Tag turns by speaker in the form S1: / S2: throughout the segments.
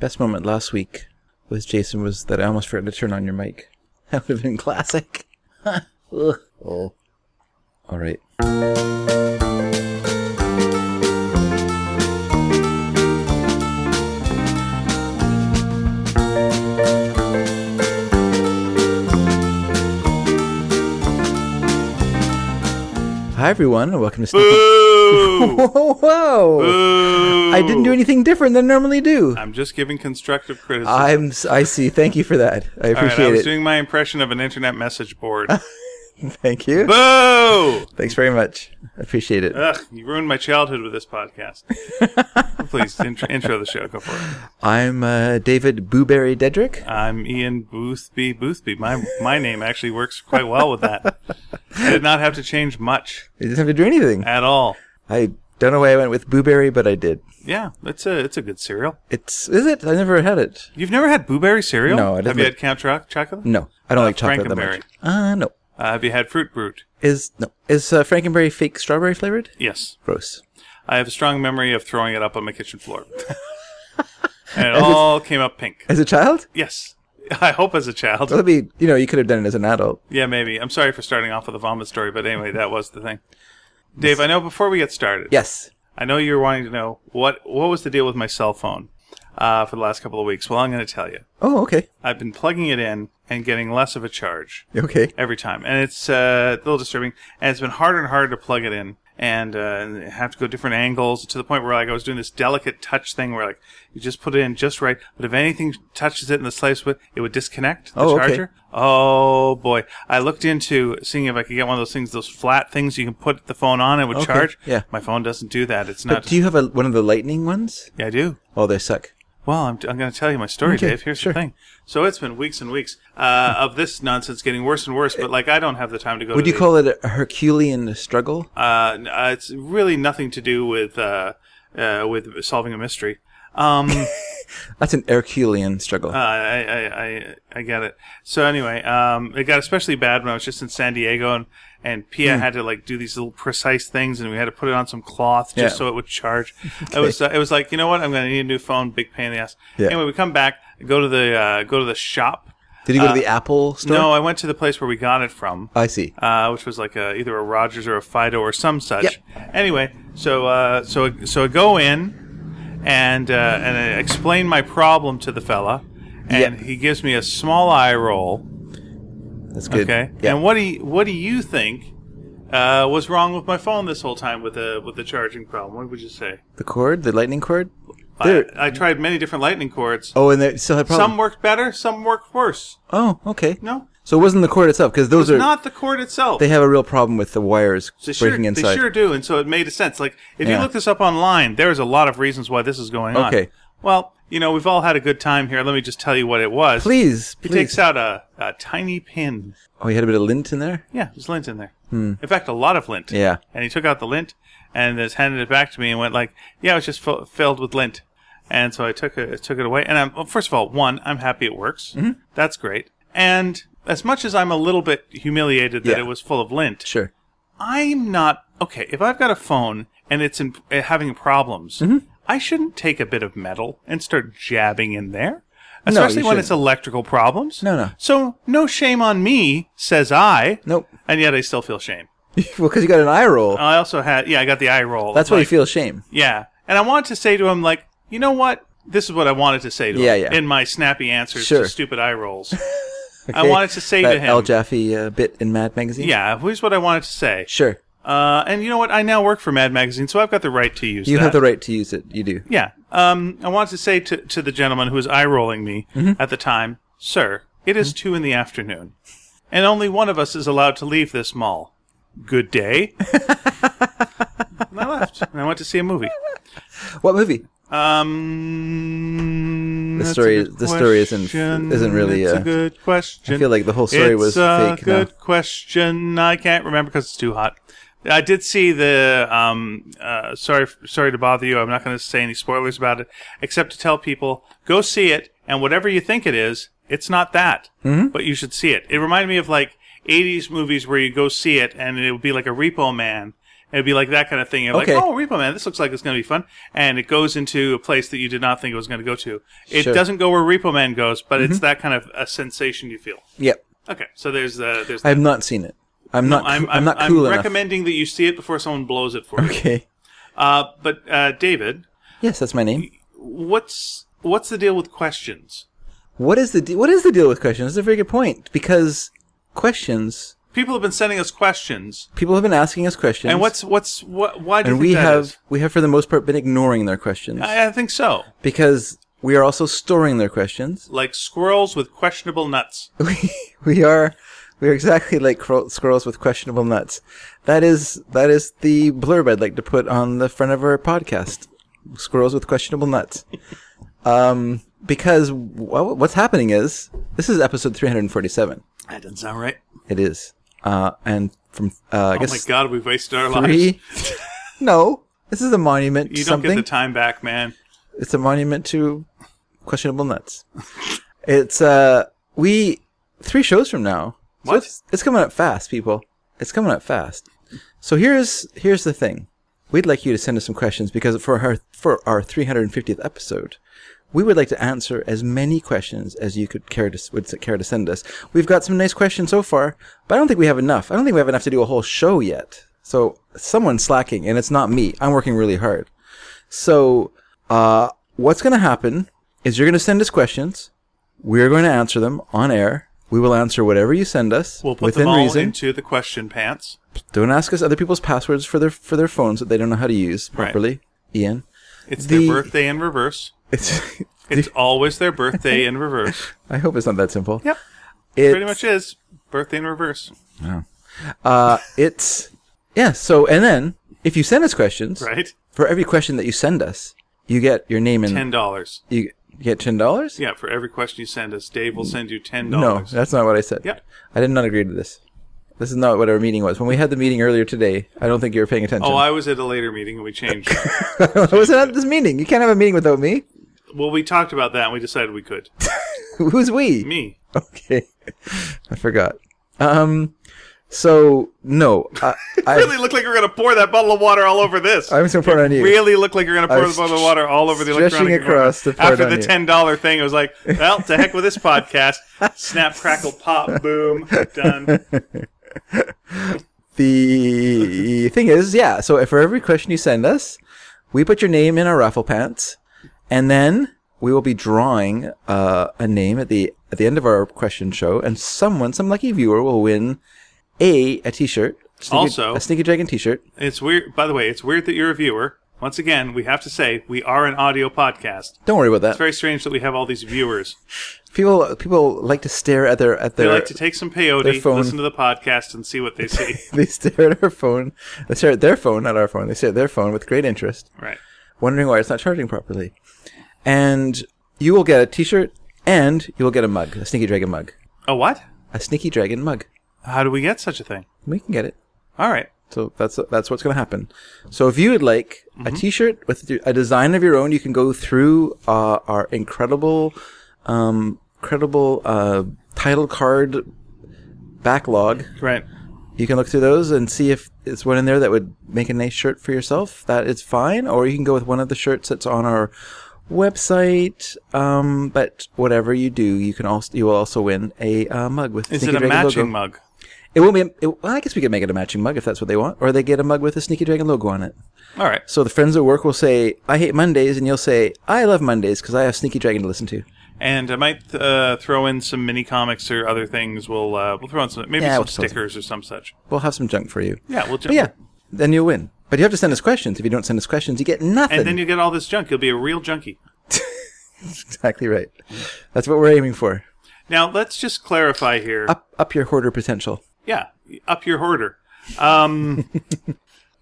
S1: Best moment last week with Jason was that I almost forgot to turn on your mic. That would have been classic. Ugh. oh. All right. Hi everyone, and welcome to Sneak.
S2: Boo!
S1: Whoa, whoa!
S2: Boo!
S1: I didn't do anything different than I normally do.
S2: I'm just giving constructive criticism.
S1: I'm. I see. Thank you for that. I
S2: All right, I
S1: appreciate
S2: was
S1: it.
S2: doing my impression of an internet message board.
S1: Thank you.
S2: Boo!
S1: Thanks very much. I appreciate it.
S2: Ugh, you ruined my childhood with this podcast. Please intro, intro the show. Go for it.
S1: I'm uh, David Booberry Dedrick.
S2: I'm Ian Boothby. Boothby. My my name actually works quite well with that. I did not have to change much
S1: I didn't have to do anything.
S2: at all.
S1: I don't know why I went with Booberry, but I did.
S2: Yeah, it's a it's a good cereal.
S1: It's is it? I never had it.
S2: You've never had blueberry cereal?
S1: No, I didn't
S2: Have you
S1: like-
S2: had Camp Choc- Chocolate?
S1: No, I don't like chocolate that
S2: Frankenberry.
S1: much. Uh no.
S2: Uh, have you had Fruit Brute?
S1: Is no is uh, Frankenberry fake strawberry flavored?
S2: Yes.
S1: Gross.
S2: I have a strong memory of throwing it up on my kitchen floor. and it all came up pink.
S1: As a child,
S2: Yes. I hope as a child.
S1: well, that'd be you know you could have done it as an adult.
S2: Yeah, maybe. I'm sorry for starting off with a vomit story, but anyway, that was the thing. Dave, I know before we get started,
S1: Yes.
S2: I know you were wanting to know what what was the deal with my cell phone uh, for the last couple of weeks. Well, I'm going to tell you.
S1: Oh okay.
S2: I've been plugging it in and getting less of a charge.
S1: Okay.
S2: every time, and it's uh, a little disturbing. And it's been harder and harder to plug it in, and uh, and have to go different angles to the point where like I was doing this delicate touch thing where like you just put it in just right, but if anything touches it in the slightest way, it would disconnect the
S1: Oh, okay.
S2: charger. Oh boy! I looked into seeing if I could get one of those things, those flat things you can put the phone on and it would
S1: Okay,
S2: charge.
S1: yeah.
S2: my phone doesn't do that. It's not.
S1: But do you have a, one of the lightning ones?
S2: yeah, I do.
S1: Oh, they suck.
S2: Well, I'm, I'm going to tell you my story,
S1: Okay,
S2: Dave. Here's
S1: sure.
S2: the thing. So it's been weeks and weeks uh, of this nonsense getting worse and worse. But like, I don't have the time to go.
S1: Uh, Would
S2: to
S1: you
S2: the-
S1: call it a Herculean struggle?
S2: Uh, n- uh, it's really nothing to do with uh, uh, with solving a mystery. Um, uh,
S1: That's an Herculean struggle.
S2: I, I, I I get it. So anyway, um, it got especially bad when I was just in San Diego and and Pia
S1: Hmm.
S2: had to like do these little precise things, and we had to put it on some cloth just
S1: Yeah.
S2: so it would charge. It was uh, it was like you know what I'm going to need a new phone. Big pain in the ass.
S1: Yeah.
S2: Anyway, we come back, go to the uh, go to the shop.
S1: Did you go to the Apple store?
S2: Uh, No, I went to the place where we got it from.
S1: I see.
S2: uh, which was like a, either a Rogers or a Fido or some such.
S1: Yep.
S2: Anyway, so uh, so so I go in and uh, and I explain my problem to the fella, and
S1: Yep.
S2: he gives me a small eye roll.
S1: That's good.
S2: Okay,
S1: Yeah.
S2: and what do you, what do you think uh, was wrong with my phone this whole time with the with the charging problem? What would you say?
S1: the cord, the lightning cord.
S2: I,
S1: There-
S2: I tried many different lightning cords.
S1: Oh, and they still had
S2: Some
S1: problems.
S2: worked better, some worked worse.
S1: Oh, okay.
S2: No,
S1: So it wasn't the cord itself because those
S2: it's
S1: are
S2: not the cord itself.
S1: they have a real problem with the wires
S2: They sure,
S1: breaking
S2: They
S1: inside.
S2: sure do, and so it made a sense. Like if you
S1: Yeah.
S2: look this up online, there's a lot of reasons why this is going on.
S1: Okay.
S2: Well, you know, we've all had a good time here. Let me just tell you what it was.
S1: Please,
S2: He
S1: please.
S2: takes out a, a tiny pin.
S1: oh, you had a bit of lint in there.
S2: Yeah, there's lint in there. In fact, a lot of lint.
S1: Hmm. Yeah.
S2: And he took out the lint and just handed it back to me and went like, "Yeah, it's just f- filled with lint." And so I took it, took it away. And I'm well, first of all, one, I'm happy it works. Mm-hmm. That's great. And as much as I'm a little bit humiliated that
S1: Yeah.
S2: it was full of lint,
S1: Sure.
S2: I'm not okay. If I've got a phone and it's in, uh, having problems,
S1: Mm-hmm.
S2: I shouldn't take a bit of metal and start jabbing in there,
S1: you
S2: especially when it's
S1: shouldn't.
S2: electrical problems.
S1: No, no.
S2: So no shame on me, says I.
S1: Nope.
S2: And yet I still feel shame.
S1: well, because you got an eye roll.
S2: I also had yeah, I got the eye roll.
S1: That's why you
S2: Oh, like-
S1: feel shame.
S2: Yeah, and I wanted to say to him like, you know what? This is what I wanted to say to
S1: Yeah,
S2: him
S1: yeah.
S2: in my snappy answers
S1: Sure.
S2: to stupid eye rolls. I
S1: Okay?
S2: wanted to say
S1: that
S2: to him,
S1: Al Jaffe uh, bit in Mad Magazine.
S2: yeah, here's what I wanted to say.
S1: Sure.
S2: Uh, and you know what? I now work for Mad Magazine, so I've got the right to use
S1: You
S2: that.
S1: have the right to use it. You do.
S2: Yeah. Um, I wanted to say to, to the gentleman who was eye rolling me
S1: Mm-hmm.
S2: at the time, Sir, it is two in the afternoon, and only one of us is allowed to leave this mall. Good day. and I left, and I went to see a movie.
S1: What movie?
S2: Um,
S1: The
S2: that's a
S1: story-
S2: good
S1: the story isn't-
S2: question.
S1: isn't really,
S2: It's a
S1: uh,
S2: good question.
S1: I feel like the whole story
S2: it's
S1: was
S2: a
S1: fake, no?
S2: Good question. I can't remember because it's too hot. I did see the. Um, uh, sorry, sorry to bother you. I'm not going to say any spoilers about it, except to tell people go see it, and whatever you think it is, it's not that.
S1: Mm-hmm.
S2: But you should see it. It reminded me of like 80s movies where you go see it, and it would be like a Repo Man, It'd be like that kind of thing. You're
S1: Okay.
S2: like, oh, Repo Man, this looks like it's going to be fun. And it goes into a place that you did not think it was going to go to.
S1: Sure.
S2: It
S1: Mm-hmm.
S2: doesn't go where Repo Man goes, but it's that kind of a sensation you feel.
S1: Yep.
S2: Okay, so there's uh, there's.
S1: I have not seen it. I'm not.
S2: I'm,
S1: I'm, I'm not cool enough.
S2: recommending that you see it before someone blows it for you.
S1: okay.
S2: Uh, but uh, David,
S1: Yes, that's my name.
S2: what's what's the deal with questions?
S1: What is the de- what is the deal with questions? That's a very good point because questions.
S2: People have been sending us questions,
S1: People have been asking us questions,
S2: and what's what's what? Why do you
S1: and
S2: think
S1: we
S2: that
S1: have
S2: is?
S1: we have for the most part been ignoring their questions
S2: I, I think so.
S1: because we are also storing their questions.
S2: Like squirrels with questionable nuts.
S1: We we are we are exactly like cro- squirrels with questionable nuts. That is that is the blurb I'd like to put on the front of our podcast. Squirrels with questionable nuts. Um, because wha what's happening is this is episode 347.
S2: That doesn't sound right.
S1: It is. Uh, and from uh, I
S2: Oh my
S1: guess
S2: god, we've wasted our lives.
S1: three. no, this is a monument to
S2: You don't
S1: something.
S2: get the time back, man.
S1: it's a monument to questionable nuts. it's uh, we three shows from now. So
S2: What?
S1: it's, it's coming up fast, people. It's coming up fast. So here's here's the thing. We'd like you to send us some questions because for our for our 350th episode, we would like to answer as many questions as you could care to would care to send us. We've got some nice questions so far, but I don't think we have enough. I don't think we have enough to do a whole show yet. So someone's slacking, and it's not me. I'm working really hard. So uh, what's going to happen is you're going to send us questions. We're going to answer them on air. We will answer whatever you send us
S2: We'll put
S1: within
S2: them all
S1: reason.
S2: into the question pants.
S1: Don't ask us other people's passwords for their for their phones that they don't know how to use
S2: Right.
S1: properly. Ian,
S2: It's
S1: The-
S2: their birthday in reverse.
S1: it's.
S2: It's always their birthday in reverse.
S1: I hope it's not that simple.
S2: Yep.
S1: It's,
S2: Pretty much is birthday in reverse.
S1: Uh, it's yeah. So and then if you send us questions,
S2: Right?
S1: for every question that you send us, you get your name and
S2: Ten dollars.
S1: you get ten dollars.
S2: Yeah, for every question you send us, Dave will send you ten
S1: No,
S2: dollars.
S1: that's not what I said.
S2: Yep.
S1: I did not agree to this. This is not what our meeting was. When we had the meeting earlier today, I don't think you were paying attention.
S2: Oh, I was at a later meeting and we changed. it.
S1: I wasn't at this meeting. You can't have a meeting without me.
S2: well, we talked about that and we decided we could.
S1: Who's we?
S2: Me.
S1: Okay, I forgot. Um, so no, I, I,
S2: really look like you're going to pour that bottle of water all over this.
S1: I'm just gonna pour it on you.
S2: Really look like you're going to
S1: I
S2: pour the
S1: was
S2: bottle of water all over the
S1: stretching
S2: electronic
S1: across
S2: compartment.
S1: to pour it
S2: After
S1: on
S2: the
S1: you.
S2: ten dollar thing, I was like, well, to heck with this podcast. Snap, crackle, pop, boom, done.
S1: the thing is, yeah. So for every question you send us, we put your name in our raffle pants, and then we will be drawing uh, a name at the at the end of our question show, and someone, some lucky viewer, will win a a t-shirt, Sneaky-
S2: Also-
S1: a Sneaky Dragon t-shirt.
S2: It's weird. By the way, it's weird that you're a viewer. Once again, we have to say we are an audio podcast.
S1: Don't worry about
S2: It's
S1: that.
S2: very strange that we have all these viewers.
S1: People people like to stare at their at
S2: They
S1: their
S2: like to take some
S1: their
S2: peyote,
S1: phone.
S2: listen to the podcast, and see what they see.
S1: they stare at our phone. They stare at their phone, not our phone. They stare at their phone with great interest.
S2: right.
S1: wondering why it's not charging properly. And you will get a t-shirt and you will get a mug, a Sneaky Dragon mug.
S2: Oh, what?
S1: A Sneaky Dragon mug.
S2: How do we get such a thing?
S1: We can get it.
S2: All right.
S1: So that's that's what's going to happen. So if you would like a t-shirt with a design of your own, you can go through uh, our incredible um incredible uh title card backlog.
S2: Right.
S1: You can look through those and see if it's one in there that would make a nice shirt for yourself. That is fine, or you can go with one of the shirts that's on our website. Um, but whatever you do, you can also you will also win a uh, mug with.
S2: Is
S1: Sneaky
S2: it a
S1: Dragon
S2: matching
S1: logo.
S2: mug?
S1: It will be. It, well, I guess we could make it a matching mug if that's what they want, or they get a mug with a Sneaky Dragon logo on it.
S2: All right.
S1: So the friends at work will say, "I hate Mondays," and you'll say, "I love Mondays because I have Sneaky Dragon to listen to."
S2: And I might uh, throw in some mini comics or other things. We'll uh, we'll throw in some maybe
S1: Yeah,
S2: some
S1: we'll throw some-
S2: stickers or some such.
S1: We'll have some junk for you.
S2: Yeah, we'll
S1: But yeah, then you'll win. But you have to send us questions. If you don't send us questions, you get nothing.
S2: And then you get all this junk. You'll be a real junkie.
S1: exactly right. That's what we're aiming for.
S2: Now let's just clarify here.
S1: Up up your hoarder potential.
S2: Yeah, up your hoarder. Um,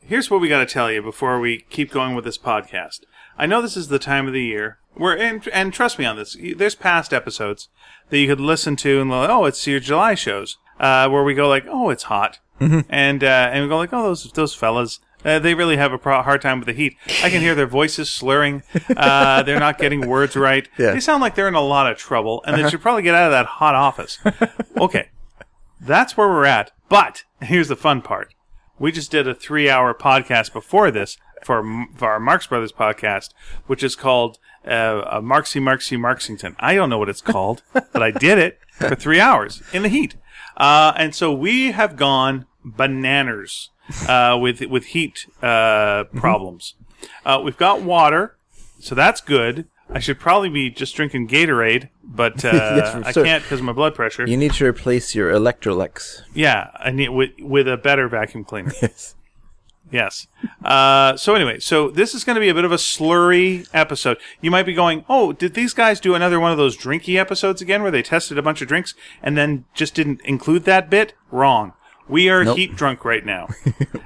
S2: here's what we got to tell you before we keep going with this podcast. I know this is the time of the year where, and, and trust me on this, you- there's past episodes that you could listen to and like, oh, it's your July shows uh, where we go like, oh, it's hot, and uh, and we go like, oh, those those fellas. Uh, they really have a pro- hard time with the heat. I can hear their voices slurring. Uh, they're not getting words right.
S1: Yeah.
S2: They sound like they're in a lot of trouble, and they should probably get out of that hot office. Okay, that's where we're at. But here's the fun part. We just did a three hour podcast before this for, m- for our Marx Brothers podcast, which is called uh, uh, Marxy Marxy Marxington. I don't know what it's called, but I did it for three hours in the heat. Uh, and so we have gone bananas uh, with, with heat uh, problems. Uh, we've got water, so that's good. I should probably be just drinking Gatorade, but uh, I
S1: sure.
S2: can't because of my blood pressure.
S1: You need to replace your Electrolux.
S2: Yeah, I need with with a better vacuum cleaner. Yes. Uh, so anyway, so this is going to be a bit of a slurry episode. You might be going, "Oh, did these guys do another one of those drinky episodes again, where they tested a bunch of drinks and then just didn't include that bit?" Wrong. We are heat drunk right now,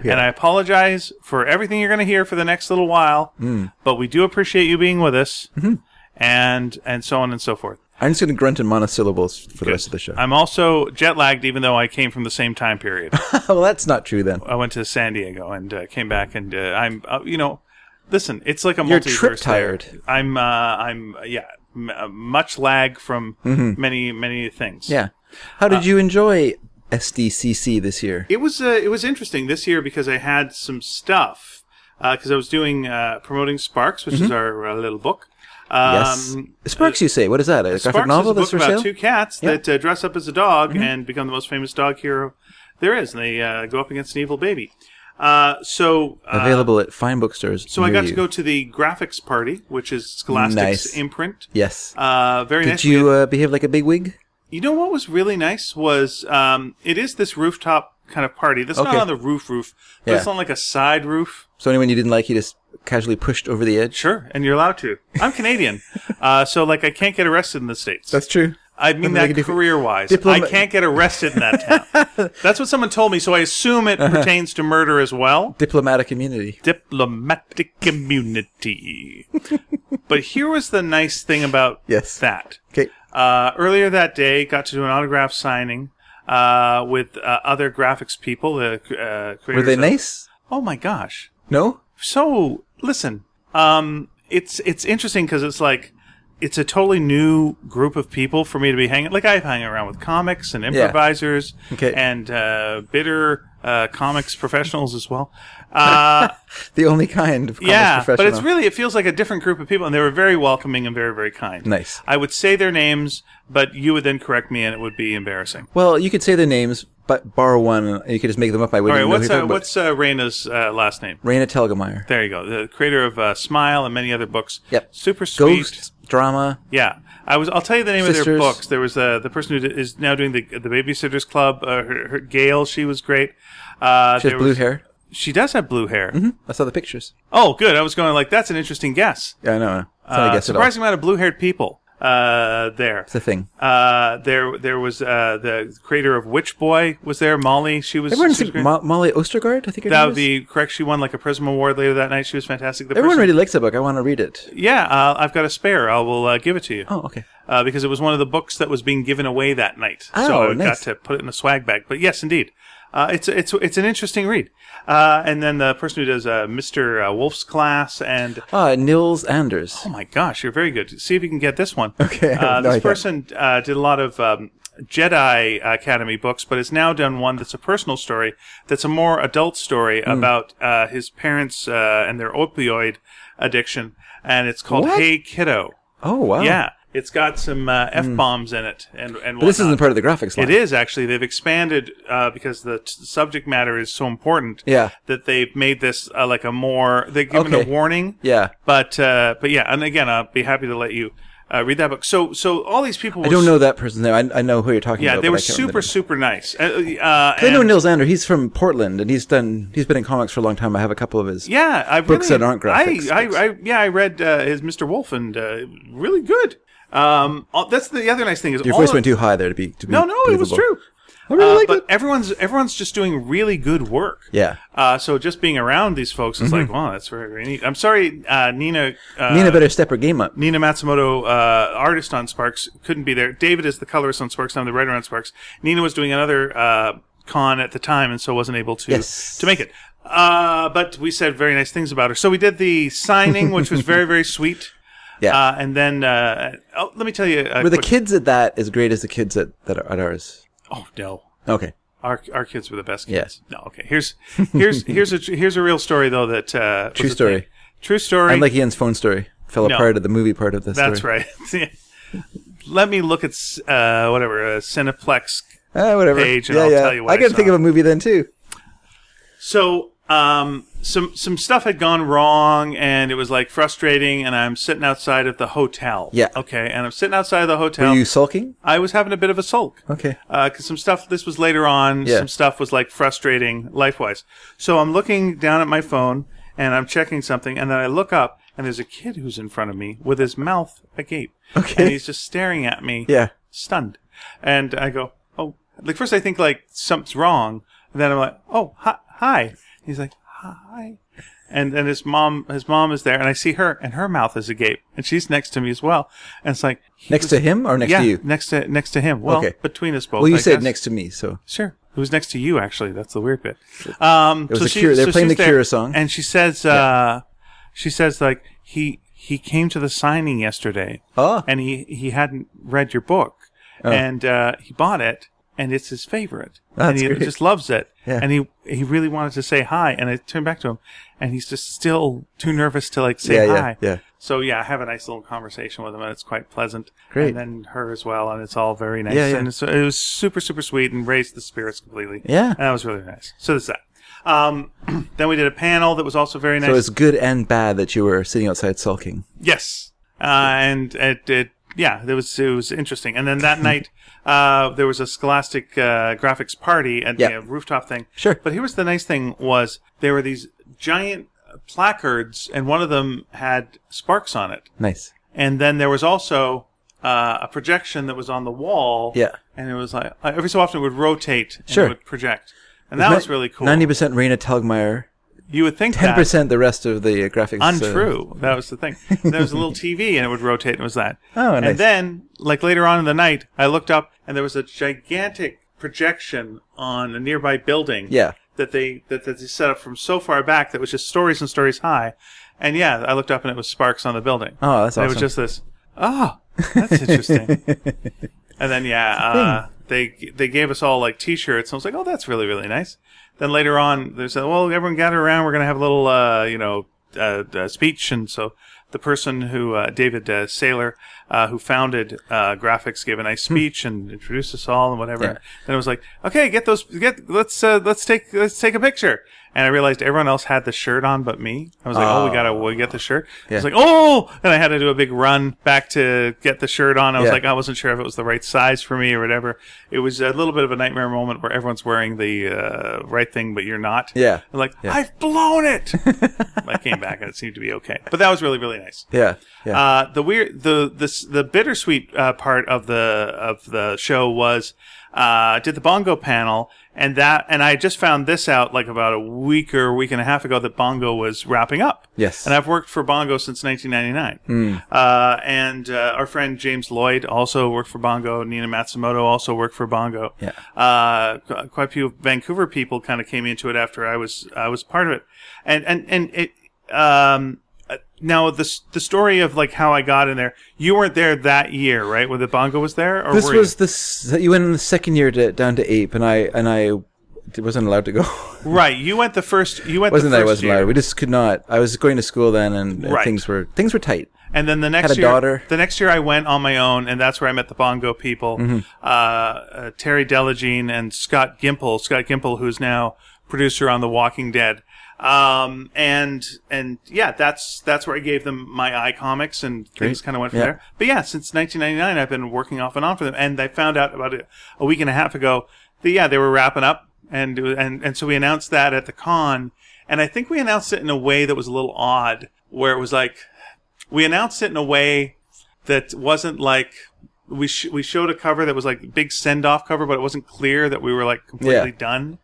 S2: and I apologize for everything you're going to hear for the next little while.
S1: Mm.
S2: But we do appreciate you being with us,
S1: Mm-hmm.
S2: and and so on and so forth.
S1: I'm just going to grunt in monosyllables for the rest of the show.
S2: I'm also jet lagged, even though I came from the same time period.
S1: well, that's not true then.
S2: I went to San Diego and uh, came back, and uh, I'm, uh, you know, listen, it's like a
S1: You're
S2: multiverse
S1: trip
S2: thing.
S1: tired.
S2: I'm, uh, I'm, uh, yeah, m- uh, much lag from many, many things.
S1: Mm-hmm. Yeah. How
S2: Uh,
S1: did you enjoy SDCC this year?
S2: It was uh, it was interesting this year because I had some stuff because I was doing uh, promoting Sparks, which is our uh, little book. Um,
S1: Mm-hmm. Yes. Sparks, you say? What is that? A graphic
S2: Sparks
S1: novel
S2: is a
S1: that's
S2: book
S1: for
S2: about
S1: sale? Mm-hmm.
S2: two cats that uh, dress up as a dog and become the most famous dog hero there is, and they uh, go up against an evil baby. Uh, so uh,
S1: Available at fine bookstores.
S2: So I got to go to the graphics party, which is Scholastic's
S1: Nice.
S2: imprint.
S1: Yes.
S2: Uh, very
S1: did
S2: nice.
S1: you uh, behave like a bigwig?
S2: You know what was really nice was um, it is this rooftop kind of party. That's
S1: Okay.
S2: not on the roof roof, but it's
S1: Yeah.
S2: on like a side roof.
S1: So anyone you didn't like, you just casually pushed over the edge.
S2: Sure, and you're allowed to. I'm Canadian, uh, so like I can't get arrested in the states.
S1: true.
S2: I mean
S1: Doesn't make
S2: that
S1: a difference.
S2: career wise.
S1: Diploma-
S2: I can't get arrested in that town. That's what someone told me, so I assume it
S1: Uh-huh.
S2: pertains to murder as well.
S1: Diplomatic immunity.
S2: diplomatic immunity. but here was the nice thing about
S1: Yes.
S2: that.
S1: Okay.
S2: Uh, earlier that day, got to do an autograph signing uh, with uh, other graphics people. The uh, creators
S1: Were they
S2: of-
S1: nice?
S2: Oh my gosh!
S1: No.
S2: So listen, um, it's it's interesting because it's like it's a totally new group of people for me to be hanging. Like I've hanging around with comics and improvisers
S1: Okay.
S2: and uh, bitter uh, comics professionals as well. Uh,
S1: The only kind of comics
S2: yeah, but
S1: professional.
S2: it's really it feels like a different group of people, and they were very welcoming and very very kind.
S1: Nice.
S2: I would say their names, but you would then correct me, and it would be embarrassing.
S1: well, you could say their names, but bar one, and you could just make them up. I
S2: All
S1: wouldn't
S2: right,
S1: know who
S2: what's
S1: you're
S2: uh,
S1: talking about.
S2: what's uh, Raina's uh, last name?
S1: Raina Telgemeier.
S2: There you go, the creator of uh, Smile and many other books.
S1: Yep.
S2: super sweet.
S1: Ghost drama.
S2: Yeah, I was. I'll tell you the name of their
S1: Sisters.
S2: books. There was uh, the person who d- is now doing the the Babysitters Club. Uh, her, her Gail, she was great. Uh,
S1: She
S2: there
S1: has blue
S2: was-
S1: hair. Mm-hmm.
S2: She does have blue hair.
S1: I saw the pictures.
S2: Oh, good. I was going like that's an interesting guess.
S1: Yeah, I know. I know. It's not a guess
S2: Uh,
S1: at all. It's
S2: surprising amount of blue haired people uh, there.
S1: a thing.
S2: Uh, there, there was uh, the creator of Witch Boy was there. Molly, she was.
S1: Everyone
S2: she
S1: think
S2: was great.
S1: Mo- Molly Ostergaard. I think her
S2: that
S1: name
S2: would
S1: is?
S2: be correct. She won like a Prism Award later that night. She was fantastic. The
S1: Everyone
S2: person,
S1: really likes that book. I want to read it.
S2: yeah, uh, I've got a spare. I will uh, give it to you
S1: Oh, okay.
S2: uh, because it was one of the books that was being given away that night. so
S1: Oh,
S2: I
S1: nice.
S2: got to put it in a swag bag. But yes, indeed, uh, it's it's it's an interesting read. Uh, and then the person who does uh, Mister uh, Wolf's class and
S1: Ah, Nils Anders.
S2: Oh my gosh, you're very good. See if you can get this one.
S1: Okay, I have
S2: Uh,
S1: no
S2: this
S1: idea.
S2: person uh, did a lot of um, Jedi Academy books, but has now done one that's a personal story, that's a more adult story
S1: Hmm.
S2: about uh, his parents uh, and their opioid addiction, and it's called
S1: What?
S2: Hey Kiddo.
S1: Oh wow.
S2: Yeah, it's got some uh, f bombs in it, and and
S1: But this
S2: whatnot.
S1: isn't part of the graphics line.
S2: It is actually. They've expanded uh, because the t- subject matter is so important.
S1: Yeah.
S2: That they've made this uh, like a more. They've given
S1: Okay.
S2: a warning.
S1: Yeah.
S2: But uh, but yeah, and again, I'll be happy to let you uh, read that book. So so all these people. Were
S1: I don't know that person's name. I, I know who you're talking
S2: Yeah,
S1: about.
S2: they
S1: but
S2: were
S1: I can't remember
S2: super
S1: the name.
S2: super nice. Uh, uh,
S1: I know
S2: and-
S1: Nils Anders. He's from Portland, and he's done. He's been in comics for a long time. I have a couple of his.
S2: Yeah, I
S1: Books
S2: really,
S1: that aren't graphics
S2: I,
S1: books.
S2: I, I yeah, I read uh, his Mr. Wolf and uh, really good. Um, all- that's the other nice thing is
S1: Your
S2: all
S1: voice
S2: of-
S1: went too high there to be. To be
S2: No, no, it was
S1: believable.
S2: true.
S1: I really
S2: Uh,
S1: liked
S2: but
S1: it.
S2: everyone's everyone's just doing really good work.
S1: Yeah. Mm-hmm.
S2: Uh, so just being around these folks is like, wow, that's very, very neat. I'm sorry, uh, Nina. Uh,
S1: Nina better step her game up.
S2: Nina Matsumoto, uh, artist on Sparks, couldn't be there. David is the colorist on Sparks. I'm the writer on Sparks. Nina was doing another uh, con at the time, and so wasn't able to
S1: Yes.
S2: to make it. Uh, but we said very nice things about her. So we did the signing, which was very very sweet.
S1: Yeah.
S2: Uh, and then uh, oh, let me tell you. Uh,
S1: Were the kids at that as great as the kids at that are at ours?
S2: oh no.
S1: Okay.
S2: Our, our kids were the best kids.
S1: Yes.
S2: No, okay. Here's here's here's a here's a real story though that uh, was
S1: True
S2: a
S1: story.
S2: thing. True story.
S1: And like Ian's phone story fell
S2: No.
S1: apart at the movie part of this.
S2: That's right. Let me look at s- uh, whatever uh, Cineplex.
S1: Ah, whatever.
S2: Page, and
S1: yeah,
S2: I'll
S1: yeah.
S2: tell you what
S1: I
S2: I
S1: can
S2: saw.
S1: think of a movie then too.
S2: So um, some some stuff had gone wrong, and it was like frustrating. And I'm sitting outside of the hotel.
S1: Yeah.
S2: Okay. And I'm sitting outside of the hotel.
S1: Were you sulking?
S2: I was having a bit of a sulk.
S1: Okay.
S2: because Uh, some stuff this was later on
S1: Yeah.
S2: some stuff was like frustrating life-wise so i'm looking down at my phone and i'm checking something and then i look up and there's a kid who's in front of me with his mouth agape
S1: Okay.
S2: and he's just staring at me
S1: Yeah.
S2: stunned and i go oh like first i think like something's wrong and then i'm like oh hi, hi. he's like hi and and his mom his mom is there and i see her and her mouth is agape and she's next to me as well and it's like he
S1: Next
S2: was-
S1: to him or next
S2: yeah,
S1: to you?
S2: next to next to him. Well,
S1: Okay.
S2: between us both.
S1: Well, you
S2: I
S1: said
S2: guess.
S1: next to me, so
S2: Sure. It was next to you, actually. That's the weird bit. Um,
S1: was
S2: so
S1: the
S2: she-
S1: Cure- they're
S2: so
S1: playing
S2: she's
S1: the
S2: there,
S1: Cure song.
S2: and she says, uh, she says like he he came to the signing yesterday,
S1: Ah.
S2: and he he hadn't read your book, and uh, he bought it, and it's his favorite, and
S1: Oh. That's
S2: he
S1: great.
S2: just loves it,
S1: Yeah.
S2: and he he really wanted to say hi, and I turned back to him, and he's just still too nervous to like say
S1: Yeah, yeah,
S2: hi,
S1: yeah.
S2: So yeah, I have a nice little conversation with him, and it's quite pleasant.
S1: Great.
S2: and then her as well, and it's all very nice.
S1: Yeah, yeah.
S2: And it's, it was super, super sweet, and raised the spirits completely.
S1: Yeah.
S2: and that was really nice. So that's that. Um, then we did a panel that was also very nice.
S1: so it's good and bad that you were sitting outside sulking.
S2: Yes, uh, and it, it yeah, it was it was interesting. And then that night, uh, there was a Scholastic uh, graphics party at
S1: Yeah.
S2: the uh, rooftop thing.
S1: Sure.
S2: But here was the nice thing was there were these giant placards, and one of them had sparks on it,
S1: Nice.
S2: and then there was also. Uh, a projection that was on the wall,
S1: Yeah.
S2: and it was like every so often it would rotate, and
S1: Sure.
S2: it would project, and that was really cool.
S1: Ninety percent Raina Telgmeyer,
S2: you would think
S1: ten
S2: that,
S1: percent the rest of the uh, graphics. uh,
S2: untrue. that was the thing. And there was a little TV and it would rotate and it was that.
S1: Oh, nice.
S2: And then, like later on in the night, I looked up and there was a gigantic projection on a nearby building.
S1: Yeah.
S2: That they that, that they set up from so far back that was just stories and stories high. And yeah, I looked up and it was sparks on the building.
S1: Oh, that's
S2: and It
S1: awesome.
S2: was just this. Oh, that's interesting. and then yeah, uh, they they gave us all like T-shirts. And I was like, oh, that's really really nice. Then later on, they said, well, everyone gather around. We're gonna have a little uh, you know uh, uh, speech. And so the person who uh, David uh, Saylor, uh, who founded uh, Graphics, gave a nice speech and introduced us all and whatever.
S1: Hmm. Yeah.
S2: Then it was like, okay, get those get let's uh, let's take let's take a picture. And I realized everyone else had the shirt on but me. I was like, oh, we gotta we get the shirt. I was
S1: Ah. Yeah.
S2: like, oh, and I had to do a big run back to get the shirt on. I was
S1: Yeah.
S2: like, I wasn't sure if it was the right size for me or whatever. It was a little bit of a nightmare moment where everyone's wearing the uh, right thing, but you're not.
S1: Yeah.
S2: I'm like, I've blown it. I came back and it seemed to be okay, but that was really really nice.
S1: Yeah. Yeah.
S2: Uh, the weird, the this the bittersweet uh, part of the of the show was uh, I did the bongo panel and that and I just found this out like about a week or week and a half ago that bongo was wrapping up.
S1: Yes.
S2: and I've worked for bongo since
S1: Hmm.
S2: 1999. Uh, and uh, our friend James Lloyd also worked for bongo. Nina Matsumoto also worked for bongo.
S1: Yeah.
S2: Uh, qu- quite a few Vancouver people kind of came into it after I was I was part of it, and and and it. Um, uh, now the s- the story of like how I got in there. You weren't there that year, right? When the bongo was there, or
S1: this
S2: were you?
S1: was this you went in the second year to, down to ape, and I and I wasn't allowed to go.
S2: right. You went the first. You went
S1: wasn't
S2: the
S1: that I
S2: first
S1: wasn't
S2: year,
S1: allowed. We just could not. I was going to school then, and uh,
S2: Right.
S1: things were things were tight.
S2: and then the next
S1: Had a
S2: year,
S1: daughter.
S2: the next year I went on my own, and that's where I met the bongo people,
S1: Mm-hmm.
S2: uh, uh, Terry Delagine and Scott Gimple. Scott Gimple, who's now producer on The Walking Dead. Um, and and yeah, that's that's where I gave them my eye comics, and things kind of went from
S1: Yeah.
S2: there. But yeah, since 1999, I've been working off and on for them, and I found out about it a week and a half ago that yeah, they were wrapping up, and and and so we announced that at the con, and I think we announced it in a way that was a little odd, where it was like we announced it in a way that wasn't like we sh- we showed a cover that was like big send off cover, but it wasn't clear that we were like completely
S1: Yeah.
S2: done.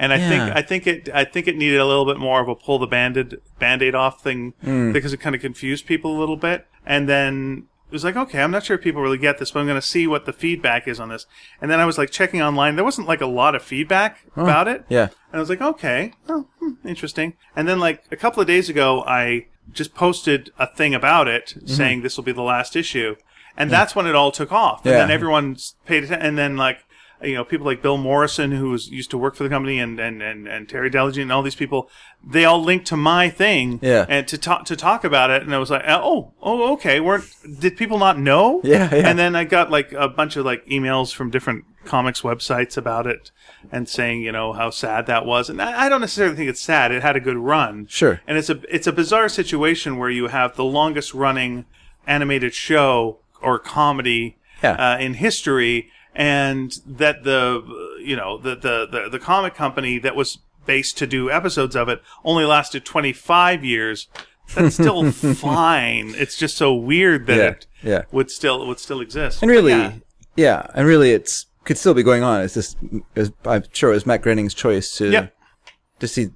S2: And I
S1: Yeah.
S2: think I think it I think it needed a little bit more of a pull the banded band aid off thing
S1: Hmm.
S2: because it kind of confused people a little bit. And then it was like, okay, I'm not sure if people really get this, but I'm going to see what the feedback is on this. And then I was like checking online, there wasn't like a lot of feedback about it.
S1: Yeah.
S2: And I was like, okay, oh, hmm, interesting. And then, like, a couple of days ago, I just posted a thing about it
S1: Mm-hmm.
S2: saying this will be the last issue. And that's when it all took off. And
S1: Yeah.
S2: then everyone s- paid attention. And then, like, you know, people like Bill Morrison, who was, used to work for the company, and, and, and, and Terry Delagene, and all these people, they all linked to my thing
S1: Yeah.
S2: and to talk to talk about it. And I was like, oh, oh, okay. Weren't did people not know?
S1: Yeah, yeah.
S2: And then I got like a bunch of like emails from different comics websites about it and saying you know how sad that was. And I, I don't necessarily think it's sad. It had a good run.
S1: Sure.
S2: And it's a it's a bizarre situation where you have the longest running animated show or comedy
S1: Yeah.
S2: uh, in history, and that the uh, you know the, the the the comic company that was based to do episodes of it only lasted 25 years. That's still fine. It's just so weird that
S1: Yeah,
S2: it
S1: yeah.
S2: would still would still exist.
S1: And really,
S2: Yeah.
S1: yeah. and really, it's could still be going on. It's just, it's, I'm sure, it was Matt Groening's choice to
S2: Yeah.
S1: to see,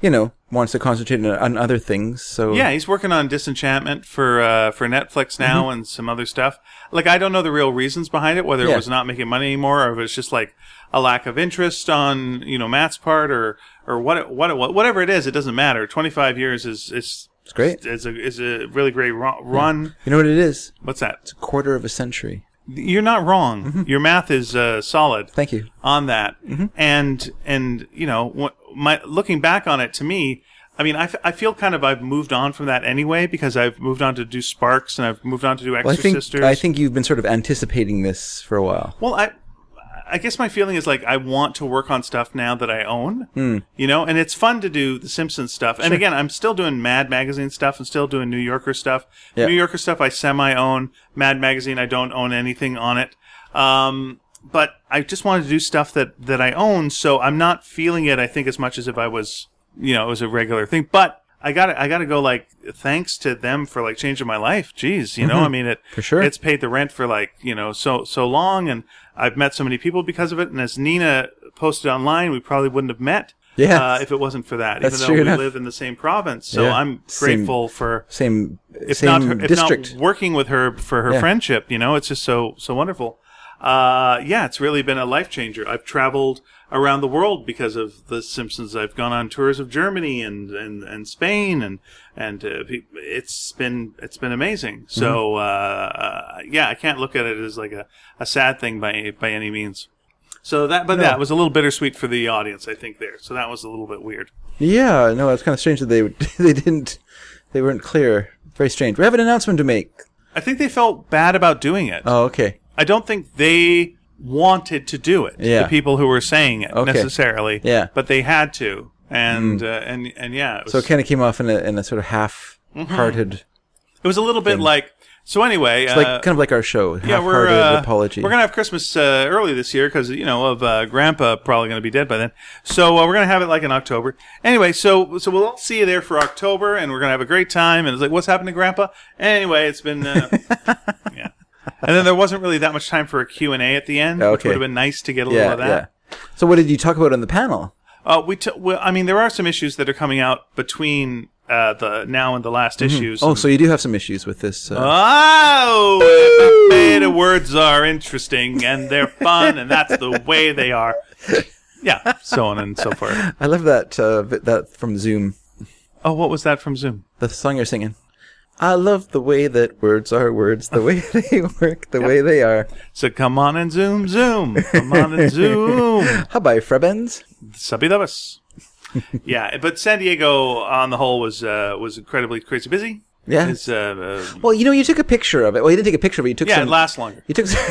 S1: you know, wants to concentrate on, on other things. So
S2: Yeah, he's working on Disenchantment for uh, for
S1: Mm-hmm.
S2: Netflix now and some other stuff. Like I don't know the real reasons behind it, whether it
S1: Yeah.
S2: was not making money anymore or if it was just like a lack of interest on you know Matt's part or or what it, what, it, what whatever it is, it doesn't matter. Twenty five years is is it's
S1: great.
S2: Is a is a really great ru- run.
S1: you know what it is?
S2: What's that?
S1: Quarter of a century.
S2: You're not wrong. Your math is uh, solid
S1: Mm-hmm. Thank you.
S2: on that.
S1: Mm-hmm.
S2: And and you know, wh- my looking back on it to me, I mean, I, f- I feel kind of I've moved on from that anyway because I've moved on to do Sparks and I've moved on to do
S1: Well, I think
S2: Exorcisters.
S1: I think you've been sort of anticipating this for a while.
S2: Well, I I guess my feeling is like I want to work on stuff now that I own.
S1: Hmm.
S2: You know, and it's fun to do the Simpsons stuff. And again, I'm still doing Mad Magazine stuff and still doing New Yorker stuff.
S1: Yeah.
S2: New Yorker stuff I semi own. Mad Magazine I don't own anything on it. Um but I just wanted to do stuff that that I own, so I'm not feeling it I think as much as if I was, you know, it was a regular thing. But I got to I got to go like thanks to them for like changing my life. Jeez, you know, I mean it
S1: Mm-hmm. For sure.
S2: it's paid the rent for like you know so so long and i've met so many people because of it and as nina posted online we probably wouldn't have met
S1: Yes.
S2: uh, if it wasn't for that
S1: That's
S2: even though
S1: true
S2: we
S1: enough.
S2: live in the same province so
S1: Yeah.
S2: i'm
S1: Same-
S2: grateful for
S1: Same
S2: if
S1: same
S2: not her, if
S1: district.
S2: not working with her for her
S1: Yeah.
S2: friendship you know it's just so so wonderful uh, yeah it's really been a life changer i've traveled around the world because of the simpsons i've gone on tours of germany and and, and spain and and uh, pe- it's been it's been amazing
S1: Mm-hmm.
S2: so uh, uh, yeah i can't look at it as like a, a sad thing by by any means so that but that was a little bittersweet for the audience i think there so that was a little bit weird
S1: yeah, no, it's kind of strange that they would- they didn't they weren't clear. Very strange. We have an announcement to make.
S2: i think they felt bad about doing it
S1: Oh, okay.
S2: I don't think they wanted to do it.
S1: Yeah.
S2: The people who were saying it
S1: Okay.
S2: necessarily.
S1: Yeah. Hmm.
S2: But they had to, and uh, and and yeah. It was,
S1: So it kind of came off in a in a sort of half-hearted,
S2: it was a little bit like. So anyway, uh,
S1: like kind of like our show.
S2: yeah, we're
S1: half-hearted
S2: uh,
S1: apology.
S2: we're gonna have Christmas uh, early this year because you know of uh, Grandpa probably gonna be dead by then. So uh, we're gonna have it like in October. Anyway, so so we'll all see you there for October, and we're gonna have a great time. And it's like, what's happened to Grandpa? Anyway, it's been uh, yeah. And then there wasn't really that much time for a Q and A at the end, which
S1: Okay.
S2: would have been nice to get a little
S1: yeah,
S2: of that.
S1: yeah. So what did you talk about on the panel?
S2: Uh, we t- well, I mean, there are some issues that are coming out between uh, the now and the last issues.
S1: Oh, so you do have some issues with this. Uh,
S2: Oh, beta words are interesting and they're fun, and that's the way they are. Yeah, so on and so forth.
S1: I love that uh, bit- that from Zoom.
S2: Oh, what was that from Zoom?
S1: The song you're singing. I love the way that words are words, the way they work, the way they are.
S2: So come on and Zoom, Zoom, come on and Zoom.
S1: How about Frebens?
S2: Subby Levis. Yeah, but San Diego on the whole was uh, was incredibly crazy busy.
S1: Yeah.
S2: It's, uh, uh,
S1: Well, you know, you took a picture of it. Well, you didn't take a picture of it. You took
S2: yeah, it
S1: some.
S2: lasts longer.
S1: you took. Some,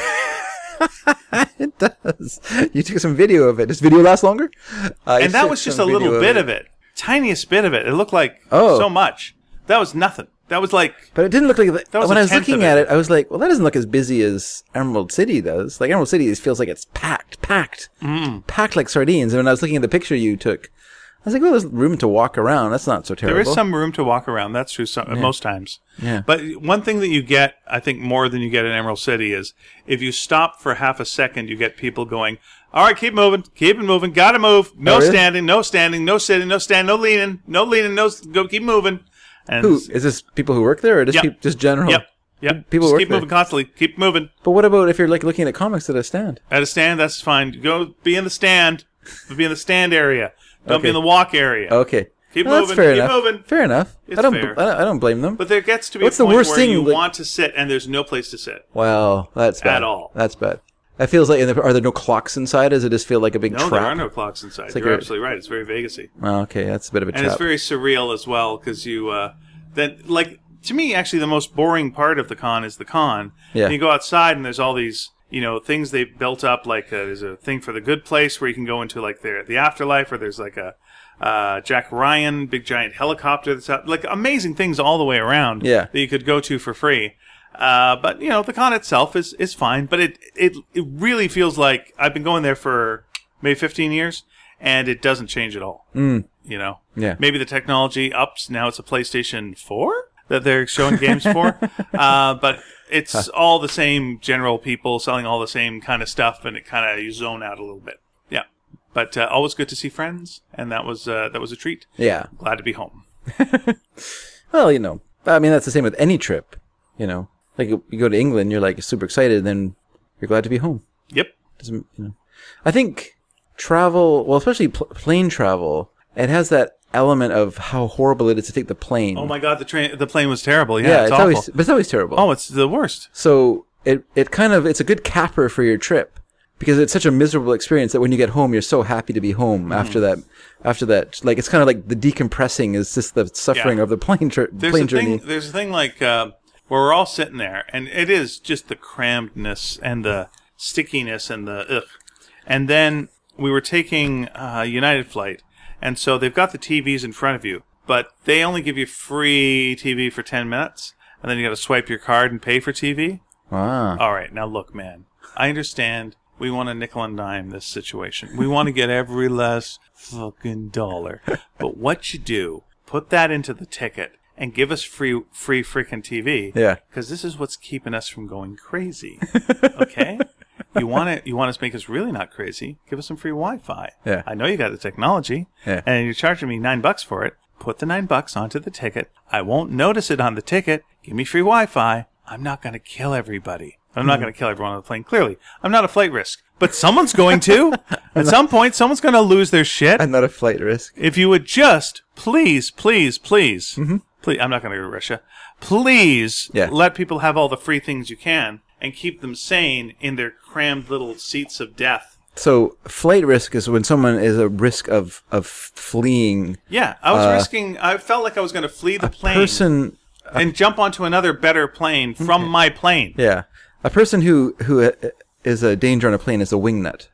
S1: it does. You took some video of it. Does video last longer? Uh, you
S2: and that
S1: took
S2: was just a
S1: some
S2: little
S1: video
S2: bit of it, tiniest bit of it. It looked like
S1: Oh.
S2: so much. That was nothing. That was like
S1: But it didn't look like
S2: That was
S1: when
S2: a
S1: I was
S2: tenth of
S1: looking
S2: it.
S1: at it. I was like, well, that doesn't look as busy as Emerald City does. Like Emerald City feels like it's packed, packed,
S2: Mm.
S1: packed like sardines. And when I was looking at the picture you took, I was like, well, there's room to walk around. That's not so terrible.
S2: there is some room to walk around. That's true. Some, Most times.
S1: Yeah.
S2: But one thing that you get, I think, more than you get in Emerald City is if you stop for half a second, you get people going, "All right, keep moving, keep it moving, gotta move,
S1: Oh,
S2: no
S1: really?
S2: standing, no standing, no sitting, no standing, no leaning, no leaning, no s- go, keep moving." And
S1: Who is this? People who work there, or just
S2: Yep.
S1: peop- just general?
S2: Yep. Yep.
S1: People
S2: Just
S1: work
S2: keep
S1: there.
S2: moving constantly. Keep moving.
S1: But what about if you're like looking at comics at a stand?
S2: At a stand, that's fine. Go be in the stand, but be in the stand area. Don't
S1: Okay.
S2: be
S1: Oh.
S2: in the walk area.
S1: Okay,
S2: Keep
S1: Well,
S2: moving,
S1: That's fair
S2: keep
S1: enough.
S2: moving.
S1: Fair enough.
S2: It's
S1: I don't.
S2: fair.
S1: I don't- I don't blame them.
S2: But there gets to be
S1: What's
S2: a
S1: the
S2: point
S1: worst
S2: where
S1: thing,
S2: you
S1: like-
S2: want to sit and there's no place to sit.
S1: wow, that's bad.
S2: all.
S1: That's bad. That feels like. Are there no clocks inside? Does it just feel like a big
S2: No,
S1: trap?
S2: there are no clocks inside.
S1: like
S2: You're
S1: a-
S2: absolutely right. It's very Vegasy,
S1: Oh, okay, that's a bit of a
S2: and
S1: trap.
S2: it's very surreal as well because you uh, then like to me actually the most boring part of the con is the con.
S1: Yeah.
S2: you go outside and there's all these you know things they built up like uh, there's a thing for the good place where you can go into like their the afterlife or there's like a uh, Jack Ryan big giant helicopter that's out, like amazing things all the way around.
S1: Yeah.
S2: that you could go to for free. Uh, but you know the con itself is is fine, but it it it really feels like I've been going there for maybe 15 years, and it doesn't change at all. Mm. You know,
S1: Yeah.
S2: maybe the technology ups now. It's a PlayStation 4 that they're showing games for, uh, but it's all the same general people selling all the same kind of stuff, and it kind of you zone out a little bit. Yeah, but uh, always good to see friends, and that was uh, that was a treat.
S1: yeah.
S2: Glad to be home.
S1: Well, you know, I mean, that's the same with any trip. You know, like you you go to England, you're like super excited, and then you're glad to be home.
S2: Yep.
S1: Doesn't you know? I think travel, well, especially pl- plane travel, it has that element of how horrible it is to take the plane.
S2: Oh my God, the train the plane was terrible. Yeah,
S1: yeah,
S2: it's,
S1: it's,
S2: awful.
S1: always, but it's always terrible.
S2: Oh, it's the worst.
S1: So it it kind of it's a good capper for your trip because it's such a miserable experience that when you get home you're so happy to be
S2: Mm-hmm.
S1: home after that after that like it's kind of like the decompressing is just the suffering
S2: Yeah.
S1: of the plane tri-
S2: There's
S1: plane
S2: a
S1: journey.
S2: thing. There's a thing like uh, where we're all sitting there, and it is just the crampedness and the stickiness and the ugh. And then we were taking uh, United flight, and so they've got the TVs in front of you, but they only give you free TV for ten minutes, and then you got to swipe your card and pay for TV.
S1: Wow.
S2: All right, now look, man. I understand. We want to nickel and dime this situation. We want to get every last fucking dollar. But what you do, put that into the ticket and give us free free freaking TV.
S1: Yeah.
S2: Because this is what's keeping us from going crazy. Okay. you want to you want to make us really not crazy? Give us some free Wi-Fi.
S1: Yeah.
S2: I know you got the technology.
S1: Yeah.
S2: And you're charging me nine bucks for it. Put the nine bucks onto the ticket. I won't notice it on the ticket. Give me free Wi Fi. I'm not going to kill everybody. I'm
S1: Hmm.
S2: not going to kill everyone on the plane. Clearly, I'm not a flight risk, but someone's going to. At some point, someone's going to lose their shit.
S1: I'm not a flight risk.
S2: If you would just please, please, please, please, I'm not going to go to Russia. Please
S1: Mm-hmm. Yeah.
S2: let people have all the free things you can and keep them sane in their crammed little seats of death.
S1: So flight risk is when someone is a risk of of fleeing
S2: Yeah, I
S1: Uh,
S2: was risking. I felt like I was going to flee the plane.
S1: person.
S2: and jump onto another better plane from my plane.
S1: Yeah, a person who who uh, is a danger on a plane is a wingnut.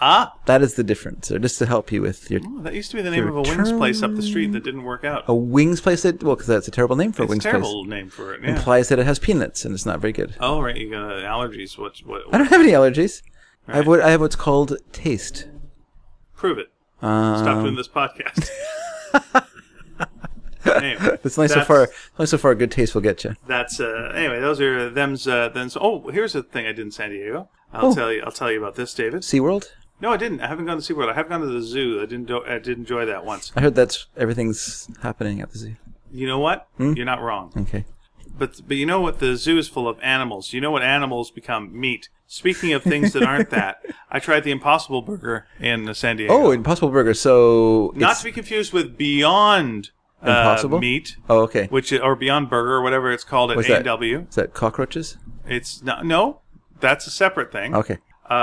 S2: Ah,
S1: That is the difference. So just to help you with your
S2: that used to be the name of a wings place up the street that didn't work out.
S1: a wings place. That, well, because that's a terrible name for a
S2: it's a
S1: wings place.
S2: terrible name for it. Yeah.
S1: implies that it has peanuts and it's not very good.
S2: oh, right, you got allergies. What? What?
S1: I don't have any allergies. I have what I have what's called taste.
S2: prove it. Stop
S1: Um.
S2: doing this podcast. anyway,
S1: It's only so
S2: that's-
S1: far only so far good taste will get you.
S2: That's uh, anyway. Those are them's uh, them's. Oh, here's a thing I did in San Diego. I'll
S1: Oh.
S2: tell you. I'll tell you about this, David.
S1: SeaWorld?
S2: No, I didn't. I haven't gone to SeaWorld. I have gone to the zoo. I didn't. Do- I did enjoy that once.
S1: I heard that's everything's happening at the zoo.
S2: You know what?
S1: Hmm?
S2: You're not wrong.
S1: Okay.
S2: But but you know what? The zoo is full of animals. You know what? Animals become meat. Speaking of things that aren't that, I tried the Impossible Burger in uh, San Diego.
S1: Oh, Impossible Burger. So
S2: not
S1: it's-
S2: to be confused with Beyond uh,
S1: Impossible?
S2: Meat,
S1: Oh, okay.
S2: which or Beyond Burger, whatever it's called at
S1: What's that?
S2: AW.
S1: Is that cockroaches?
S2: It's not, no, that's a separate thing.
S1: Okay.
S2: Uh,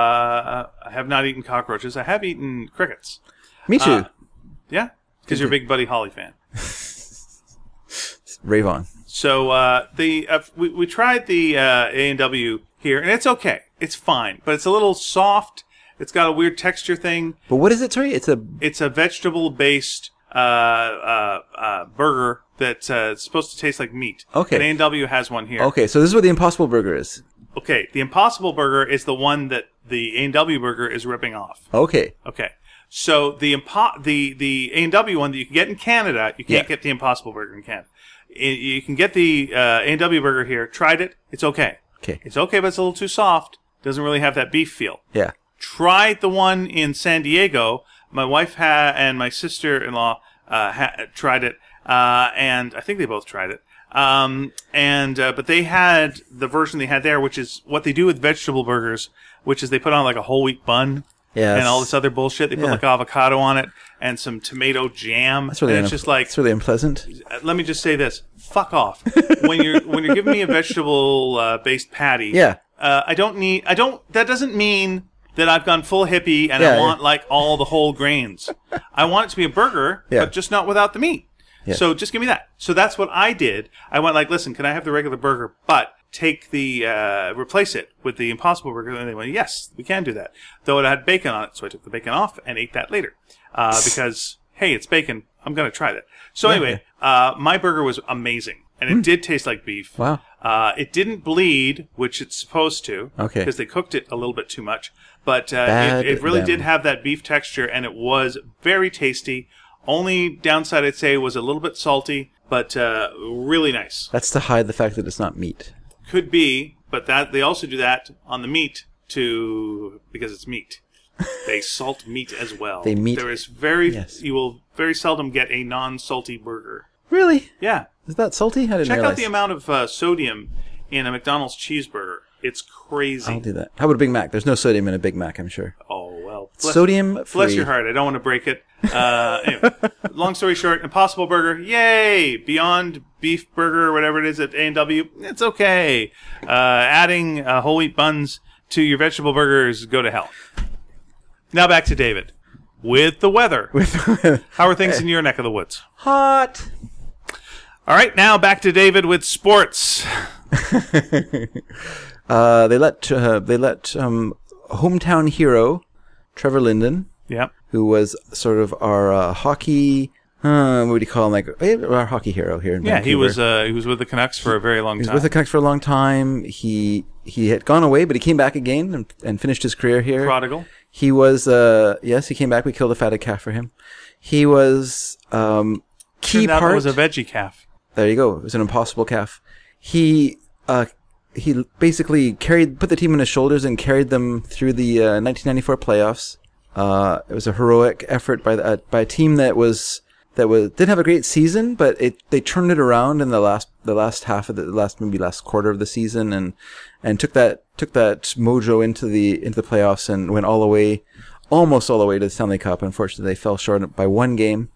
S2: I have not eaten cockroaches. I have eaten crickets.
S1: Me
S2: Uh,
S1: too.
S2: Yeah, because you're a big Buddy Holly fan.
S1: Rave on.
S2: So uh, the uh, we, we tried the uh, A and W here, and it's okay. It's fine, but it's a little soft. It's got a weird texture thing.
S1: But what is it, sorry? It's a
S2: It's a vegetable based uh, uh, uh, burger that's uh, it's supposed to taste like meat.
S1: Okay.
S2: A and W has one here.
S1: Okay, so this is what the Impossible Burger is.
S2: Okay, The Impossible Burger is the one that the A and W burger is ripping off.
S1: Okay.
S2: Okay. So the impo- the the A and W one that you can get in Canada, you can't
S1: Yeah.
S2: get the Impossible Burger in Canada. I- You can get the uh, A and W burger here. Tried it. It's okay.
S1: Okay.
S2: It's okay, but it's a little too soft. Doesn't really have that beef feel.
S1: Yeah.
S2: Tried the one in San Diego. My wife ha- and my sister in law uh, ha- tried it, uh, and I think they both tried it. Um, and uh, but they had the version they had there, which is what they do with vegetable burgers, which is they put on like a whole wheat bun
S1: Yeah.
S2: and all this other bullshit. They put
S1: Yeah.
S2: like avocado on it and some tomato jam.
S1: It's really
S2: and it's
S1: unpl-
S2: just like
S1: it's really unpleasant.
S2: uh, let me just say this: fuck off. when you're when you're giving me a vegetable uh, based patty,
S1: Yeah.
S2: Uh, I don't need. I don't. That doesn't mean that I've gone full hippie and
S1: Yeah.
S2: I want like all the whole grains. I want it to be a burger,
S1: Yeah.
S2: but just not without the meat. So just give me that. So that's what I did. I went like, listen, can I have the regular burger, but take the uh, replace it with the Impossible Burger? And they went, yes, we can do that. Though it had bacon on it, so I took the bacon off and ate that later uh, because hey, it's bacon. I'm gonna try that. So anyway, uh, my burger was amazing, and it did taste like beef.
S1: Hmm. Wow.
S2: Uh, it didn't bleed, which it's supposed to.
S1: Okay.
S2: Because they cooked it a little bit too much. But uh,
S1: Bad
S2: it, it really
S1: them.
S2: did have that beef texture, and it was very tasty. Only downside, I'd say, was a little bit salty, but uh, really nice.
S1: That's to hide the fact that it's not meat.
S2: Could be, but that they also do that on the meat to because it's meat. They salt meat as well.
S1: They meat-
S2: There is very
S1: Yes.
S2: you will very seldom get a non-salty burger.
S1: Really?
S2: Yeah,
S1: Is that salty? I didn't
S2: Check
S1: realize.
S2: out the amount of uh, sodium in a McDonald's cheeseburger. It's
S1: I'll
S2: crazy.
S1: do that. How about a Big Mac? There's no sodium in a Big Mac, I'm sure.
S2: Oh well.
S1: Sodium
S2: Bless
S1: free.
S2: your heart. I don't want to break it. Uh, anyway, long story short, Impossible Burger, yay! Beyond Beef Burger, or whatever it is at A and W, it's okay. Uh, adding uh, whole wheat buns to your vegetable burgers, go to hell. Now back to David with the weather. How are things in your neck of the woods?
S1: Hot.
S2: All right, now back to David with sports.
S1: Uh, they let uh, they let um, hometown hero Trevor Linden,
S2: Yep.
S1: who was sort of our uh, hockey. Uh, what do you call him? Like eh, our hockey hero here in
S2: Yeah, he
S1: Vancouver.
S2: was uh, he was with the Canucks for a very long
S1: He
S2: time.
S1: was with the Canucks for a long time. He he had gone away, but he came back again and, and finished his career here.
S2: Prodigal.
S1: He was uh yes, he came back. We killed a fatted calf for him. He was um key
S2: Turned out
S1: part.
S2: it was a veggie calf.
S1: there you go. It was an impossible calf. He uh he basically carried put the team on his shoulders and carried them through the uh, 1994 playoffs. Uh, it was a heroic effort by the, uh, by a team that was that was didn't have a great season, but it they turned it around in the last the last half of the last maybe last quarter of the season and and took that took that mojo into the into the playoffs and went all the way almost all the way to the Stanley Cup. Unfortunately, they fell short by one game.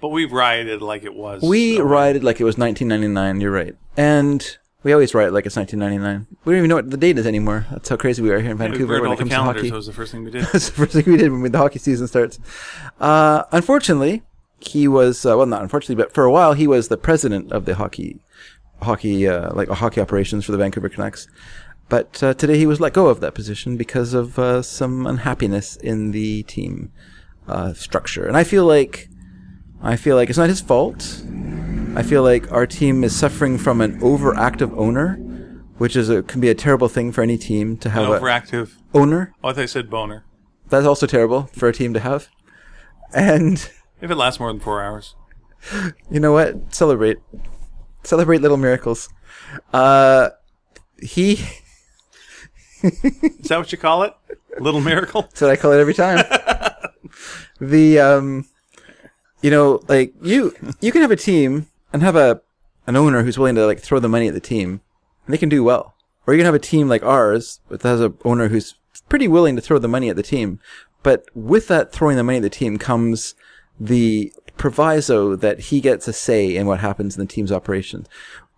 S2: But we rioted like it was.
S1: We
S2: so-
S1: rioted like it was 1999. You're right, and we always riot like it's 1999. We don't even know what the date is anymore. That's how crazy we are here in
S2: we
S1: Vancouver
S2: burned
S1: when
S2: all
S1: it
S2: the
S1: comes to
S2: calendars.
S1: hockey.
S2: That was the first thing we did.
S1: That's the first thing we did when the hockey season starts. Uh, unfortunately, he was uh, well, not unfortunately, but for a while he was the president of the hockey, hockey uh, like hockey operations for the Vancouver Canucks. But uh, today he was let go of that position because of uh, some unhappiness in the team uh, structure, and I feel like I feel like it's not his fault. I feel like our team is suffering from an overactive owner, which is a, can be a terrible thing for any team to have an
S2: Overactive.
S1: owner.
S2: Oh, I thought I said boner.
S1: That's also terrible for a team to have. And
S2: If it lasts more than four hours.
S1: you know what? Celebrate. Celebrate little miracles. Uh he that's
S2: Is that what you call it? Little miracle?
S1: what I call it every time. the um you know, like you you can have a team and have a an owner who's willing to like throw the money at the team and they can do well. Or you can have a team like ours that has a owner who's pretty willing to throw the money at the team. But with that throwing the money at the team comes the proviso that he gets a say in what happens in the team's operations.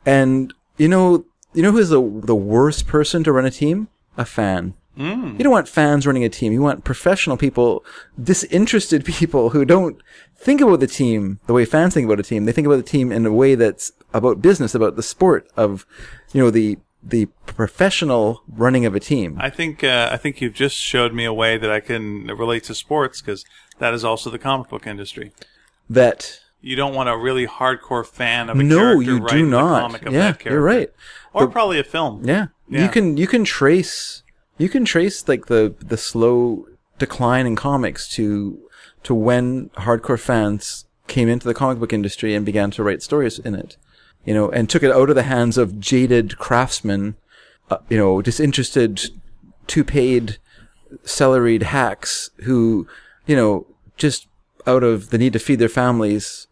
S1: And you know, you know who's the the worst person to run a team? A fan.
S2: Mm.
S1: You don't want fans running a team. You want professional people, disinterested people who don't think about the team the way fans think about a team. They think about the team in a way that's about business, about the sport of, you know, the the professional running of a team.
S2: I think uh, I think you've just showed me a way that I can relate to sports because that is also the comic book industry.
S1: That
S2: You don't want a really hardcore fan of a
S1: no,
S2: character
S1: you
S2: writing
S1: do
S2: the
S1: not.
S2: comic of
S1: Yeah,
S2: that character.
S1: you're right.
S2: Or probably a film.
S1: Yeah.
S2: Yeah.
S1: You can you can trace you can trace like the the slow decline in comics to to when hardcore fans came into the comic book industry and began to write stories in it. You know, and took it out of the hands of jaded craftsmen, uh, you know, disinterested, two-paid, salaried hacks who, you know, just out of the need to feed their families,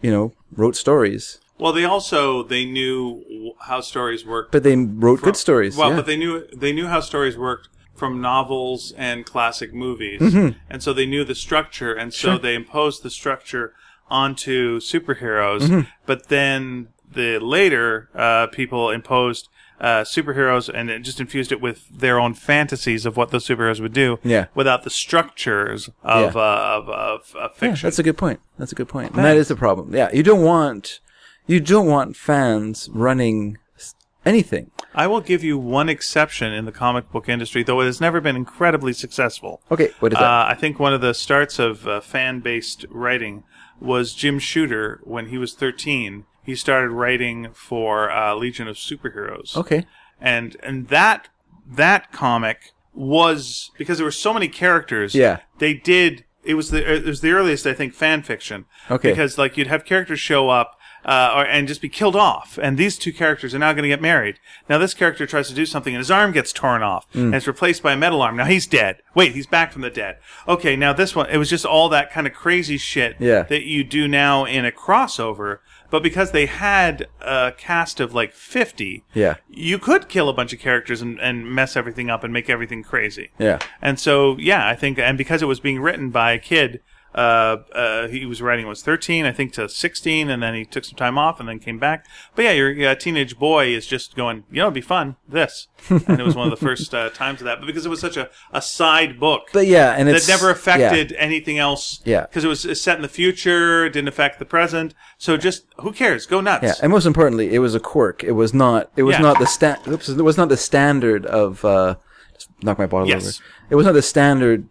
S1: you know, wrote stories.
S2: Well, they also they knew w- how stories worked.
S1: But they wrote good stories.
S2: Well,
S1: yeah.
S2: but they knew they knew how stories worked from novels and classic movies,
S1: Mm-hmm.
S2: and so they knew the structure, and so they imposed the structure
S1: Mm-hmm.
S2: onto superheroes. But then the later uh, people imposed uh, superheroes and it just infused it with their own fantasies of what those superheroes would do
S1: Yeah.
S2: without the structures of,
S1: Yeah.
S2: uh, of, of, of
S1: Yeah,
S2: fiction.
S1: that's a good point. That's a good point. And that is the problem. Yeah, you don't want you don't want fans running s- anything.
S2: I will give you one exception in the comic book industry, though it has never been incredibly successful.
S1: Okay, what is that?
S2: Uh, I think one of the starts of uh, fan based writing was Jim Shooter when he was 13. He started writing for uh, Legion of Superheroes.
S1: okay,
S2: And and that that comic was because there were so many characters.
S1: Yeah.
S2: They did it was the it was the earliest I think fan fiction.
S1: Okay.
S2: Because like you'd have characters show up uh, or, and just be killed off, and these two characters are now going to get married. Now this character tries to do something, and his arm gets torn off,
S1: Mm.
S2: and it's replaced by a metal arm. Now he's dead. Wait, he's back from the dead. Okay, now this one. It was just all that kind of crazy shit
S1: Yeah.
S2: that you do now in a crossover. But because they had a cast of like fifty,
S1: Yeah.
S2: you could kill a bunch of characters and, and mess everything up and make everything crazy.
S1: Yeah.
S2: And so, yeah, I think, and because it was being written by a kid, uh, uh, he was writing when he was 13, I think, to 16, and then he took some time off and then came back. But yeah, your uh, teenage boy is just going, you know, it'd be fun, this. And it was one of the first uh, times of that, but because it was such a, a side book.
S1: but yeah, and it's
S2: that never
S1: yeah.
S2: affected anything else.
S1: Yeah.
S2: Because it was uh, set in the future, it didn't affect the present. So just, who cares? Go nuts.
S1: Yeah, and most importantly, it was a quirk. It was not. It was
S2: Yeah.
S1: not the sta- oops, It was not the standard of. Uh, just knock my bottle
S2: Yes.
S1: over. It was not the standard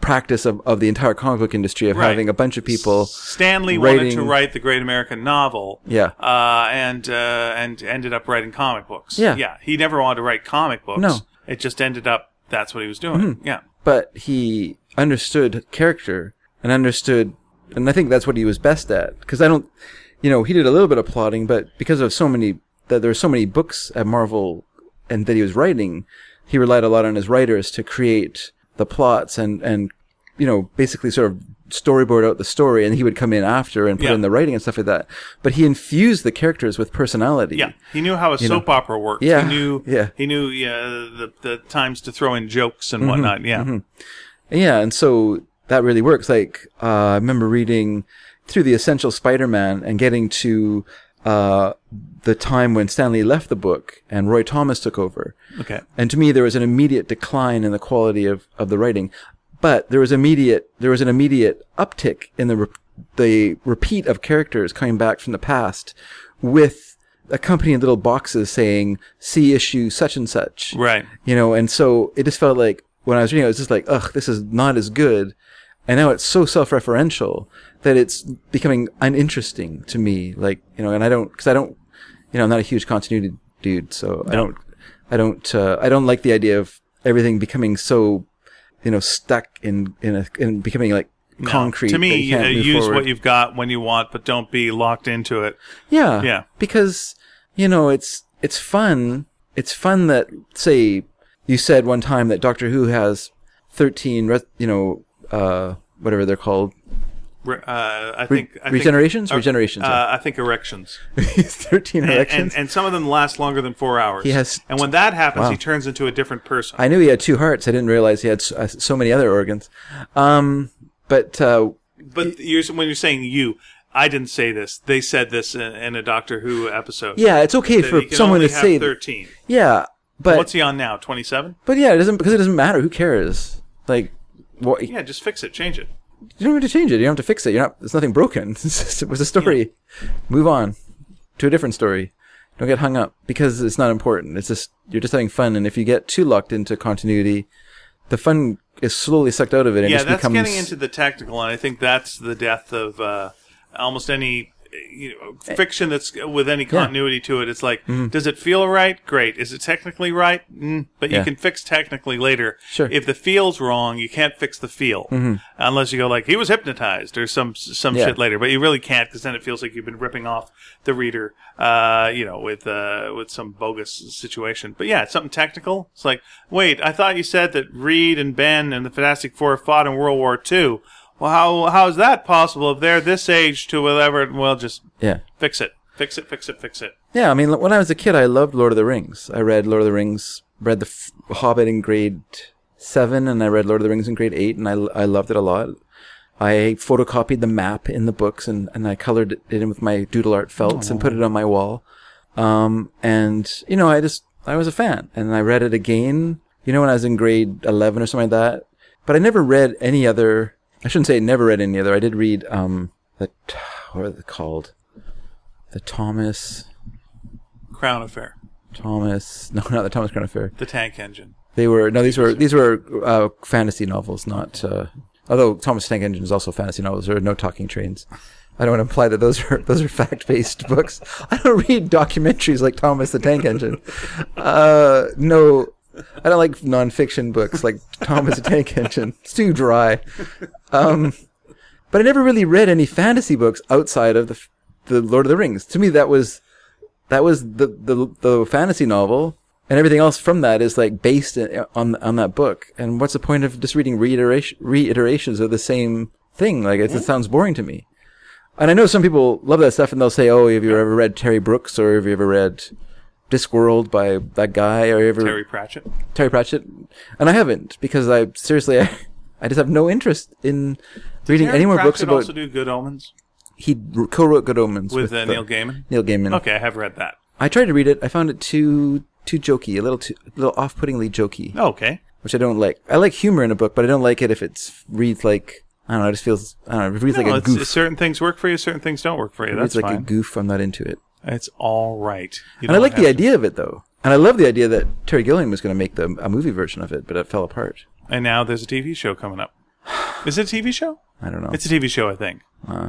S1: practice of, of the entire comic book industry of
S2: Right.
S1: having a bunch of people.
S2: Stanley wanted to
S1: writing-
S2: write the great American novel.
S1: Yeah.
S2: Uh, and uh, and ended up writing comic books.
S1: Yeah.
S2: Yeah. He never wanted to write comic books.
S1: No. Mm-hmm.
S2: It just ended up that's what he was doing. Yeah.
S1: but he understood character and understood, and I think that's what he was best at. Because I don't, you know, he did a little bit of plotting, but because of so many that there were so many books at Marvel and that he was writing, he relied a lot on his writers to create the plots and and you know basically sort of storyboard out the story, and he would come in after and put
S2: Yeah.
S1: in the writing and stuff like that. But he infused the characters with personality.
S2: Yeah. He knew how a soap opera worked.
S1: Yeah.
S2: He knew
S1: Yeah.
S2: he knew yeah, the the times to throw in jokes
S1: Mm-hmm.
S2: and whatnot. Yeah.
S1: Yeah, and so that really works. Like uh, I remember reading through the Essential Spider-Man and getting to uh, the time when Stanley left the book and Roy Thomas took over.
S2: Okay.
S1: And to me, there was an immediate decline in the quality of, of the writing, but there was immediate there was an immediate uptick in the re- the repeat of characters coming back from the past with accompanying little boxes saying see issue such and such
S2: Right.
S1: you know and so it just felt like when i was reading it, i was just like ugh this is not as good and now it's so self-referential that it's becoming uninteresting to me like you know and i don't because i don't you know i'm not a huge continuity dude so i don't i don't uh, i don't like the idea of everything becoming so you know stuck in in a in becoming like concrete
S2: To
S1: that
S2: me,
S1: you can't
S2: uh,
S1: move
S2: use
S1: forward.
S2: what you've got when you want, but don't be locked into it.
S1: Yeah.
S2: Yeah.
S1: Because you know, it's it's fun. It's fun that say you said one time that Doctor Who has thirteen, res- you know, uh, whatever they're called,
S2: Re- Uh, I think I think-
S1: regenerations? Regenerations,
S2: Uh,
S1: yeah.
S2: I think erections.
S1: thirteen
S2: and,
S1: elections.
S2: and, and some of them last longer than four hours.
S1: He has-
S2: and when that happens,
S1: Wow.
S2: he turns into a different person.
S1: I knew he had two hearts. I didn't realize he had so, uh, so many other organs. Um, but uh,
S2: but you're, when you're saying you, I didn't say this. They said this in, in a Doctor Who episode.
S1: yeah, it's okay
S2: That
S1: for
S2: he can
S1: someone
S2: only
S1: to
S2: have
S1: say.
S2: thirteen.
S1: yeah, but
S2: What's he on now? Twenty-seven.
S1: but yeah, it doesn't because it doesn't matter. Who cares? Like, what,
S2: Yeah, just fix it, change it.
S1: you don't have to change it. You don't have to fix it. You're not. There's nothing broken. It's just- it was a story. Move on to a different story. Don't get hung up because it's not important. It's just you're just having fun, and if you get too locked into continuity, the fun is slowly sucked out of it, and
S2: Yeah,
S1: just
S2: that's
S1: becomes
S2: getting into the tactical, and I think that's the death of uh, almost any uh, you know, fiction that's with any continuity to it. It's like,
S1: Mm-hmm.
S2: does it feel right? Great. Is it technically right? Mm, but
S1: Yeah.
S2: you can fix technically later.
S1: Sure.
S2: If the feel's wrong, you can't fix the feel unless you go like he was hypnotized or some some
S1: Mm-hmm. Yeah.
S2: shit later. But you really can't because then it feels like you've been ripping off the reader, uh, you know, with uh, with some bogus situation. But yeah, it's something technical. It's like, wait, I thought you said that Reed and Ben and the Fantastic Four fought in World War II. Well, how how is that possible if they're this age to whatever? Well, just
S1: yeah.
S2: fix it, fix it, fix it, fix it.
S1: Yeah, I mean, when I was a kid, I loved Lord of the Rings. I read Lord of the Rings, read The F- Hobbit in grade seven, and I read Lord of the Rings in grade eight, and I, I loved it a lot. I photocopied the map in the books, and, and I colored it in with my doodle art felts and put it on my wall. Um, and, you know, I just, I was a fan, and I read it again. You know, when I was in grade eleven or something like that. But I never read any other. I shouldn't say never read any other. I did read um the t- what are they called? The Thomas
S2: Crown Affair,
S1: Thomas no not the Thomas Crown Affair.
S2: The Tank Engine.
S1: They were no these were these were uh, fantasy novels, not uh, although Thomas Tank Engine is also fantasy novels. There are no talking trains. I don't want to imply that those are those are fact based books. I don't read documentaries like Thomas the Tank Engine. Uh, no, I don't like nonfiction books like Thomas the Tank Engine. It's too dry. Um, but I never really read any fantasy books outside of the f- the Lord of the Rings. To me, that was that was the the, the fantasy novel, and everything else from that is like based in, on on that book. And what's the point of just reading reiteration, reiterations of the same thing? Like it, it sounds boring to me. And I know some people love that stuff, and they'll say, "Oh, have you ever read Terry Brooks, or have you ever read Discworld by that guy, or ever
S2: Terry Pratchett.
S1: Terry Pratchett?" And I haven't because I seriously, I, I just have no interest in reading
S2: Terry
S1: any more
S2: Pratchett
S1: books about
S2: also do Good Omens
S1: he co-wrote Good Omens
S2: with, uh,
S1: the-
S2: Neil Gaiman.
S1: Neil Gaiman.
S2: Okay, I have read that.
S1: I tried to read it. I found it too too jokey, a little too a little off-puttingly jokey,
S2: Oh, Okay,
S1: which I don't like. I like humor in a book, but I don't like it if it's reads like I don't know. It just feels I don't know. If it reads
S2: No,
S1: like a
S2: it's-
S1: goof.
S2: certain things work for you, certain things don't work for you.
S1: If it
S2: That's
S1: reads like a
S2: fine.
S1: goof. I'm not into it.
S2: it's all right. You
S1: And I
S2: don't
S1: like
S2: have
S1: the idea of it though, and I love the idea that Terry Gilliam was going to make the a movie version of it, but it fell apart.
S2: to- And now there's a TV show coming up. Is it a TV show?
S1: I don't know.
S2: It's a TV show, I think.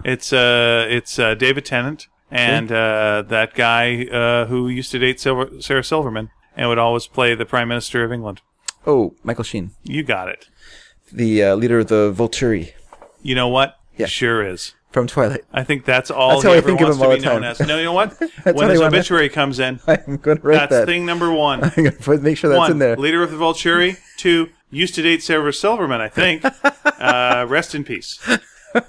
S2: It's uh, it's uh, David Tennant and uh, that guy uh, who used to date Silver- Sarah Silverman and would always play the Prime Minister of England.
S1: oh, Michael Sheen,
S2: You got it.
S1: the uh, leader of the Volturi
S2: You know what?
S1: Yeah.
S2: Sure is.
S1: from Twilight.
S2: I think that's all
S1: That's
S2: he
S1: how I
S2: ever
S1: think of
S2: wants
S1: him all
S2: to be
S1: the
S2: known
S1: time.
S2: as. No, you know what?
S1: what
S2: when
S1: I
S2: his
S1: wanna-
S2: obituary comes in,
S1: I'm going to write
S2: that's
S1: that.
S2: thing number one.
S1: I'm going to make sure that's
S2: one,
S1: in there.
S2: leader of the Volturi. Two, used to date Sarah Silverman, I think. uh, rest in peace.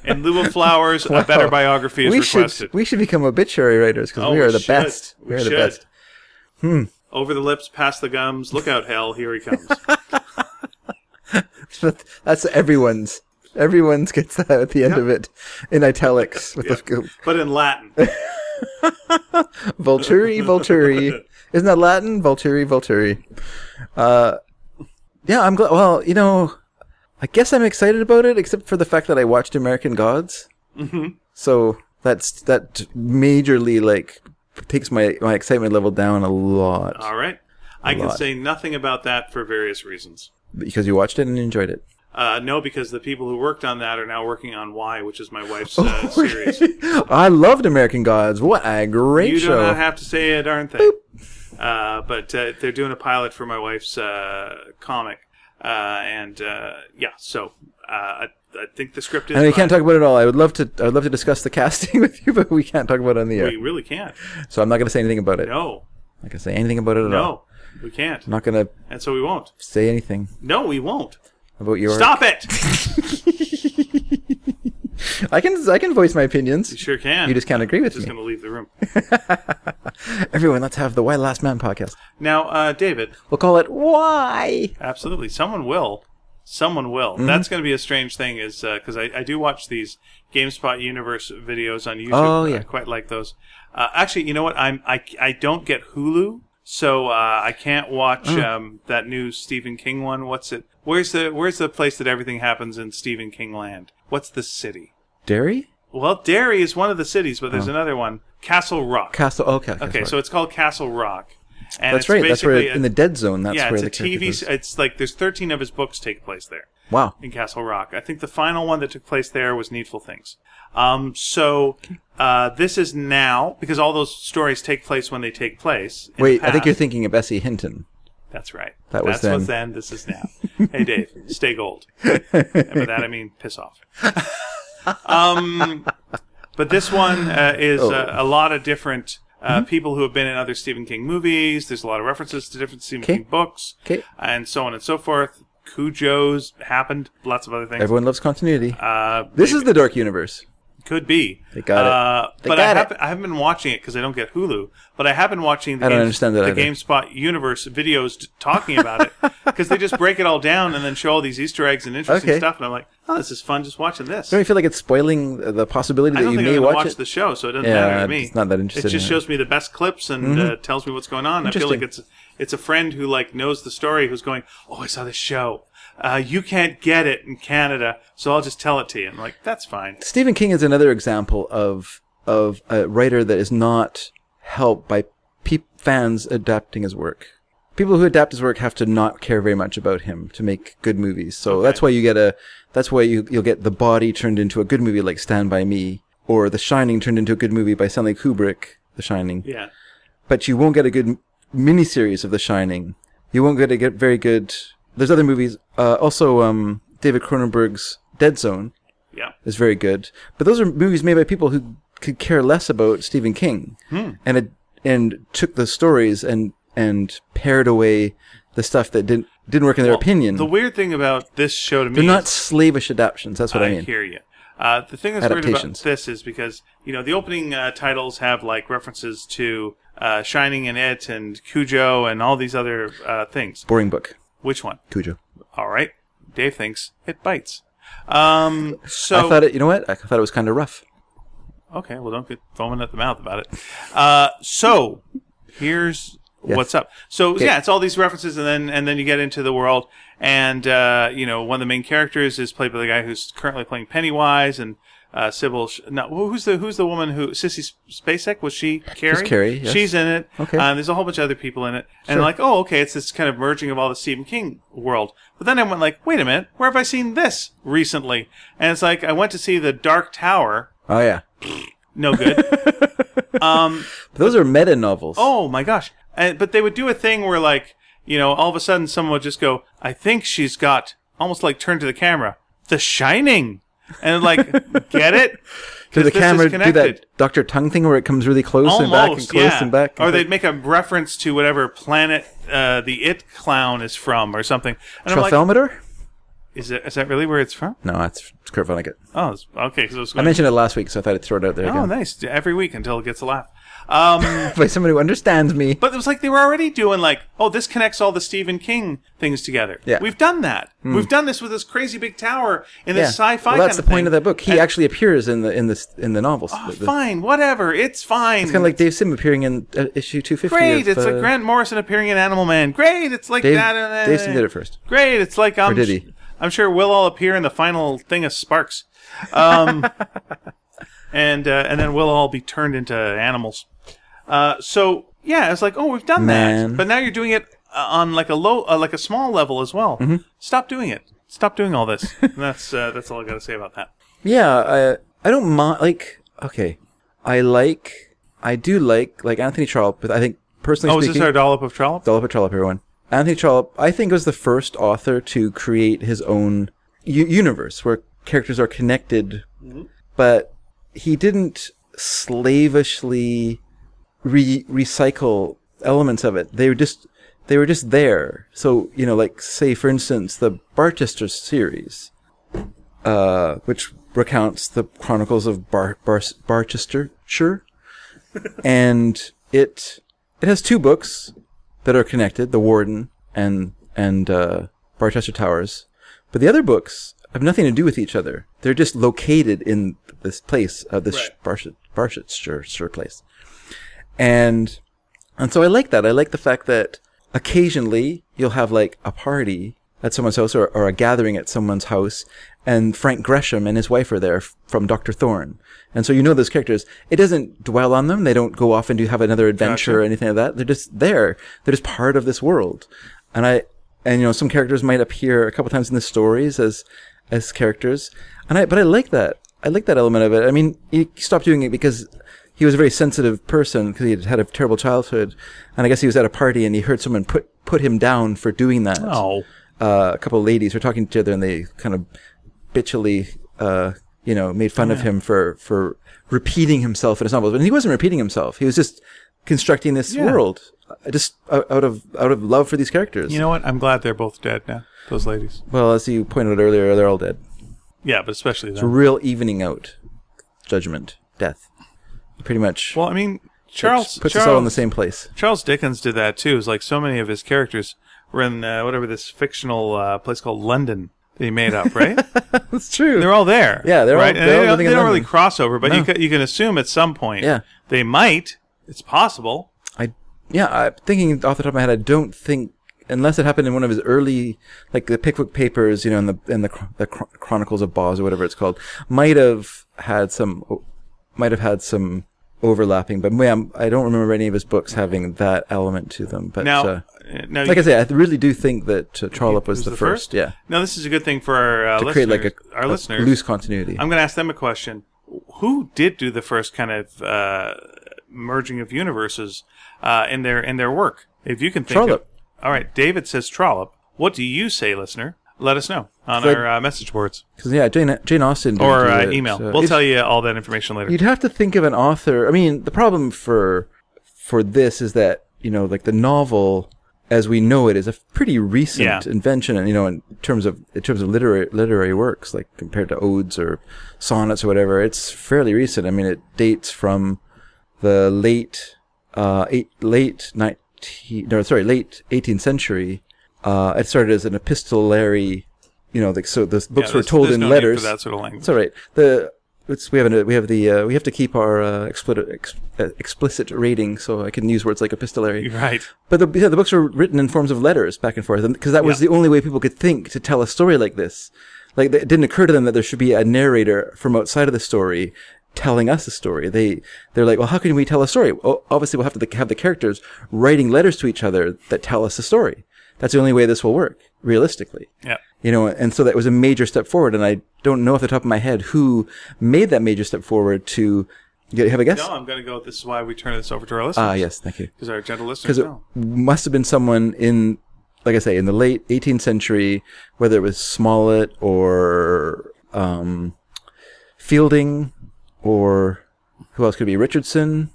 S2: In lieu of flowers, a better biography is
S1: we
S2: requested.
S1: should we should become obituary writers because
S2: Oh,
S1: we are the
S2: should.
S1: best. We, are the
S2: should.
S1: best. Hmm.
S2: Over the lips, past the gums. Look out, hell! Here he comes.
S1: That's everyone's. Everyone's gets that at the end of it in italics with the
S2: but in Latin,
S1: Volturi, Volturi. Isn't that Latin? Volturi, Volturi. Uh, yeah, I'm glad. Well, you know, I guess I'm excited about it, except for the fact that I watched American Gods. Mm-hmm. So that's that majorly like takes my my excitement level down a lot
S2: all right. I can
S1: lot.
S2: say nothing about that for various reasons.
S1: because you watched it and enjoyed it.
S2: Uh, no, because the people who worked on that are now working on Why, which is my wife's
S1: Oh,
S2: uh, series.
S1: I loved American Gods. What a great
S2: You do
S1: show!
S2: not have to say a darn thing. Uh, but uh, they're doing a pilot for my wife's uh, comic, uh, and uh, yeah, so uh, I, I think the script is.
S1: and we
S2: fine.
S1: can't talk about it all. I would love to. I would love to discuss the casting with you, but we can't talk about it on the air.
S2: We really can't.
S1: So I'm not going to say anything about it.
S2: No,
S1: I'm not going to say anything about it at all.
S2: no, we can't,
S1: I'm not going to
S2: and so we won't.
S1: say anything
S2: No, we won't.
S1: about your.
S2: Stop it!
S1: I can. I can voice my opinions.
S2: You sure can.
S1: You just can't agree with
S2: just
S1: me.
S2: going to leave the room.
S1: Everyone, let's have the Why Last Man podcast.
S2: Now, uh, David,
S1: We'll call it Why.
S2: absolutely, someone will. Someone will.
S1: Mm-hmm.
S2: That's going to be a strange thing, is because I, I do watch these GameSpot Universe videos on YouTube.
S1: Oh, yeah.
S2: I quite like those. Uh, actually, you know what? I'm I, I don't get Hulu, so uh, I can't watch
S1: Mm.
S2: um, that new Stephen King one. What's it? Where's the Where's the place that everything happens in Stephen King land? What's the city?
S1: Derry
S2: Well, Derry is one of the cities, but there's another one, Castle Rock.
S1: Oh. Castle. oh, Okay.
S2: Okay, so it's called Castle Rock. And
S1: that's
S2: it's
S1: right. That's where
S2: basically a-
S1: in the dead zone. That's
S2: yeah,
S1: where
S2: it's
S1: the
S2: a
S1: character
S2: TV.
S1: goes.
S2: s- It's like there's 13 of his books take place there
S1: Wow.
S2: in Castle Rock. I think the final one that took place there was Needful Things. Um, so uh, this is now because all those stories take place when they take place. in the
S1: Wait, I think
S2: past.
S1: you're thinking of Essie Hinton.
S2: That's right.
S1: That was
S2: That's what's then. This is now. hey, Dave, stay gold. and by that I mean piss off. um, but this one uh, is
S1: Oh.
S2: uh, a lot of different uh,
S1: Mm-hmm.
S2: people who have been in other Stephen King movies. There's a lot of references to different Stephen
S1: Okay.
S2: King books,
S1: Okay.
S2: and so on and so forth. Cujo's happened. Lots of other things.
S1: Everyone loves continuity.
S2: uh,
S1: This is the dark universe.
S2: Could be.
S1: They got it.
S2: Uh,
S1: They
S2: but
S1: got
S2: I,
S1: it.
S2: haven't, I haven't been watching it because I don't get Hulu. But I have been watching the,
S1: I don't
S2: Games-
S1: understand that
S2: the
S1: either.
S2: GameSpot universe videos t- talking about it because they just break it all down and then show all these Easter eggs and interesting
S1: Okay.
S2: stuff. And I'm like, oh, this is fun just watching this.
S1: Don't you feel like it's spoiling the possibility
S2: I
S1: that
S2: don't
S1: you
S2: think
S1: may
S2: I'm going to
S1: watch,
S2: watch
S1: it?
S2: the show, so it doesn't
S1: Yeah,
S2: matter to me.
S1: it's not that Mm-hmm. interested
S2: It
S1: in
S2: just
S1: it.
S2: shows me the best clips and uh, tells me what's going on. I feel like it's it's a friend who like knows the story who's going, "Oh, I saw this show. Uh, you can't get it in Canada, so I'll just tell it to you." And I'm like, that's fine.
S1: Stephen King is another example of of a writer that is not helped by peop fans adapting his work. People who adapt his work have to not care very much about him to make good movies. So that's why you get a that's why you you'll get The Body turned into a good movie like Stand by Me or The Shining turned into a good movie by Stanley Kubrick, The Shining.
S2: Yeah,
S1: But you won't get a good m- miniseries of The Shining. You won't get a get very good. There's other movies. Uh, also, um, David Cronenberg's Dead Zone
S2: yeah.
S1: is very good. But those are movies made by people who could care less about Stephen King,
S2: Hmm.
S1: and it, and took the stories and and pared away the stuff that didn't didn't work in their opinion.
S2: The weird thing about this show to me
S1: They're not
S2: is,
S1: slavish adaptions. That's what I, mean.
S2: hear you. Uh, the thing that's weird about
S1: Adaptations.
S2: this is because you know the opening uh, titles have like references to uh, Shining and It and Cujo and all these other uh, things.
S1: Boring book.
S2: Which one?
S1: Cujo.
S2: All right. Dave thinks it bites. Um, so
S1: I thought it. You know what? I thought it was kind of rough.
S2: okay, well, don't get foaming at the mouth about it. Uh, so here's what's up. So yeah, it's all these references, and then and then you get into the world, and uh, you know one of the main characters is played by the guy who's currently playing Pennywise, and uh, Sybil. Sh- no, who's the who's the woman who Sissy Spacek was she Carrie?
S1: Carrie, yes.
S2: She's in it.
S1: Okay.
S2: Uh, there's a whole bunch of other people in it, and like, oh, okay, it's this kind of merging of all the Stephen King world. But then I went like, wait a minute, where have I seen this recently? And it's like I went to see the Dark Tower.
S1: Oh yeah.
S2: No good.
S1: But those are meta novels.
S2: oh my gosh. And, but they would do a thing where, like, you know, all of a sudden someone would just go, I think she's got, almost like turn to the camera, The Shining. And like, get it?
S1: Did the
S2: 'Cause this is
S1: camera do
S2: connected.
S1: that Doctor Tongue thing where it comes really close and back and
S2: Almost,
S1: close
S2: yeah.
S1: and back? and
S2: or they'd
S1: close?
S2: make a reference to whatever planet uh, the it clown is from or something. And I'm like,
S1: Trothelmeter?
S2: is, it, is that really where it's from?
S1: No, that's Kurt Vonnegut.
S2: Oh, it's- okay. 'cause I was
S1: I
S2: going,
S1: mentioned it last week, so I thought I'd throw it out there
S2: oh,
S1: again.
S2: nice. Every week until it gets a laugh. Um,
S1: By somebody who understands me.
S2: But it was like they were already doing like, oh, this connects all the Stephen King things together.
S1: Yeah. Hmm.
S2: We've done that. We've done this with this crazy big tower in this sci-fi.
S1: Well, that's
S2: kind
S1: the point
S2: thing.
S1: of that book. He
S2: And-
S1: actually appears in the in the in the novels.
S2: oh, fine, whatever. It's fine.
S1: Kind of like Dave Sim appearing in uh, issue two fifty.
S2: great.
S1: Of,
S2: it's
S1: uh,
S2: like Grant Morrison appearing in Animal Man. Great. It's like
S1: Dave,
S2: that. uh,
S1: Dave Sim did it first.
S2: Great. It's like I'm.
S1: did he?
S2: I'm sure we'll all appear in the final thing of Sparks, um, and uh, and then we'll all be turned into animals. Uh, so yeah, it's like oh we've done
S1: Man.
S2: that, but now you're doing it uh, on like a low, uh, like a small level as well.
S1: Mm-hmm.
S2: Stop doing it. Stop doing all this. And that's uh, that's all I got to say about that.
S1: Yeah, I I don't mind. Like okay, I like I do like like Anthony Trollope. But I think personally
S2: Oh, is
S1: speaking,
S2: this our dollop of trollop?
S1: Dollop of Trollope, everyone. Anthony Trollope, I think, was the first author to create his own u- universe where characters are connected, but he didn't slavishly re- recycle elements of it. They were just they were just there. So you know, like say for instance, the Barchester series, uh, which recounts the chronicles of Bar- Bar- Barchestershire, and it it has two books that are connected: the Warden and and uh, Barchester Towers. But the other books have nothing to do with each other. They're just located in this place, uh, this
S2: Right.
S1: Barchester Barchestershire place, and and so I like that. I like the fact that occasionally you'll have like a party at someone's house or, or a gathering at someone's house, and Frank Gresham and his wife are there f- from Dr. Thorne. And so you know those characters. It doesn't dwell on them. They don't go off and do have another adventure or anything like that. They're just there. They're just part of this world. And I, and you know, some characters might appear a couple times in the stories as, as characters. And I, but I like that. I like that element of it. I mean, he stopped doing it because he was a very sensitive person because he had had a terrible childhood, and I guess he was at a party and he heard someone put put him down for doing that.
S2: Oh.
S1: Uh, a couple of ladies were talking to each other and they kind of bitchily, uh, you know, made fun of him for for repeating himself in his novels. And he wasn't repeating himself; he was just constructing this world, uh, just out out of out of love for these characters.
S2: You know what? I'm glad they're both dead now. Those ladies.
S1: well, as you pointed out earlier, they're all dead.
S2: Yeah, but especially them.
S1: Real evening out. judgment, death. Pretty much
S2: Well, I mean, Charles
S1: puts
S2: Charles,
S1: us all in the same place.
S2: Charles Dickens did that too. Is like so many of his characters were in uh, whatever this fictional uh, place called London that he made up, right?
S1: That's true.
S2: they're all there.
S1: Yeah, they're all-
S2: right. And
S1: they're all
S2: they don't,
S1: living in
S2: they don't really
S1: London.
S2: cross over, but you, can, you can assume at some point
S1: Yeah.
S2: they might. It's possible.
S1: I yeah, I'm thinking off the top of my head, I don't think unless it happened in one of his early like the Pickwick Papers, you know, and the and the, Chron- the Chron- Chronicles of Boz or whatever it's called, might have had some might have had some overlapping, but yeah, I don't remember any of his books having that element to them. But
S2: Now,
S1: uh,
S2: uh, now
S1: like I say, I really do think that uh, Trollope was, the, first. Yeah,
S2: Now this is a good thing for our uh,
S1: to
S2: listeners.
S1: create like a,
S2: our
S1: a
S2: listeners.
S1: loose continuity.
S2: I'm going to ask them a question. Who did do the first kind of uh, merging of universes uh, in their in their work? If you can think
S1: Trollope.
S2: of. All right, David says Trollope. What do you say, listener? Let us know on
S1: Good.
S2: our uh, message boards
S1: 'Cause, yeah, Jane Jane Austen didn't
S2: or
S1: do
S2: uh,
S1: it,
S2: email.
S1: so-
S2: we'll
S1: If-
S2: tell you all that information later.
S1: You'd have to think of an author. I mean, the problem for for this is that you know, like the novel as we know it is a pretty recent
S2: Yeah.
S1: invention, and you know, in terms of in terms of literary literary works, like compared to odes or sonnets or whatever, it's fairly recent. I mean, it dates from the late uh eight, late nineteen no sorry late eighteenth century. Uh, it started as an epistolary, you know, like so. The
S2: Yeah,
S1: books were
S2: there's-
S1: told
S2: there's
S1: in
S2: no need
S1: letters.
S2: for that sort of language.
S1: It's all right. The it's, we have an, we have the uh, we have to keep our uh, explicit ex, uh, explicit rating, so I can use words like epistolary.
S2: Right.
S1: But the, yeah, the books were written in forms of letters back and forth, because that was
S2: Yeah.
S1: the only way people could think to tell a story like this. Like it didn't occur to them that there should be a narrator from outside of the story telling us the story. They they're like, well, how can we tell a story? Well, obviously, we'll have to have the characters writing letters to each other that tell us the story. That's the only way this will work realistically
S2: Yeah.
S1: you know, and so that was a major step forward. And I don't know off the top of my head who made that major step forward to you have a guess.
S2: No, I'm going to go. This is why we turn this over to our listeners.
S1: Ah, yes, thank you.
S2: Because our gentle listeners
S1: Because it
S2: know.
S1: must have been someone in, like I say, in the late 18th century, whether it was Smollett or um, Fielding or who else could it be? Richardson.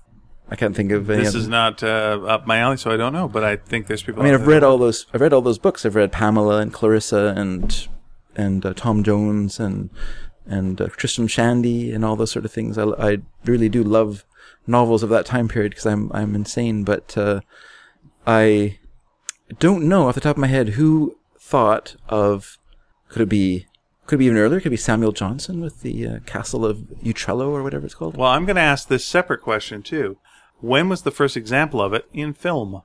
S1: I can't think of any.
S2: This
S1: other-
S2: is not uh, up my alley, so I don't know. But I think there's people.
S1: I mean,
S2: out
S1: I've
S2: there
S1: read all those. I've read all those books. I've read Pamela and Clarissa and and uh, Tom Jones and and uh, Tristram Shandy and all those sort of things. I, I really do love novels of that time period because I'm I'm insane, but uh, I don't know off the top of my head who thought of could it be could it be even earlier? Could it be Samuel Johnson with the uh, Castle of Utrello or whatever it's called?
S2: Well, I'm going to ask this separate question too. When was the first example of it in film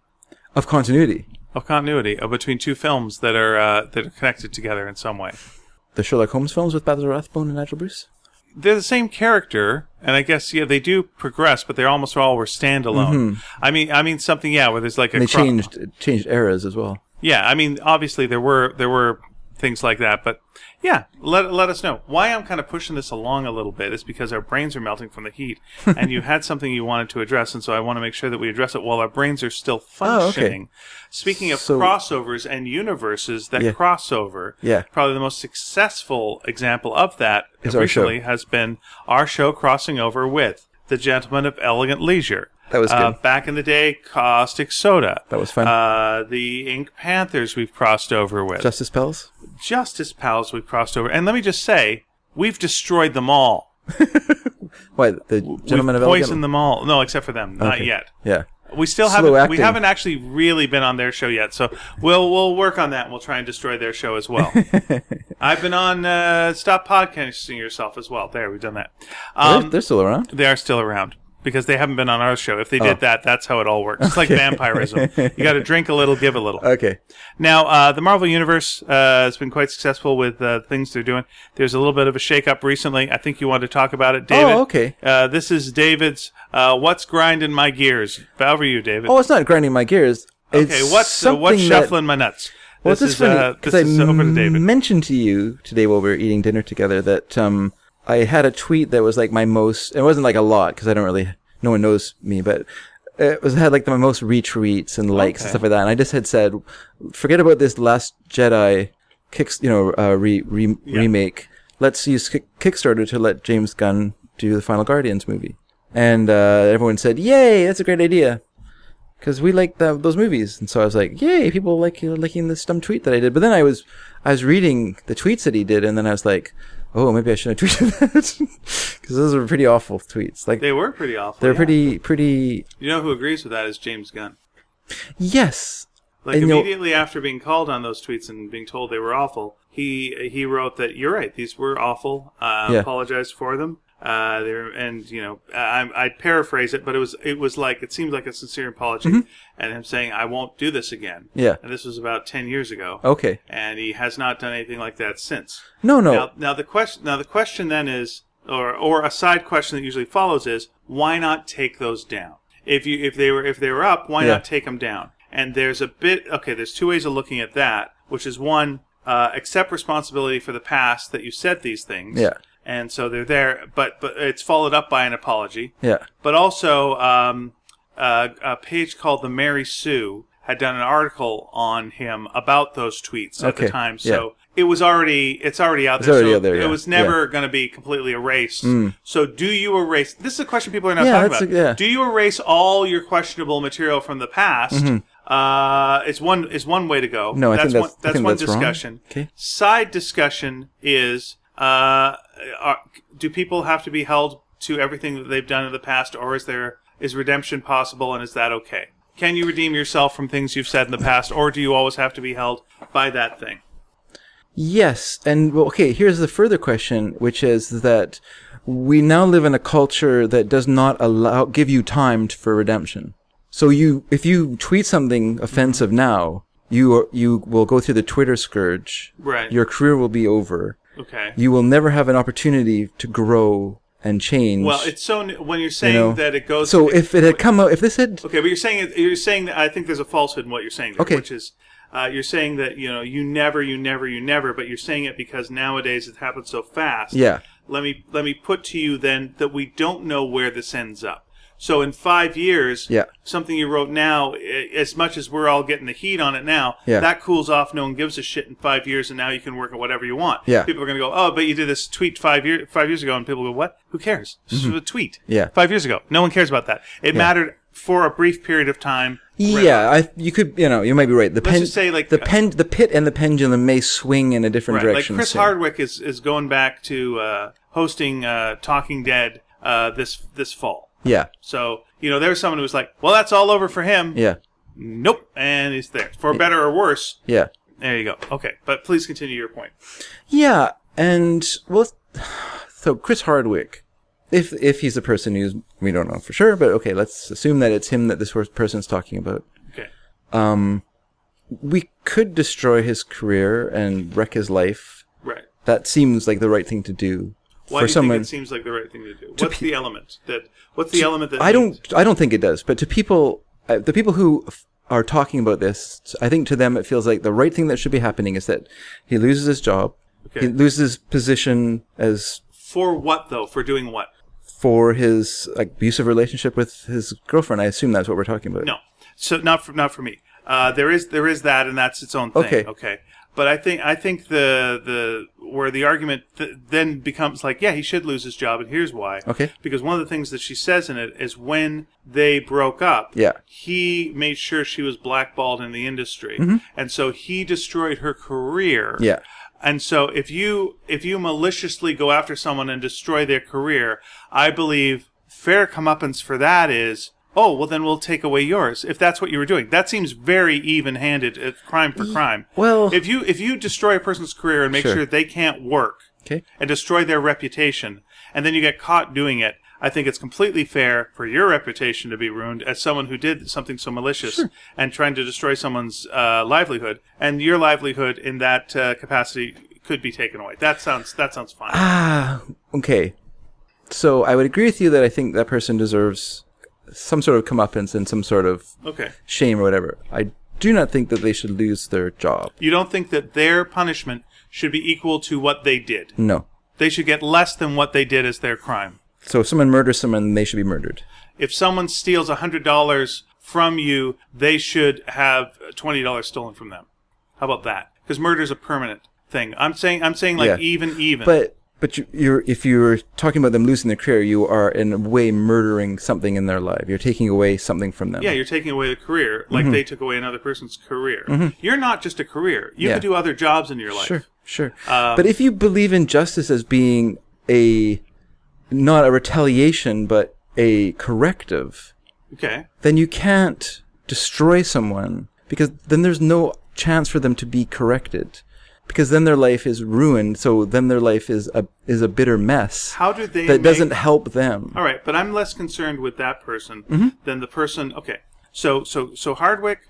S1: Of continuity,
S2: of continuity of between two films that are uh, that are connected together in some way?
S1: the Sherlock Holmes films with Basil Rathbone and Nigel Bruce.
S2: They're the same character, and I guess yeah, they do progress, but they almost all were standalone. I mean, I mean something yeah, where there's like a
S1: And they
S2: cro-
S1: changed changed eras as well.
S2: Yeah, I mean, obviously there were there were things like that, but yeah, let let us know. Why I'm kind of pushing this along a little bit is because our brains are melting from the heat, and you had something you wanted to address, and so I want to make sure that we address it while our brains are still
S1: Oh, okay.
S2: functioning. Speaking of
S1: So-
S2: crossovers and universes, that
S1: Yeah.
S2: crossover,
S1: Yeah.
S2: probably the most successful example of that
S1: Is our show.
S2: recently has been our show crossing over with the Gentleman of Elegant Leisure.
S1: That was
S2: Uh,
S1: good.
S2: back in the day, caustic soda.
S1: That was fun.
S2: Uh, the Ink Panthers we've crossed over with.
S1: Justice Pels?
S2: Justice Pals we've crossed over. And let me just say, we've destroyed them all.
S1: Why the gentleman
S2: we've
S1: of
S2: poisoned
S1: elegant?
S2: them all. No, except for them. Not
S1: Okay.
S2: yet.
S1: Yeah,
S2: We still
S1: Slow
S2: haven't. We
S1: acting.
S2: haven't actually really been on their show yet, so we'll we'll work on that. and We'll try and destroy their show as well. I've been on uh, Stop Podcasting Yourself as well. There, we've done that.
S1: they're,
S2: Um,
S1: they're still around.
S2: they are still around because they haven't been on our show. If they
S1: Oh.
S2: did that, that's how it all works. It's like vampirism. you got to drink a little, give a little.
S1: Okay,
S2: Now, uh, the Marvel Universe uh, has been quite successful with uh, things they're doing. There's a little bit of a shakeup recently. I think you want to talk about it, David.
S1: Oh, okay.
S2: Uh, this is David's uh, "What's grinding my gears." How are you, David?
S1: Oh, it's not grinding my gears. It's
S2: okay, what's uh, what's
S1: something that-
S2: shuffling my nuts?
S1: Well,
S2: this
S1: this
S2: is
S1: funny
S2: uh, this
S1: 'cause I
S2: is over to David.
S1: mentioned to you today while we were eating dinner together that um, I had a tweet that was like my most. It wasn't like a lot because I don't really. No one knows me, but it was had like the most retweets and likes and
S2: Okay.
S1: stuff like that. And I just had said, forget about this Last Jedi, kicks you know uh, re, re, remake. Let's use kick, Kickstarter to let James Gunn do the Final Guardians movie. And uh, everyone said, "Yay, that's a great idea." because we like the, those movies. And so I was like, uh, yay, people like liking this dumb tweet that I did. But then I was, I was reading the tweets that he did, and then I was like, Oh, maybe I shouldn't have tweeted that because those are pretty awful tweets. Like
S2: They were pretty awful.
S1: they're
S2: yeah.
S1: pretty, pretty.
S2: You know who agrees with that is James Gunn.
S1: Yes,
S2: Like
S1: And you'll-
S2: immediately after being called on those tweets and being told they were awful, he he wrote that you're right; these were awful. Uh,
S1: Yeah.
S2: Apologized for them. Uh, they were, and you know, I, I paraphrase it, but it was it was like it seemed like a sincere apology, and him saying, "I won't do this again."
S1: Mm-hmm. Yeah. Oh.
S2: And this was about ten years ago.
S1: Okay.
S2: And he has not done anything like that since.
S1: No, no.
S2: Now, now the question now the question then is, or or a side question that usually follows is, why not take those down? If you if they were if they were up, why
S1: Yeah.
S2: not take them down? And there's a bit okay. There's two ways of looking at that, which is one, uh, accept responsibility for the past that you said these things.
S1: Yeah.
S2: And so they're there, but but it's followed up by an apology.
S1: yeah.
S2: But also, um, uh, a page called the Mary Sue had done an article on him about those tweets at the
S1: Okay,
S2: time. So it was already it's already out there.
S1: already
S2: so
S1: out there,
S2: it
S1: yeah, Hmm.
S2: was never going to be completely erased. So do you erase? This is a question people are not
S1: Yeah,
S2: talking
S1: that's
S2: about.
S1: a- yeah.
S2: Do you erase all your questionable material from the past?
S1: Mm-hmm.
S2: Uh, it's one is one way to go.
S1: No, I think that's-
S2: one,
S1: I
S2: that's
S1: think
S2: one
S1: that's wrong.
S2: discussion.
S1: Okay.
S2: Side discussion is uh, are, do people have to be held to everything that they've done in the past, or is there is redemption possible, and is that okay? Can you redeem yourself from things you've said in the past, or do you always have to be held by that thing?
S1: Yes, and well, okay, here's the further question, which is that we now live in a culture that does not allow give you time t- for redemption. So you, if you tweet something
S2: Mm-hmm.
S1: offensive now, you are, you will go through the Twitter scourge.
S2: Right.
S1: Your career will be over.
S2: Okay.
S1: You will never have an opportunity to grow and change.
S2: Well, it's so n- when you're saying
S1: know,
S2: that it goes.
S1: so if it had come out, if this had
S2: Okay, but you're saying you're saying that I think there's a falsehood in what you're saying. There,
S1: Okay.
S2: which is uh, you're saying that you know you never, you never, you never, but you're saying it because nowadays it happens so fast.
S1: Yeah.
S2: Let me let me put to you then that we don't know where this ends up. So in five years,
S1: Yeah.
S2: something you wrote now, i- as much as we're all getting the heat on it now,
S1: Yeah.
S2: that cools off. No one gives a shit in five years, and now you can work at whatever you want.
S1: Yeah.
S2: People are going to go, oh, but you did this tweet five years five years ago, and people go, what? Who cares? This was a tweet.
S1: Mm-hmm. Yeah.
S2: Five years ago, no one cares about that. It mattered for a brief period of time.
S1: Yeah, I, you could, you know, you might be right. The pen,
S2: just say, like,
S1: the
S2: uh,
S1: pen, the pit and the pendulum may swing in a different
S2: Right. Like
S1: direction.
S2: Chris
S1: soon.
S2: Hardwick is, is going back to uh, hosting uh, Talking Dead uh, this this fall.
S1: Yeah,
S2: So you know, there was someone who was like, "Well, that's all over for him."
S1: yeah,
S2: Nope, and he's there for better or worse.
S1: yeah.
S2: There you go. Okay, but please continue your point.
S1: Yeah, and well, so Chris Hardwick, if if he's the person who's we don't know for sure, but okay, let's assume that it's him that this person's talking about.
S2: Okay.
S1: We could destroy his career and wreck his life.
S2: Right.
S1: That seems like the right thing to do
S2: Why
S1: for
S2: do you
S1: someone.
S2: think it seems like the right thing to do? What's the element that? What's the element that?
S1: I
S2: means-
S1: don't. I don't think it does. But to people, uh, the people who f- are talking about this, I think to them it feels like the right thing that should be happening is that he loses his job,
S2: Okay.
S1: he loses his position as
S2: For what though? For doing what?
S1: for his like, abusive relationship with his girlfriend. I assume that's what we're talking about.
S2: No. So not for not for me. Uh, there is there is that, and that's its own thing.
S1: Okay.
S2: But I think I think the the where the argument th- then becomes like, yeah, he should lose his job, and here's why.
S1: Okay.
S2: Because one of the things that she says in it is when they broke up,
S1: Yeah.
S2: he made sure she was blackballed in the industry, and so he destroyed her career.
S1: Mm-hmm. Yeah.
S2: And so if you if you maliciously go after someone and destroy their career, I believe fair comeuppance for that is oh well then we'll take away yours if that's what you were doing. That seems very even-handed, uh, crime for crime.
S1: well-
S2: if you if you destroy a person's career and make
S1: Sure.
S2: sure they can't work
S1: Okay.
S2: and destroy their reputation, and then you get caught doing it. I think it's completely fair for your reputation to be ruined as someone who did something so malicious and trying to destroy someone's uh, livelihood, and your livelihood in that uh, capacity could be taken away. That sounds that sounds fine.
S1: Ah. Okay. So I would agree with you that I think that person deserves some sort of comeuppance and some sort of
S2: okay,
S1: shame or whatever. I do not think that they should lose their job.
S2: you don't think that their punishment should be equal to what they did?
S1: No.
S2: They should get less than what they did as their crime.
S1: So if someone murders someone, they should be murdered.
S2: If someone steals hundred dollars from you, they should have twenty dollars stolen from them. How about that? Because murder is a permanent thing. I'm saying I'm saying like
S1: Yeah.
S2: even even.
S1: But but you, you're if you're talking about them losing their career, you are in a way murdering something in their life. You're taking away something from them.
S2: yeah, you're taking away the
S1: Mm-hmm.
S2: career like they took away another person's career. You're not just a career. You
S1: Yeah.
S2: could do other jobs in your life. Um,
S1: Sure. Sure. but if you believe in justice as being a not a retaliation but a corrective,
S2: Okay.
S1: then you can't destroy someone because then there's no chance for them to be corrected because then their life is ruined so then their life is a is a bitter mess
S2: How do they?
S1: that
S2: make-
S1: doesn't help them
S2: All right, but I'm less concerned with that person
S1: Mm-hmm.
S2: than the person. Okay, so so so Hardwick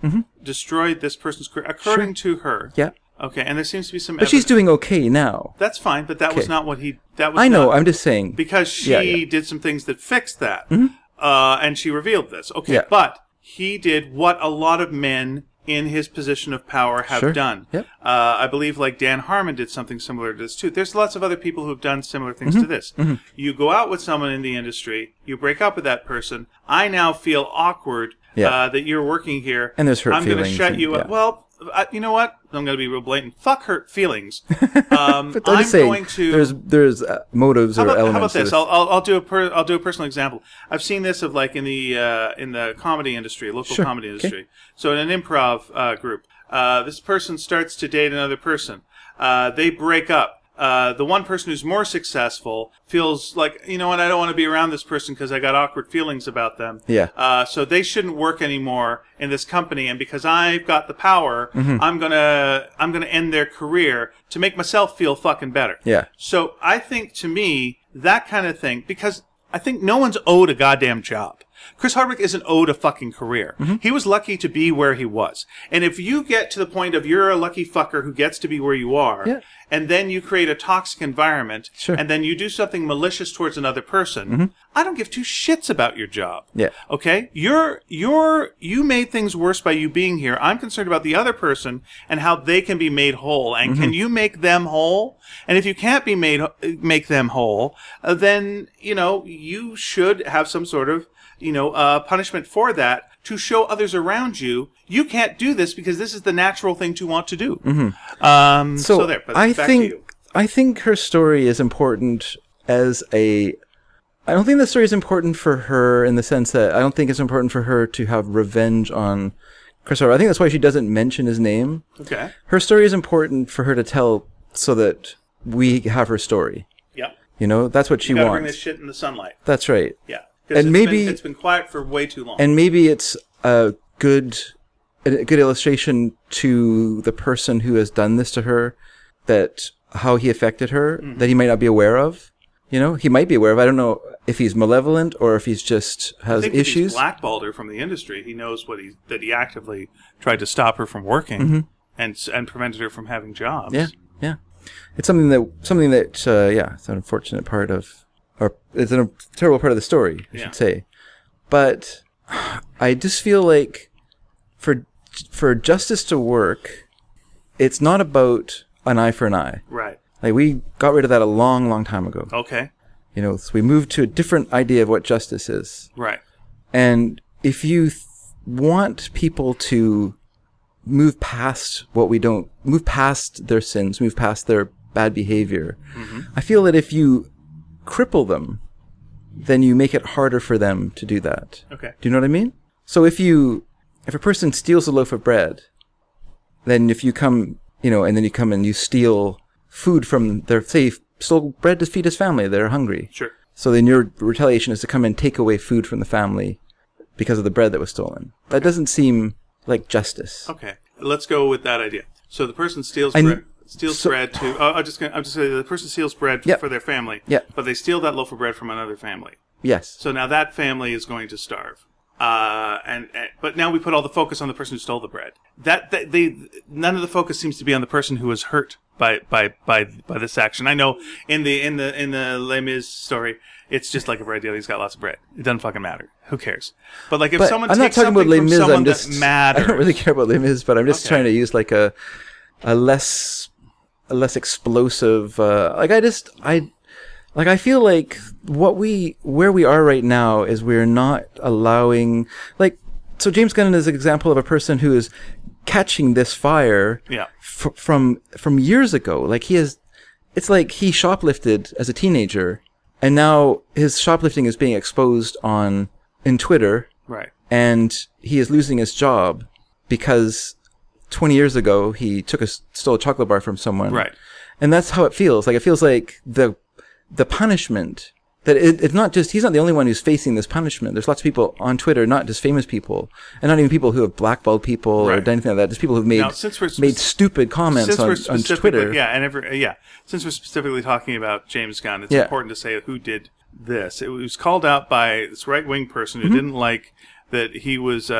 S2: destroyed this person's career according to her.
S1: Mm-hmm. yeah
S2: Okay, and there seems to be some.
S1: but she's doing okay now
S2: That's fine, but that was
S1: Okay.
S2: not what he. That was
S1: i know
S2: not-
S1: i'm just saying
S2: because she
S1: Mm-hmm. Yeah, yeah.
S2: did some things that fixed that, uh, and she revealed this. Okay,
S1: Yeah.
S2: but he did what a lot of men in his position of power have
S1: Sure.
S2: done.
S1: Yep.
S2: Uh, I believe like Dan Harmon did something similar to this too. There's lots of other people who've done similar things
S1: Mm-hmm.
S2: to this. You go out with someone in the industry, you break up with that person. I now feel awkward
S1: Yeah.
S2: uh, that you're working here,
S1: And there's hurt
S2: I'm gonna
S1: feelings
S2: shut
S1: and-
S2: you up.
S1: yeah.
S2: Well, I, you know what? I'm going to be real blatant. Fuck hurt feelings. Um,
S1: I'm,
S2: I'm
S1: just saying
S2: going to.
S1: there's there's uh, motives
S2: How
S1: or
S2: about, how
S1: elements
S2: about
S1: to
S2: this? I'll, I'll, I'll do a per, I'll do a personal example. I've seen this of like in the uh, in the comedy industry, local
S1: Sure.
S2: comedy
S1: Okay.
S2: industry. So in an improv uh, group, uh, this person starts to date another person. Uh, they break up. Uh, the one person who's more successful feels like you know what I don't want to be around this person because I got awkward feelings about them.
S1: Yeah.
S2: Uh, so they shouldn't work anymore in this company, and because I've got the power,
S1: Mm-hmm.
S2: I'm gonna I'm gonna end their career to make myself feel fucking better.
S1: Yeah.
S2: So I think to me, that kind of thing, because I think no one's owed a goddamn job. Chris Hardwick isn't owed a fucking career.
S1: Mm-hmm.
S2: He was lucky to be where he was. And if you get to the point of you're a lucky fucker who gets to be where you are,
S1: Yeah.
S2: and then you create a toxic environment,
S1: Sure. Mm-hmm.
S2: and then you do something malicious towards another person, I don't give two shits about your job.
S1: Yeah.
S2: Okay? You're you're you made things worse by you being here. I'm concerned about the other person and how they can be made whole. And
S1: Mm-hmm.
S2: can you make them whole? And if you can't be made make them whole, uh, then, you know, you should have some sort of, you know, uh, punishment for that to show others around you you can't do this because this is the natural thing to want to do. Um so, there, but
S1: Mm-hmm. I
S2: back
S1: think
S2: to you.
S1: I think her story is important as a. I don't think the story is important for her in the sense that I don't think it's important for her to have revenge on Chris Hardwick. I think that's why she doesn't mention his name.
S2: Okay.
S1: Her story is important for her to tell so that we have her story.
S2: Yep.
S1: You know, that's what she
S2: Gotta bring this
S1: wants.
S2: shit in the sunlight.
S1: That's right.
S2: Yeah.
S1: And
S2: And maybe
S1: maybe-
S2: it's been quiet for way too long.
S1: and maybe it's a good a good illustration to the person who has done this to her that how he affected her
S2: Mm-hmm.
S1: that he might not be aware of you know he might be aware of i don't know if he's malevolent or if he's just
S2: I
S1: has
S2: think if
S1: issues
S2: He's blackballed her from the industry. He knows what he that he actively tried to stop her from working and s- and prevented her from having jobs.
S1: Mm-hmm. yeah yeah it's something that something that uh, yeah it's an unfortunate part of or it's a terrible part of the story i
S2: Yeah.
S1: should say but i just feel like for for justice to work it's not about an eye for an eye
S2: Right.
S1: Like we got rid of that a long, long time ago.
S2: Okay.
S1: You know, so we moved to a different idea of what justice is.
S2: Right.
S1: And if you th- want people to move past what we don't move past their sins, move past their bad behavior, I feel that if you cripple them, then you make it harder for them to do that.
S2: Okay.
S1: Do you know what I mean? So if you if a person steals a loaf of bread, then if you come, you know, and then you come and you steal food from their say he stole bread to feed his family, they're hungry.
S2: Sure.
S1: So then your retaliation is to come and take away food from the family because of the bread that was stolen. That doesn't seem like justice.
S2: Okay. Let's go with that idea. So the person steals
S1: And-
S2: bread. Steals bread to. Uh, I'm just gonna. I'm just gonna. The person steals bread
S1: Yep.
S2: for their family.
S1: Yep.
S2: But they steal that loaf of bread from another family.
S1: Yes.
S2: So now that family is going to starve. Uh, and, and but now we put all the focus on the person who stole the bread. That, that they none of the focus seems to be on the person who was hurt by by by by this action. I know in the in the in the Les Mis story, it's just like a bread deal. He's got lots of bread. It doesn't fucking matter. Who cares? But like if
S1: But
S2: someone
S1: I'm not
S2: takes
S1: talking about
S2: something
S1: Les
S2: from
S1: Mis.
S2: someone
S1: I'm just
S2: that matters,
S1: I don't really care about Les Mis, but I'm just
S2: Okay.
S1: trying to use like a a less a less explosive. Uh, like I just I like I feel like what we where we are right now is we're not allowing like so James Gunn is an example of a person who is catching this fire
S2: Yeah.
S1: f- from from years ago. Like he is, it's like he shoplifted as a teenager, and now his shoplifting is being exposed on in Twitter,
S2: right?
S1: and he is losing his job because 20 years ago he took a s- stole a chocolate bar from someone,
S2: Right.
S1: and that's how it feels. Like it feels like the the punishment that it, it's not just he's not the only one who's facing this punishment. There's lots of people on Twitter, not just famous people, and not even people who have blackballed people or
S2: Right.
S1: done anything like that. Just people who've made
S2: Now, since we're spec-
S1: made stupid comments on, on
S2: specifically-
S1: Twitter.
S2: Yeah, and every yeah, since we're specifically talking about James Gunn, it's
S1: Yeah.
S2: important to say who did this. It was called out by this right wing person who
S1: Mm-hmm.
S2: didn't like that he was uh,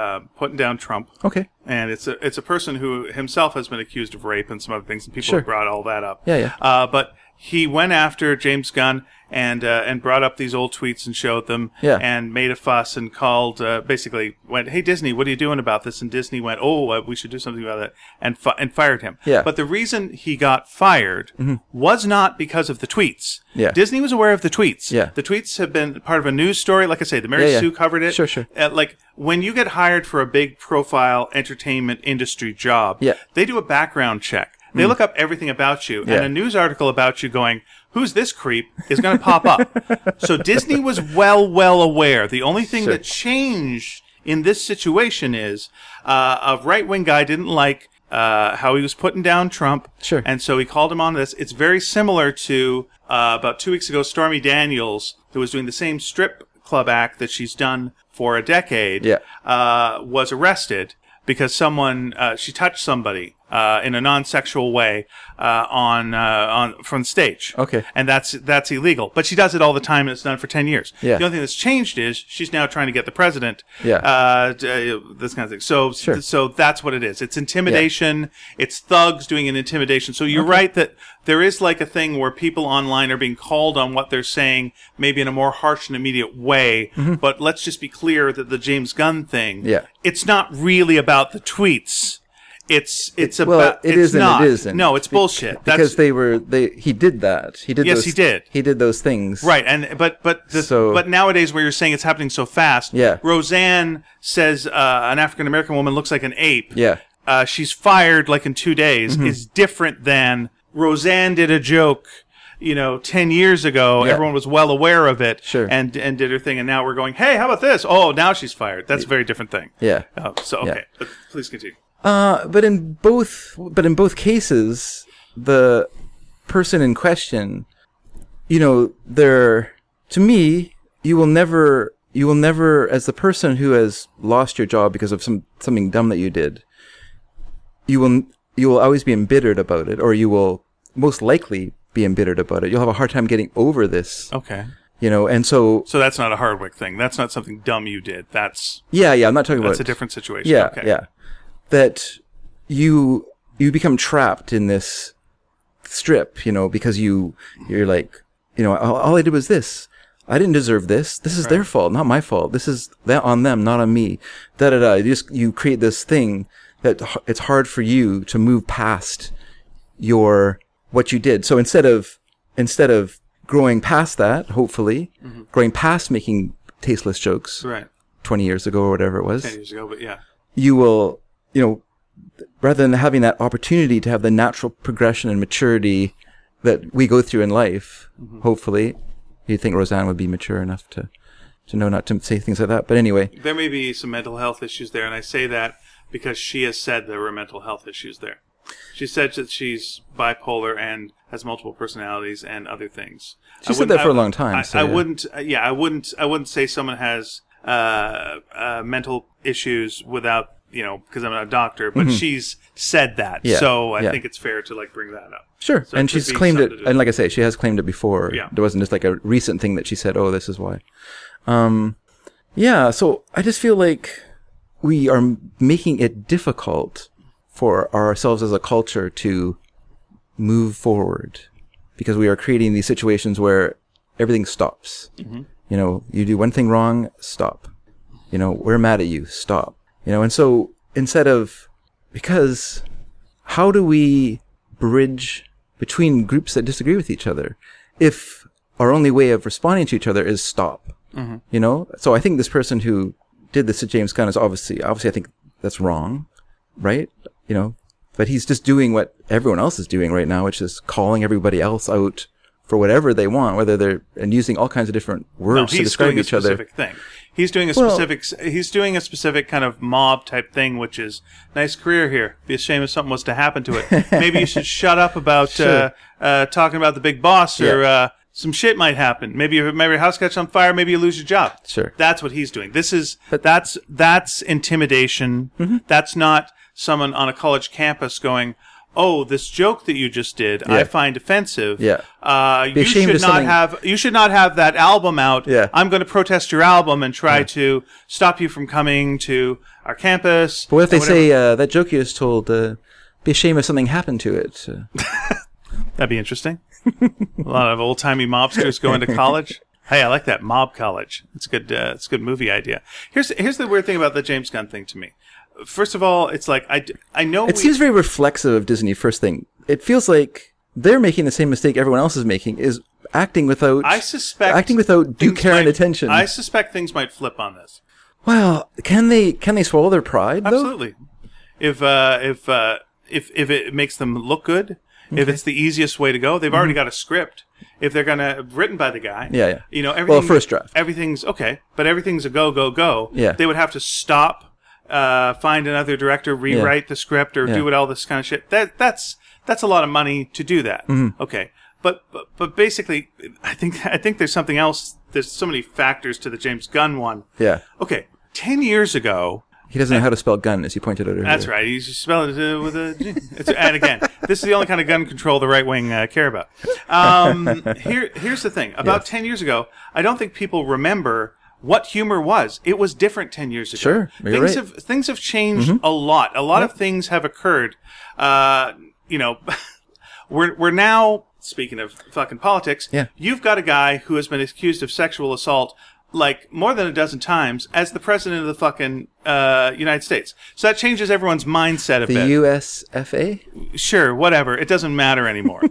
S2: uh, putting down Trump.
S1: Okay.
S2: And it's a it's a person who himself has been accused of rape and some other things, and people
S1: Sure.
S2: have brought all that up.
S1: Yeah, yeah.
S2: Uh, but he went after James Gunn and uh, and brought up these old tweets and showed them.
S1: Yeah.
S2: And made a fuss and called uh, basically went, "Hey Disney, what are you doing about this?" And Disney went, "Oh, uh, we should do something about that," and fi- and fired him.
S1: Yeah. Mm-hmm.
S2: But the reason he got fired was not because of the tweets.
S1: Yeah.
S2: Disney was aware of the tweets.
S1: Yeah.
S2: The tweets have been part of a news story. Like I say, the Mary
S1: Yeah, yeah.
S2: Sue covered it.
S1: Sure, sure.
S2: Uh, like when you get hired for a big profile entertainment industry job,
S1: Yeah. Mm.
S2: they do a background check. They look up everything about you,
S1: Yeah.
S2: and a news article about you going, "Who's this creep?" is going to pop up. So Disney was well, well aware. The only thing that changed in this situation is uh, a right wing guy didn't like uh, how he was putting down Trump,
S1: Sure.
S2: and so he called him on this. It's very similar to uh, about two weeks ago, Stormy Daniels, who was doing the same strip club act that she's done for a decade,
S1: Yeah.
S2: uh, was arrested because someone uh, she touched somebody uh, in a non-sexual way uh, on uh, on from stage.
S1: Okay.
S2: and that's that's illegal. But she does it all the time, and it's done for ten years.
S1: Yeah.
S2: The only thing that's changed is she's now trying to get the president.
S1: Yeah.
S2: uh, d- uh, this kind of thing. So
S1: Sure.
S2: so that's what it is. It's intimidation. It's thugs doing an intimidation. So you're right that there is like a thing where people online are being called on what they're saying, maybe in a more harsh and immediate way. But let's just be clear that the James Gunn thing,
S1: Mm-hmm. Yeah.
S2: it's not really about the tweets. It's it's
S1: well,
S2: about
S1: it
S2: it's
S1: is and it
S2: not.
S1: isn't.
S2: No, it's bullshit.
S1: because
S2: That's
S1: they were they he did that. He did
S2: Yes,
S1: those,
S2: he did.
S1: He did those things.
S2: Right, and but but the,
S1: So-
S2: but nowadays, where you're saying it's happening so fast,
S1: Yeah.
S2: Roseanne says uh, an African American woman looks like an ape.
S1: Yeah.
S2: uh, she's fired like in two days
S1: Mm-hmm.
S2: is different than Roseanne did a joke. You know, ten years ago,
S1: Yeah.
S2: everyone was well aware of it,
S1: Sure.
S2: and and did her thing, and now we're going, hey, how about this? Oh, now she's fired. That's a very different thing.
S1: Yeah.
S2: Oh, so okay, but please continue.
S1: Uh, but in both, but in both cases, the person in question, you know, they're to me, you will never, you will never, as the person who has lost your job because of some something dumb that you did, you will you will always be embittered about it, or you will most likely be embittered about it. You'll have a hard time getting over this,
S2: Okay,
S1: you know. And so,
S2: so that's not a Hardwick thing. That's not something dumb you did. That's
S1: yeah, yeah, I'm not talking about
S2: that's a different situation.
S1: Yeah,
S2: okay.
S1: yeah. That you you become trapped in this strip, you know, because you you're like, you know, "Oh, all, all I did was this. I didn't deserve this. This is their fault, not my fault. This is that on them, not on me. Da da da. You just you create this thing that h- it's hard for you to move past your what you did. So instead of instead of growing past that, hopefully, growing past making tasteless jokes
S2: Mm-hmm. right.
S1: 20 years ago or whatever it was
S2: Ten years ago, but yeah.
S1: you will, you know, rather than having that opportunity to have the natural progression and maturity that we go through in life, hopefully, you think Roseanne would be mature enough to, to know not to say things like that. But anyway,
S2: There may be some mental health issues there, and I say that because she has said there were mental health issues there. She said that she's bipolar and has multiple personalities and other things.
S1: She
S2: I
S1: said
S2: wouldn't-
S1: that for
S2: I-
S1: a long time,
S2: I,
S1: so,
S2: I
S1: yeah.
S2: wouldn't. uh, Yeah, I wouldn't. I wouldn't say someone has uh, uh, mental issues without you know because I'm not a doctor, but she's said that,
S1: Mm-hmm. Yeah,
S2: so I
S1: yeah.
S2: think it's fair to like bring that up.
S1: sure.
S2: So it
S1: and
S2: could
S1: she's
S2: be
S1: claimed it.
S2: something to do-
S1: And like I say, she has claimed it before.
S2: Yeah.
S1: There wasn't just like a recent thing that she said, oh, this is why. Um, yeah. So I just feel like we are m- making it difficult for ourselves as a culture to move forward because we are creating these situations where everything stops.
S2: Mm-hmm.
S1: You know, you do one thing wrong, stop. You know, we're mad at you, stop. You know, and so instead of because how do we bridge between groups that disagree with each other if our only way of responding to each other is stop?
S2: Mm-hmm.
S1: You know, so I think this person who did this to James Gunn is obviously, obviously, I think that's wrong, right? You know, but he's just doing what everyone else is doing right now, which is calling everybody else out for whatever they want, whether they're and using all kinds of different
S2: No,
S1: words to
S2: he's
S1: describe
S2: doing a
S1: each other.
S2: specific thing. He's doing a
S1: Well-
S2: specific. he's doing a specific kind of mob type thing, which is nice career here. Be ashamed if something was to happen to it. Maybe you should shut up about
S1: Sure.
S2: uh, uh, talking about the big boss, or uh, some shit might happen. Maybe your maybe your house catches on fire. Maybe you lose your job.
S1: Sure.
S2: that's what he's doing. This is that's that's intimidation.
S1: Mm-hmm.
S2: That's not someone on a college campus going. Oh, this joke that you just did, I
S1: Yeah.
S2: find offensive.
S1: Yeah.
S2: uh, you
S1: ashamed
S2: should
S1: of
S2: not
S1: something-
S2: have. You should not have that album out.
S1: Yeah.
S2: I'm going to protest your album and try to stop you from coming to our campus.
S1: But what if
S2: or
S1: they
S2: whatever.
S1: say uh, that joke you just told? Uh, be ashamed if something happened to it. Uh,
S2: that'd be interesting? a lot of old timey mobsters going to college. Hey, I like that mob college. It's a good. Uh, it's a good movie idea. Here's here's the weird thing about the James Gunn thing to me. First of all, it's like I, d- I know
S1: it
S2: we-
S1: seems very reflexive of Disney. First thing, it feels like they're making the same mistake everyone else is making: is acting without
S2: I suspect
S1: acting without due
S2: things
S1: care and
S2: might-
S1: attention.
S2: I suspect things might flip on this.
S1: well, can they can they swallow their pride though?
S2: Absolutely. If uh, if uh, if if it makes them look good, if it's the easiest way to go, they've already got a script. If they're gonna written by the guy,
S1: Mm-hmm. Yeah, yeah.
S2: you know everything.
S1: Well, first draft.
S2: everything's okay, but everything's a go go go.
S1: Yeah.
S2: they would have to stop, uh, find another director, rewrite the script, or do
S1: Yeah.
S2: it all this kind of shit. That that's that's a lot of money to do that.
S1: Mm-hmm.
S2: Okay. But, but but basically, I think I think there's something else. There's so many factors to the James Gunn one.
S1: Yeah,
S2: Okay, ten years ago,
S1: he doesn't know how to spell gun, as you pointed out earlier.
S2: that's right. You should spell it uh, with a G. It's, and again, this is the only kind of gun control the right wing uh, care about. Um, here, here's the thing. About ten years ago, I don't think people remember what humor was. It was different ten years ago.
S1: Sure, you're
S2: things
S1: right. Mm-hmm.
S2: have things have changed a lot. A lot of things have occurred. Uh, you know, we're we're now speaking of fucking politics.
S1: Yeah.
S2: you've got a guy who has been accused of sexual assault like more than a dozen times as the president of the fucking uh, United States. So that changes everyone's mindset a
S1: The
S2: bit.
S1: USFA.
S2: sure, whatever. It doesn't matter anymore.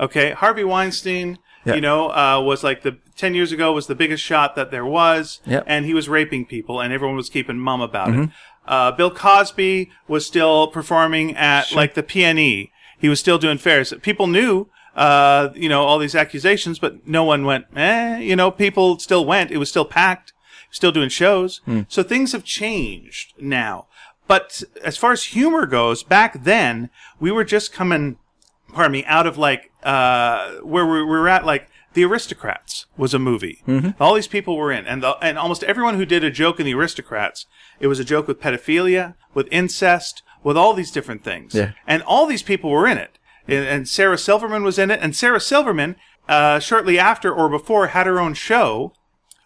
S2: okay, Harvey Weinstein.
S1: Yeah.
S2: You know, uh, was like the ten years ago was the biggest shot that there was,
S1: Yeah.
S2: and he was raping people, and everyone was keeping mum about it. Uh, Bill Cosby was still performing at like the PNE. He was still doing fairs. People knew, uh, you know, all these accusations, but no one went. Eh, you know, people still went. It was still packed. Still doing shows. So things have changed now. But as far as humor goes, back then we were just coming pardon me, out of like uh, where we we were at, like The Aristocrats was a movie. All these people were in, and the, and almost everyone who did a joke in The Aristocrats, it was a joke with pedophilia, with incest, with all these different things.
S1: Yeah.
S2: And all these people were in it, and, and Sarah Silverman was in it, and Sarah Silverman, uh, shortly after or before, had her own show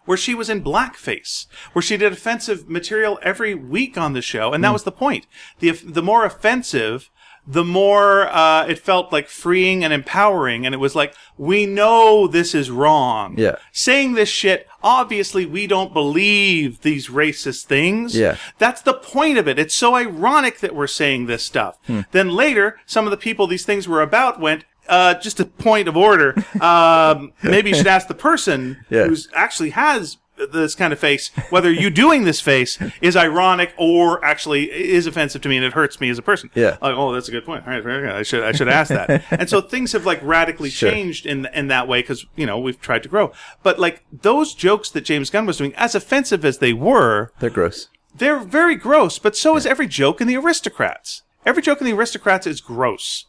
S2: where she was in blackface, where she did offensive material every week on the show,
S1: Hmm.
S2: and that was the point. the The more offensive, the more uh, it felt like freeing and empowering, and it was like we know this is wrong.
S1: Yeah.
S2: saying this shit. Obviously, we don't believe these racist things.
S1: Yeah.
S2: That's the point of it. It's so ironic that we're saying this stuff.
S1: Hmm.
S2: Then later, some of the people these things were about went, uh, just a point of order. Um, maybe you should ask the person
S1: Yeah.
S2: who actually has this kind of face whether you doing this face is ironic or actually is offensive to me and it hurts me as a person.
S1: Yeah.
S2: Like, oh, that's a good point. All right, very good. I should I should ask that. and so things have like radically changed in in that way because you know we've tried to grow. But like those jokes that James Gunn was doing, as offensive as they were,
S1: They're gross.
S2: they're very gross, but so is every joke in the aristocrats. Every joke in the aristocrats is gross.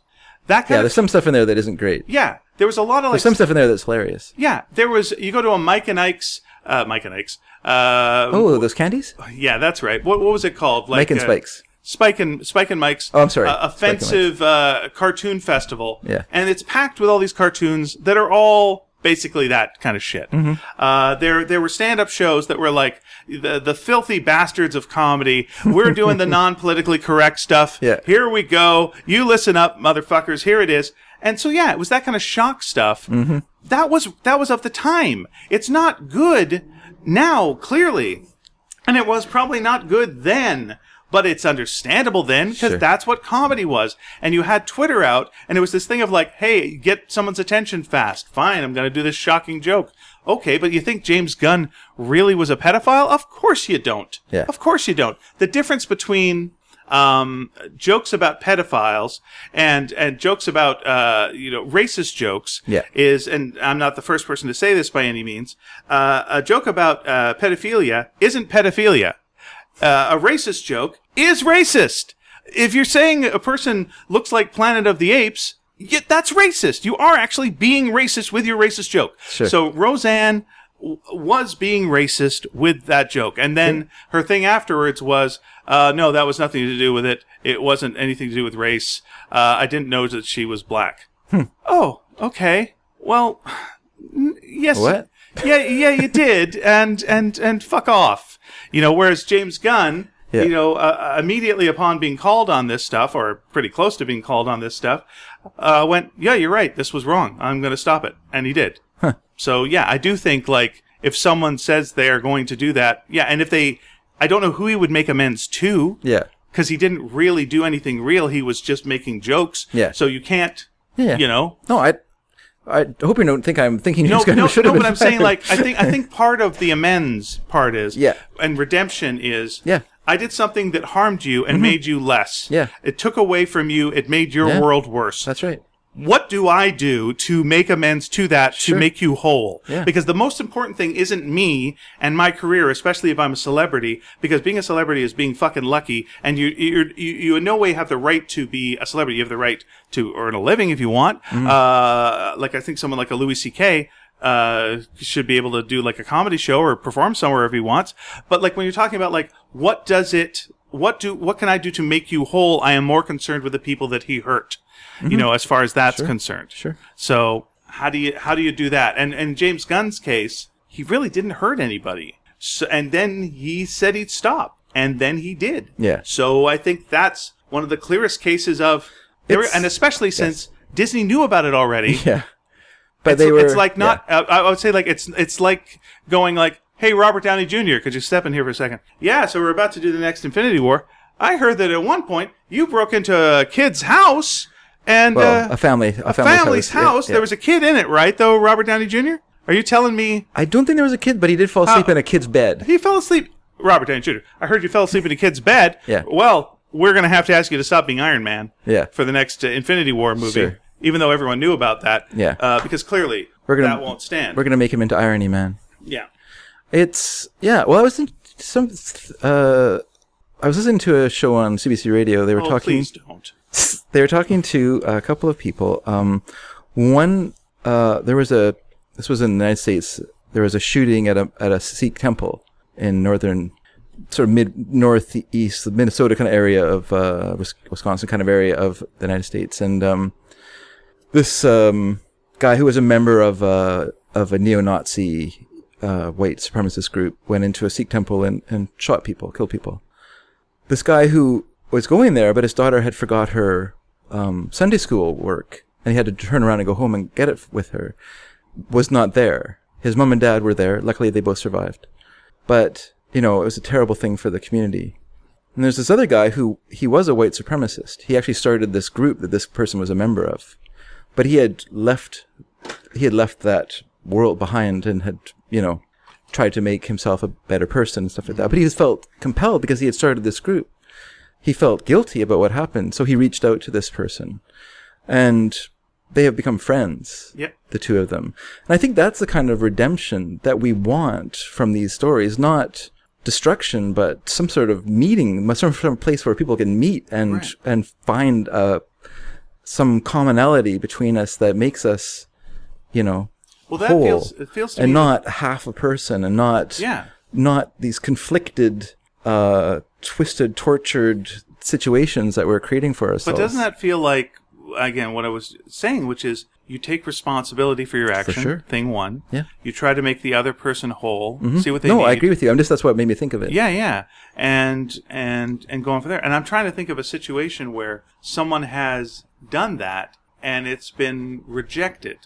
S2: That kind
S1: Yeah,
S2: of
S1: there's some stuff in there that isn't great.
S2: yeah. There was a lot of like
S1: There's some stuff in there that's hilarious.
S2: yeah. There was you go to a Mike and Ike's uh, Mike and Ike's. Uh,
S1: Oh, those candies?
S2: yeah, that's right. What what was it called? Like,
S1: Mike and
S2: uh,
S1: Spikes.
S2: Spike and Spike and Mike's.
S1: Oh, I'm sorry.
S2: Uh,
S1: Spike and Mike's.
S2: offensive uh, cartoon festival.
S1: Yeah.
S2: and it's packed with all these cartoons that are all basically that kind of shit.
S1: Mm-hmm.
S2: Uh, there there were stand up shows that were like the the filthy bastards of comedy. We're doing the non politically correct stuff.
S1: Yeah.
S2: here we go. You listen up, motherfuckers. Here it is. And so yeah, it was that kind of shock stuff.
S1: Mm-hmm.
S2: That was that was of the time. It's not good now, clearly. And it was probably not good then, but it's understandable then because
S1: Sure.
S2: that's what comedy was. And you had Twitter out, and it was this thing of like, hey, get someone's attention fast. Fine, I'm going to do this shocking joke. Okay, but you think James Gunn really was a pedophile? Of course you don't.
S1: Yeah.
S2: Of course you don't. The difference between um, jokes about pedophiles and and jokes about uh, you know racist jokes
S1: Yeah.
S2: is and I'm not the first person to say this by any means. Uh, a joke about uh, pedophilia isn't pedophilia. Uh, a racist joke is racist. If you're saying a person looks like Planet of the Apes, yeah, that's racist. You are actually being racist with your racist joke. So Roseanne w- was being racist with that joke. And then her thing afterwards was, uh, no, that was nothing to do with it. It wasn't anything to do with race. Uh, I didn't know that she was black. Oh, okay. Well, n- yes.
S1: What?
S2: Yeah, yeah, you did, and and and fuck off. You know, whereas James Gunn,
S1: Yeah.
S2: you know, uh, uh, immediately upon being called on this stuff, or pretty close to being called on this stuff, uh, went, yeah, you're right. This was wrong. I'm going to stop it, and he did. So yeah, I do think like if someone says they are going to do that, yeah, and if they, I don't know who he would make amends to
S1: Yeah.
S2: because he didn't really do anything real. He was just making jokes.
S1: Yeah.
S2: So you can't,
S1: Yeah.
S2: you know.
S1: No, I. I hope you don't think I'm thinking
S2: No,
S1: he's going
S2: no,
S1: to
S2: no.
S1: should
S2: But
S1: have been
S2: I'm saying,
S1: fired.
S2: like, I think I think part of the amends part is,
S1: Yeah.
S2: and redemption is,
S1: Yeah. Mm-hmm.
S2: I did something that harmed you and made you less.
S1: Yeah.
S2: It took away from you. It made your
S1: Yeah.
S2: world worse.
S1: that's right.
S2: what do I do to make amends to that
S1: Sure.
S2: to make you whole?
S1: Yeah.
S2: Because the most important thing isn't me and my career, especially if I'm a celebrity, because being a celebrity is being fucking lucky, and you you're, you you in no way have the right to be a celebrity. You have the right to earn a living if you want.
S1: Mm-hmm.
S2: Uh, like I think someone like a Louis C.K. Uh, should be able to do like a comedy show or perform somewhere if he wants. But like when you're talking about like what does it, what do, what can I do to make you whole? I am more concerned with the people that he hurt you know, as far as that's concerned.
S1: Mm-hmm. Sure.
S2: So how do you how do you do that? And and James Gunn's case, he really didn't hurt anybody. So, and then he said he'd stop, and then he did.
S1: Yeah.
S2: So I think that's one of the clearest cases of, there,
S1: It's-
S2: and especially since Disney knew about it already.
S1: Yeah. But
S2: So
S1: they were.
S2: it's like not. Uh, I I would say like it's it's like going like, hey, Robert Downey Jr., could you step in here for a second? Yeah. So we're about to do the next Infinity War. I heard that at one point you broke into a kid's house and
S1: yeah. Well,
S2: uh,
S1: a family. A,
S2: a
S1: family
S2: family's
S1: photo. Yeah,
S2: house.
S1: yeah.
S2: There was a kid in it, right? Though Robert Downey Jr. Are you telling me
S1: I don't think there was a kid, but he did fall asleep in a kid's bed.
S2: he fell asleep? Robert Downey Jr. I heard you fell asleep in a kid's bed.
S1: Yeah.
S2: Well, we're gonna have to ask you to stop being Iron Man.
S1: Yeah.
S2: For the next uh, Infinity War movie,
S1: Sure.
S2: even though everyone knew about that.
S1: Yeah.
S2: Uh, because clearly
S1: We're gonna-
S2: that won't stand.
S1: We're going to make him into Irony Man.
S2: yeah.
S1: It's yeah. Well, I was in some. Uh, I was listening to a show on CBC Radio. They were
S2: Oh,
S1: talking.
S2: please don't.
S1: They were talking to a couple of people. Um, one uh, there was a. This was in the United States. There was a shooting at a at a Sikh temple in northern, sort of mid northeast Minnesota kind of area of uh, Wis- Wisconsin kind of area of the United States, and um, this um, guy who was a member of a of a neo-Nazi uh, white supremacist group went into a Sikh temple and, and shot people, killed people. This guy who was going there, but his daughter had forgot her um, Sunday school work, and he had to turn around and go home and get it f- with her, was not there. His mom and dad were there. Luckily, they both survived. But you know, it was a terrible thing for the community. And there's this other guy who he was a white supremacist. He actually started this group that this person was a member of, but he had left he had left that world behind and had you know tried to make himself a better person and stuff like that. But he was felt compelled because he had started this group. He felt guilty about what happened, so he reached out to this person, and they have become friends
S2: Yep.
S1: the two of them. And I think that's the kind of redemption that we want from these stories, not destruction, but some sort of meeting, some, some place where people can meet and, and find, uh, some commonality between us that makes us, you know,
S2: Well, that
S1: whole
S2: feels it feels to
S1: and
S2: me
S1: not half a person and not,
S2: Yeah.
S1: not these conflicted, uh, twisted, tortured situations that we're creating for
S2: But
S1: ourselves.
S2: doesn't that feel like again what I was saying, which is you take responsibility for your action.
S1: sure.
S2: Thing one.
S1: Yeah. Mm-hmm.
S2: You try to make the other person whole. See what they
S1: no,
S2: need.
S1: I agree with you. I'm just, that's what made me think of it.
S2: Yeah, yeah, and and and going from there. And I'm trying to think of a situation where someone has done that and it's been rejected,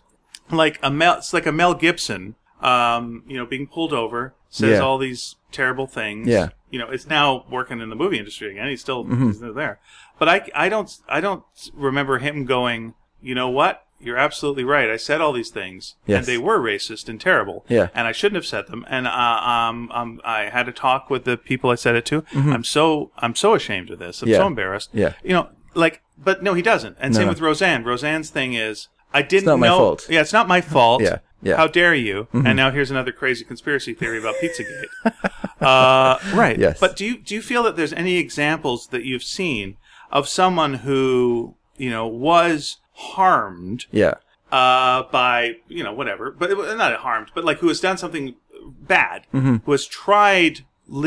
S2: like a Mel. It's like a Mel Gibson, um, you know, being pulled over, says
S1: Yeah.
S2: all these terrible things.
S1: Yeah. Mm-hmm.
S2: you know, it's now working in the movie industry again. He's still he's still there, but I I don't I don't remember him going. You know what? you're absolutely right. I said all these things,
S1: Yes.
S2: and they were racist and terrible.
S1: Yeah.
S2: and I shouldn't have said them. And uh, um, um, I had a talk with the people I said it to. I'm so I'm so ashamed of this. I'm
S1: Mm-hmm. Yeah.
S2: so embarrassed.
S1: Yeah.
S2: you know, like, but no, he doesn't. And same
S1: no.
S2: with Roseanne. Roseanne's thing is, I didn't
S1: not my
S2: know.
S1: fault.
S2: Yeah, it's not my fault.
S1: Yeah. Yeah. Mm-hmm.
S2: How dare you? And now here's another crazy conspiracy theory about Pizzagate. uh, right.
S1: Yes.
S2: But do you do you feel that there's any examples that you've seen of someone who you know was harmed
S1: Yeah.
S2: uh, by you know whatever, but it was- not harmed, but like who has done something bad,
S1: Mm-hmm.
S2: who has tried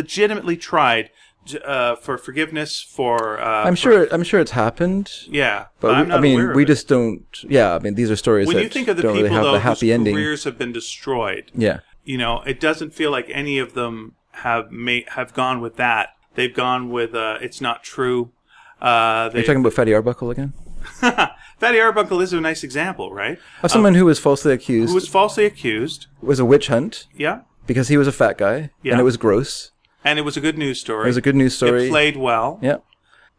S2: legitimately tried j- uh, for forgiveness for uh,
S1: I'm
S2: for-
S1: sure. I'm sure it's happened.
S2: yeah,
S1: But
S2: I'm
S1: we,
S2: not
S1: I mean,
S2: aware of
S1: we
S2: it.
S1: just don't. Yeah, I mean, these are stories
S2: when
S1: that
S2: you think of the
S1: don't
S2: people
S1: really have
S2: though
S1: the happy
S2: whose
S1: ending.
S2: careers have been destroyed,
S1: Yeah,
S2: you know, it doesn't feel like any of them have ma- have gone with that. They've gone with uh, it's not true. Uh, they,
S1: you're talking about Fatty Arbuckle again.
S2: Fatty Arbuckle is a nice example, right?
S1: Of someone who was falsely accused
S2: Uh, Who was falsely accused?
S1: it was a witch hunt
S2: Yeah,
S1: because he was a fat guy
S2: Yeah.
S1: and it was gross.
S2: and it was a good news story.
S1: It was a good news story.
S2: It played well.
S1: yeah,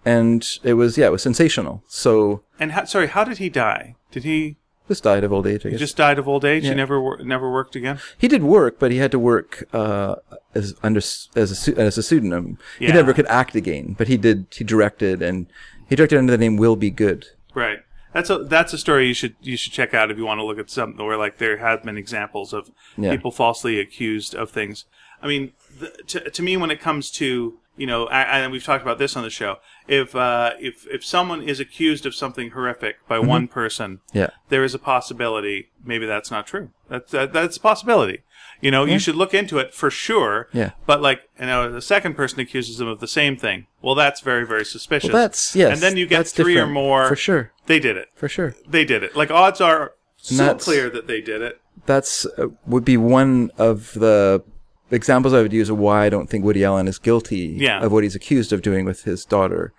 S1: and it was yeah, it was sensational. So
S2: And how, sorry, how did he die? Did he
S1: just died of old age. I
S2: he
S1: guess.
S2: just died of old age? He never wor- never worked again.
S1: He did work, but he had to work uh, as under as a pseu- as a pseudonym. He
S2: Yeah.
S1: never could act again, but he did. He directed and he directed under the name Will Be Good.
S2: Right. That's a that's a story you should you should check out if you want to look at something where like there have been examples of
S1: Yeah.
S2: people falsely accused of things. I mean, the, to to me when it comes to you know, I, and we've talked about this on the show. If uh, if if someone is accused of something horrific by one person,
S1: Mm-hmm. Yeah.
S2: there is a possibility maybe that's not true. That's that, that's a possibility. You know, you should look into it for sure.
S1: Yeah.
S2: But like, you know, the second person accuses them of the same thing. Well, that's very very suspicious.
S1: Well, that's yes.
S2: And then you get
S1: that's
S2: three or
S1: different,
S2: more.
S1: for sure.
S2: They did it.
S1: For sure.
S2: They did it. Like odds are so
S1: that's-
S2: clear that they did it.
S1: That's uh, would be one of the examples I would use of why I don't think Woody Allen is guilty
S2: Yeah.
S1: of what he's accused of doing with his daughter,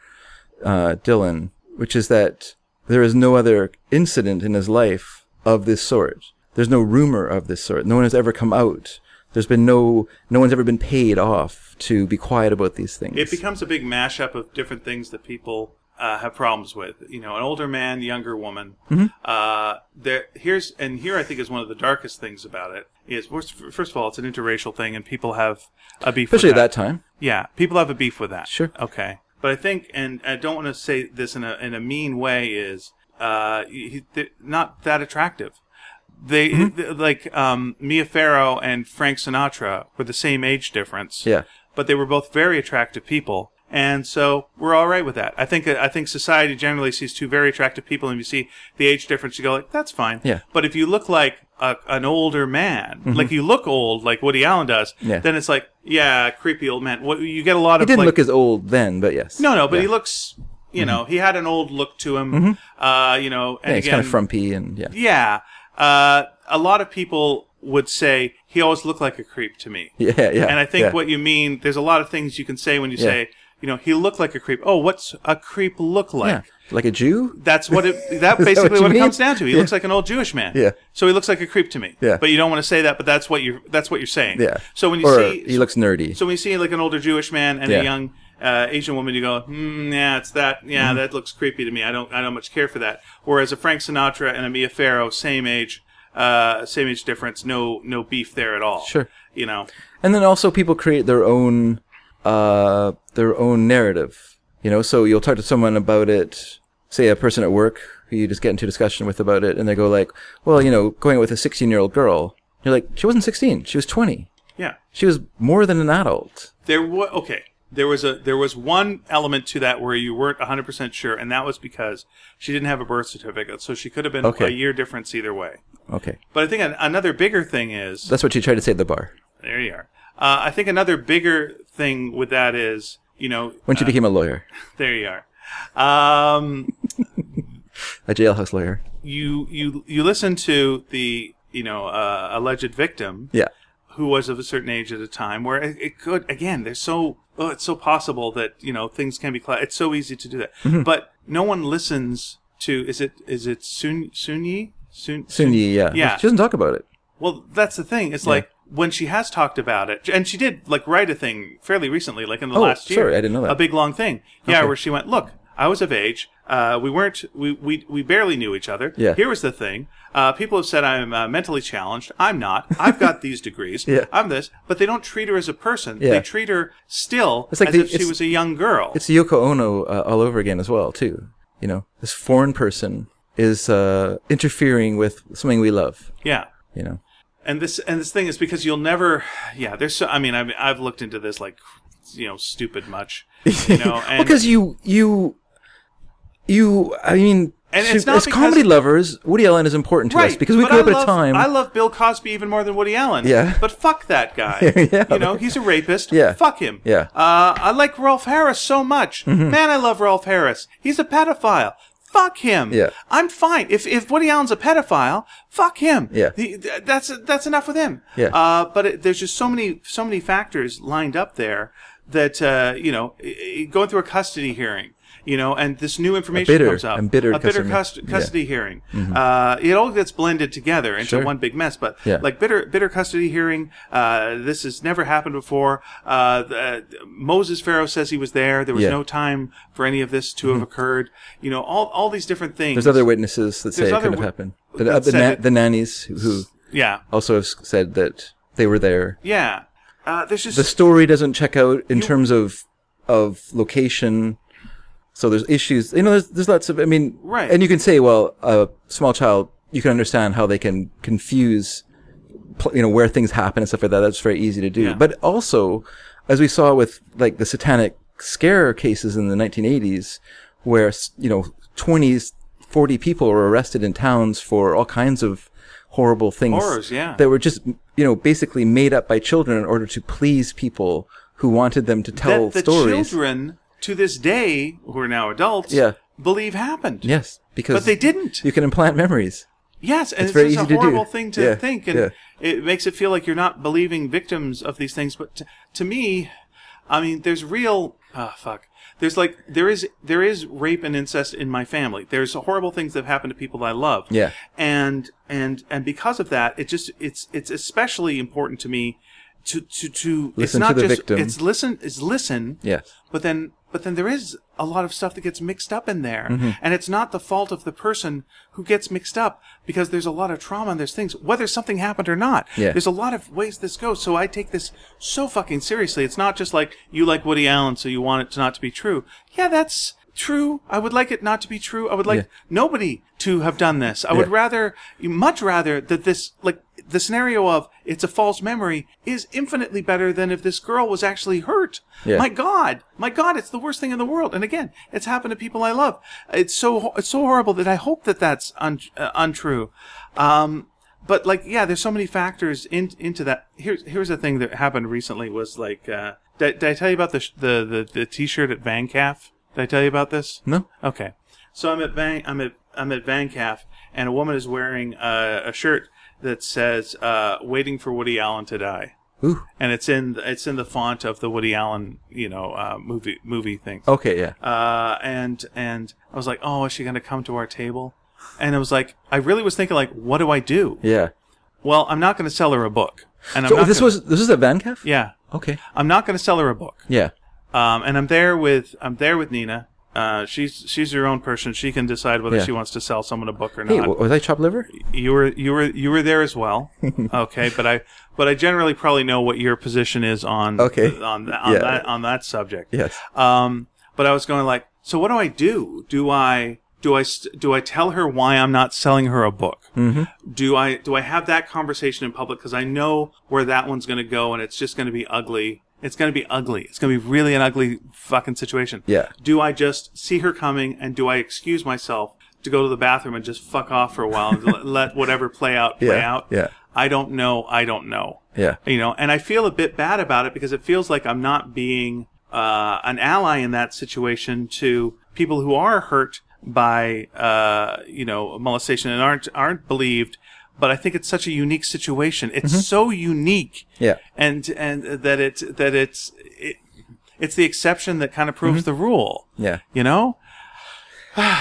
S1: uh, Dylan, which is that there is no other incident in his life of this sort. There's no rumor of this sort. No one has ever come out. There's been no no one's ever been paid off to be quiet about these things.
S2: It becomes a big mashup of different things that people uh, have problems with. You know, an older man, younger woman.
S1: Mm-hmm.
S2: Uh, there, here's and here I think is one of the darkest things about it is first first of all it's an interracial thing and people have a beef.
S1: Especially
S2: with
S1: at that time.
S2: Yeah, people have a beef with that.
S1: Sure.
S2: Okay, but I think, and I don't want to say this in a in a mean way, is uh, he, they're not that attractive. They
S1: Mm-hmm.
S2: th- like um, Mia Farrow and Frank Sinatra were the same age difference.
S1: Yeah.
S2: but they were both very attractive people, and so we're all right with that. I think I think society generally sees two very attractive people, and you see the age difference, you go like, that's fine.
S1: Yeah. Mm-hmm.
S2: But if you look like a, an older man, like you look old, like Woody Allen does,
S1: Yeah.
S2: then it's like, yeah, creepy old man. What you get a lot
S1: He
S2: of
S1: didn't
S2: like,
S1: look as old then, but yes.
S2: no, no, but
S1: Yeah. Mm-hmm.
S2: he looks, you know, he had an old look to him, uh, you know,
S1: Yeah,
S2: and again,
S1: he's kind of frumpy and yeah.
S2: yeah, uh, a lot of people would say he always looked like a creep to me,
S1: Yeah, yeah.
S2: and I think
S1: yeah.
S2: what you mean, there's a lot of things you can say when you say, you know, he looked like a creep. Oh, what's a creep look like?
S1: yeah. like a Jew?
S2: That's what it. That
S1: Is that
S2: basically
S1: what you
S2: what, it
S1: mean?
S2: comes down to. He looks like an old Jewish man.
S1: Yeah.
S2: So he looks like a creep to me.
S1: Yeah.
S2: But you don't want to say that. But that's what you're. That's what you're saying.
S1: Yeah.
S2: So when you
S1: or
S2: see,
S1: he looks nerdy.
S2: so when you see like an older Jewish man and
S1: Yeah.
S2: a young uh, Asian woman, you go, hmm, yeah, it's that. Yeah,
S1: Mm-hmm.
S2: that looks creepy to me. I don't, I don't much care for that. Whereas a Frank Sinatra and a Mia Farrow, same age, uh, same age difference, no, no beef there at all.
S1: Sure.
S2: You know,
S1: and then also people create their own uh their own narrative. You know, so you'll talk to someone about it, say a person at work who you just get into discussion with about it and they go like, "Well, you know, going out with a 16-year-old girl." You're like, "She wasn't 16, she was 20.
S2: yeah.
S1: She was more than an adult."
S2: There was okay. There was a there was one element to that where you weren't 100 percent sure, and that was because she didn't have a birth certificate, so she could have been
S1: Okay.
S2: a year difference either way.
S1: Okay.
S2: But I think an, another bigger thing is
S1: That's what you tried to say at the bar
S2: there you are. Uh, I think another bigger thing with that is you know
S1: when she became a lawyer,
S2: There you are. Um,
S1: a jailhouse lawyer.
S2: you you you listen to the you know uh, alleged victim
S1: Yeah.
S2: who was of a certain age at a time where it, it could again. There's so oh, it's so possible that you know things can be. Cla- it's so easy to do that, but no one listens to. Is it is it Sun Sunyi Sun
S1: Soon you, yeah.
S2: Yeah.
S1: She doesn't talk about it.
S2: Well, that's the thing. It's like when she has talked about it, and she did like write a thing fairly recently, like in the
S1: Oh,
S2: last year.
S1: sorry, I didn't know that.
S2: A big long thing, yeah, where she went, "Look, I was of age. Uh, we weren't. We, we we barely knew each other.
S1: Yeah.
S2: Here was the thing. Uh, people have said I'm uh, mentally challenged. I'm not. I've got these degrees.
S1: Yeah.
S2: I'm this. But they don't treat her as a person.
S1: Yeah.
S2: They treat her still
S1: like
S2: as
S1: the-
S2: if she
S1: it's-
S2: was a young girl.
S1: It's Yoko Ono uh, all over again as well, too. You know, this foreign person is uh, interfering with something we love.
S2: Yeah.
S1: You know,
S2: and this and this thing is because you'll never yeah there's so i mean i've, I've looked into this like you know stupid much you know and
S1: because you you you. I mean,
S2: And
S1: to-
S2: it's not
S1: as comedy
S2: because-
S1: lovers, Woody Allen is important to us because we
S2: but
S1: grew
S2: I
S1: up at
S2: love-
S1: a time.
S2: I love Bill Cosby even more than Woody Allen.
S1: Yeah.
S2: But fuck that guy.
S1: Yeah.
S2: You know, he's a rapist.
S1: Yeah.
S2: Fuck him.
S1: Yeah. Mm-hmm.
S2: Uh, I like Rolf Harris so much. Man, I love Rolf Harris. He's a pedophile. Fuck him.
S1: Yeah.
S2: I'm fine. If if Woody Allen's a pedophile, fuck him.
S1: Yeah.
S2: The- th- that's that's enough with him.
S1: Yeah.
S2: Uh, but it, there's just so many so many factors lined up there that uh, you know, i- i- going through a custody hearing, you know, and this new information
S1: bitter-
S2: comes up.
S1: a bitter
S2: a bitter
S1: custody-
S2: cust-
S1: yeah.
S2: custody hearing. Uh, it all gets blended together into
S1: Mm-hmm. Sure.
S2: one big mess. But
S1: Yeah.
S2: like bitter, bitter custody hearing. Uh, this has never happened before. Uh, the, Moses Pharaoh says he was there. There was
S1: Yeah. Mm-hmm.
S2: no time for any of this to have occurred. You know, all all these different things.
S1: There's other witnesses that say
S2: There's
S1: it
S2: other
S1: couldn't have
S2: wi-
S1: happened. The,
S2: that
S1: uh, the,
S2: said
S1: na-
S2: it-
S1: the nannies who
S2: yeah,
S1: also have s- said that they were there.
S2: yeah. Uh, there's just
S1: The story doesn't check out in terms of of location. So there's issues. You know, there's there's lots of. I mean,
S2: Right.
S1: And you can say, well, a small child. You can understand how they can confuse, pl- you know, where things happen and stuff like that. That's very easy to do.
S2: Yeah.
S1: But also, as we saw with like the satanic scare cases in the 1980s, where s- you know 20s, 40 people were arrested in towns for all kinds of horrible things
S2: Horrors, yeah.
S1: that were just you know basically made up by children in order to please people who wanted them to tell
S2: that the
S1: stories.
S2: children to this day, who are now adults,
S1: Yeah.
S2: believe happened.
S1: yes, because
S2: But they didn't.
S1: You can implant memories.
S2: Yes, and it's,
S1: very
S2: just
S1: easy to
S2: a
S1: do.
S2: horrible thing to
S1: Yeah,
S2: think, and
S1: yeah.
S2: it makes it feel like you're not believing victims of these things. But t- to me, I mean, there's real ah fuck. There's like there is there is rape and incest in my family. There's horrible things that have happened to people I love.
S1: Yeah.
S2: and and and because of that, it just it's it's especially important to me to to to it's
S1: Listen to
S2: not
S1: the
S2: just
S1: victim.
S2: it's listen it's listen.
S1: Yes.
S2: But then, but then there is a lot of stuff that gets mixed up in there, and it's not the fault of the person who gets mixed up because there's a lot of trauma and there's things, whether something happened or not.
S1: Yeah.
S2: There's a lot of ways this goes. So I take this so fucking seriously. It's not just like you like Woody Allen, so you want it to not to be true. Yeah, that's true. I would like it not to be true. I would like
S1: Yeah.
S2: nobody to have done this. I would
S1: Yeah.
S2: rather, much rather, that this like. The scenario of it's a false memory is infinitely better than if this girl was actually hurt.
S1: Yeah.
S2: My God, my God, it's the worst thing in the world. And again, it's happened to people I love. It's so ho- it's so horrible that I hope that that's un- uh, untrue. Um, but like, yeah, there's so many factors in- into that. Here's here's the thing that happened recently was like, uh, did, did I tell you about the sh- the the, the T-shirt at Van Calf? Did I tell you about this?
S1: No.
S2: Okay. So I'm at Van I'm at I'm at Van Calf, and a woman is wearing a, a shirt that says uh, "Waiting for Woody Allen to Die."
S1: Ooh.
S2: and it's in it's in the font of the Woody Allen, you know, uh, movie movie thing.
S1: Okay. Yeah.
S2: Uh, and and I was like, oh, is she gonna come to our table? And I was like, I really was thinking like, what do I do?
S1: yeah.
S2: Well, I'm not gonna sell her a book, and I'm
S1: So
S2: not
S1: this
S2: gonna,
S1: was this was a van calf.
S2: yeah,
S1: Okay.
S2: I'm not gonna sell her a book.
S1: Yeah.
S2: Um, and I'm there with I'm there with Nina. Uh, she's she's her own person. She can decide whether
S1: Yeah.
S2: she wants to sell someone a book or
S1: Hey,
S2: not.
S1: w- was I chopped liver?
S2: you were you were you were there as well. okay, but I but I generally probably know what your position is on
S1: Okay.
S2: on th- on
S1: Yeah.
S2: that on that subject.
S1: Yes.
S2: Um, but I was going like, so what do I do? Do I do I st- do I tell her why I'm not selling her a book? Mm-hmm. Do I do I have that conversation in public because I know where that one's going to go and it's just going to be ugly. It's going to be ugly. It's going to be really an ugly fucking situation.
S1: Yeah.
S2: Do I just see her coming and do I excuse myself to go to the bathroom and just fuck off for a while and let- let whatever play out play
S1: Yeah,
S2: out?
S1: yeah.
S2: I don't know. I don't know
S1: Yeah.
S2: you know and i feel a bit bad about it because it feels like i'm not being uh, an ally in that situation to people who are hurt by uh, you know molestation and aren't aren't believed but i think it's such a unique situation it's so unique
S1: Yeah.
S2: and and that it that it's it, it's the exception that kind of proves the rule
S1: Yeah.
S2: you know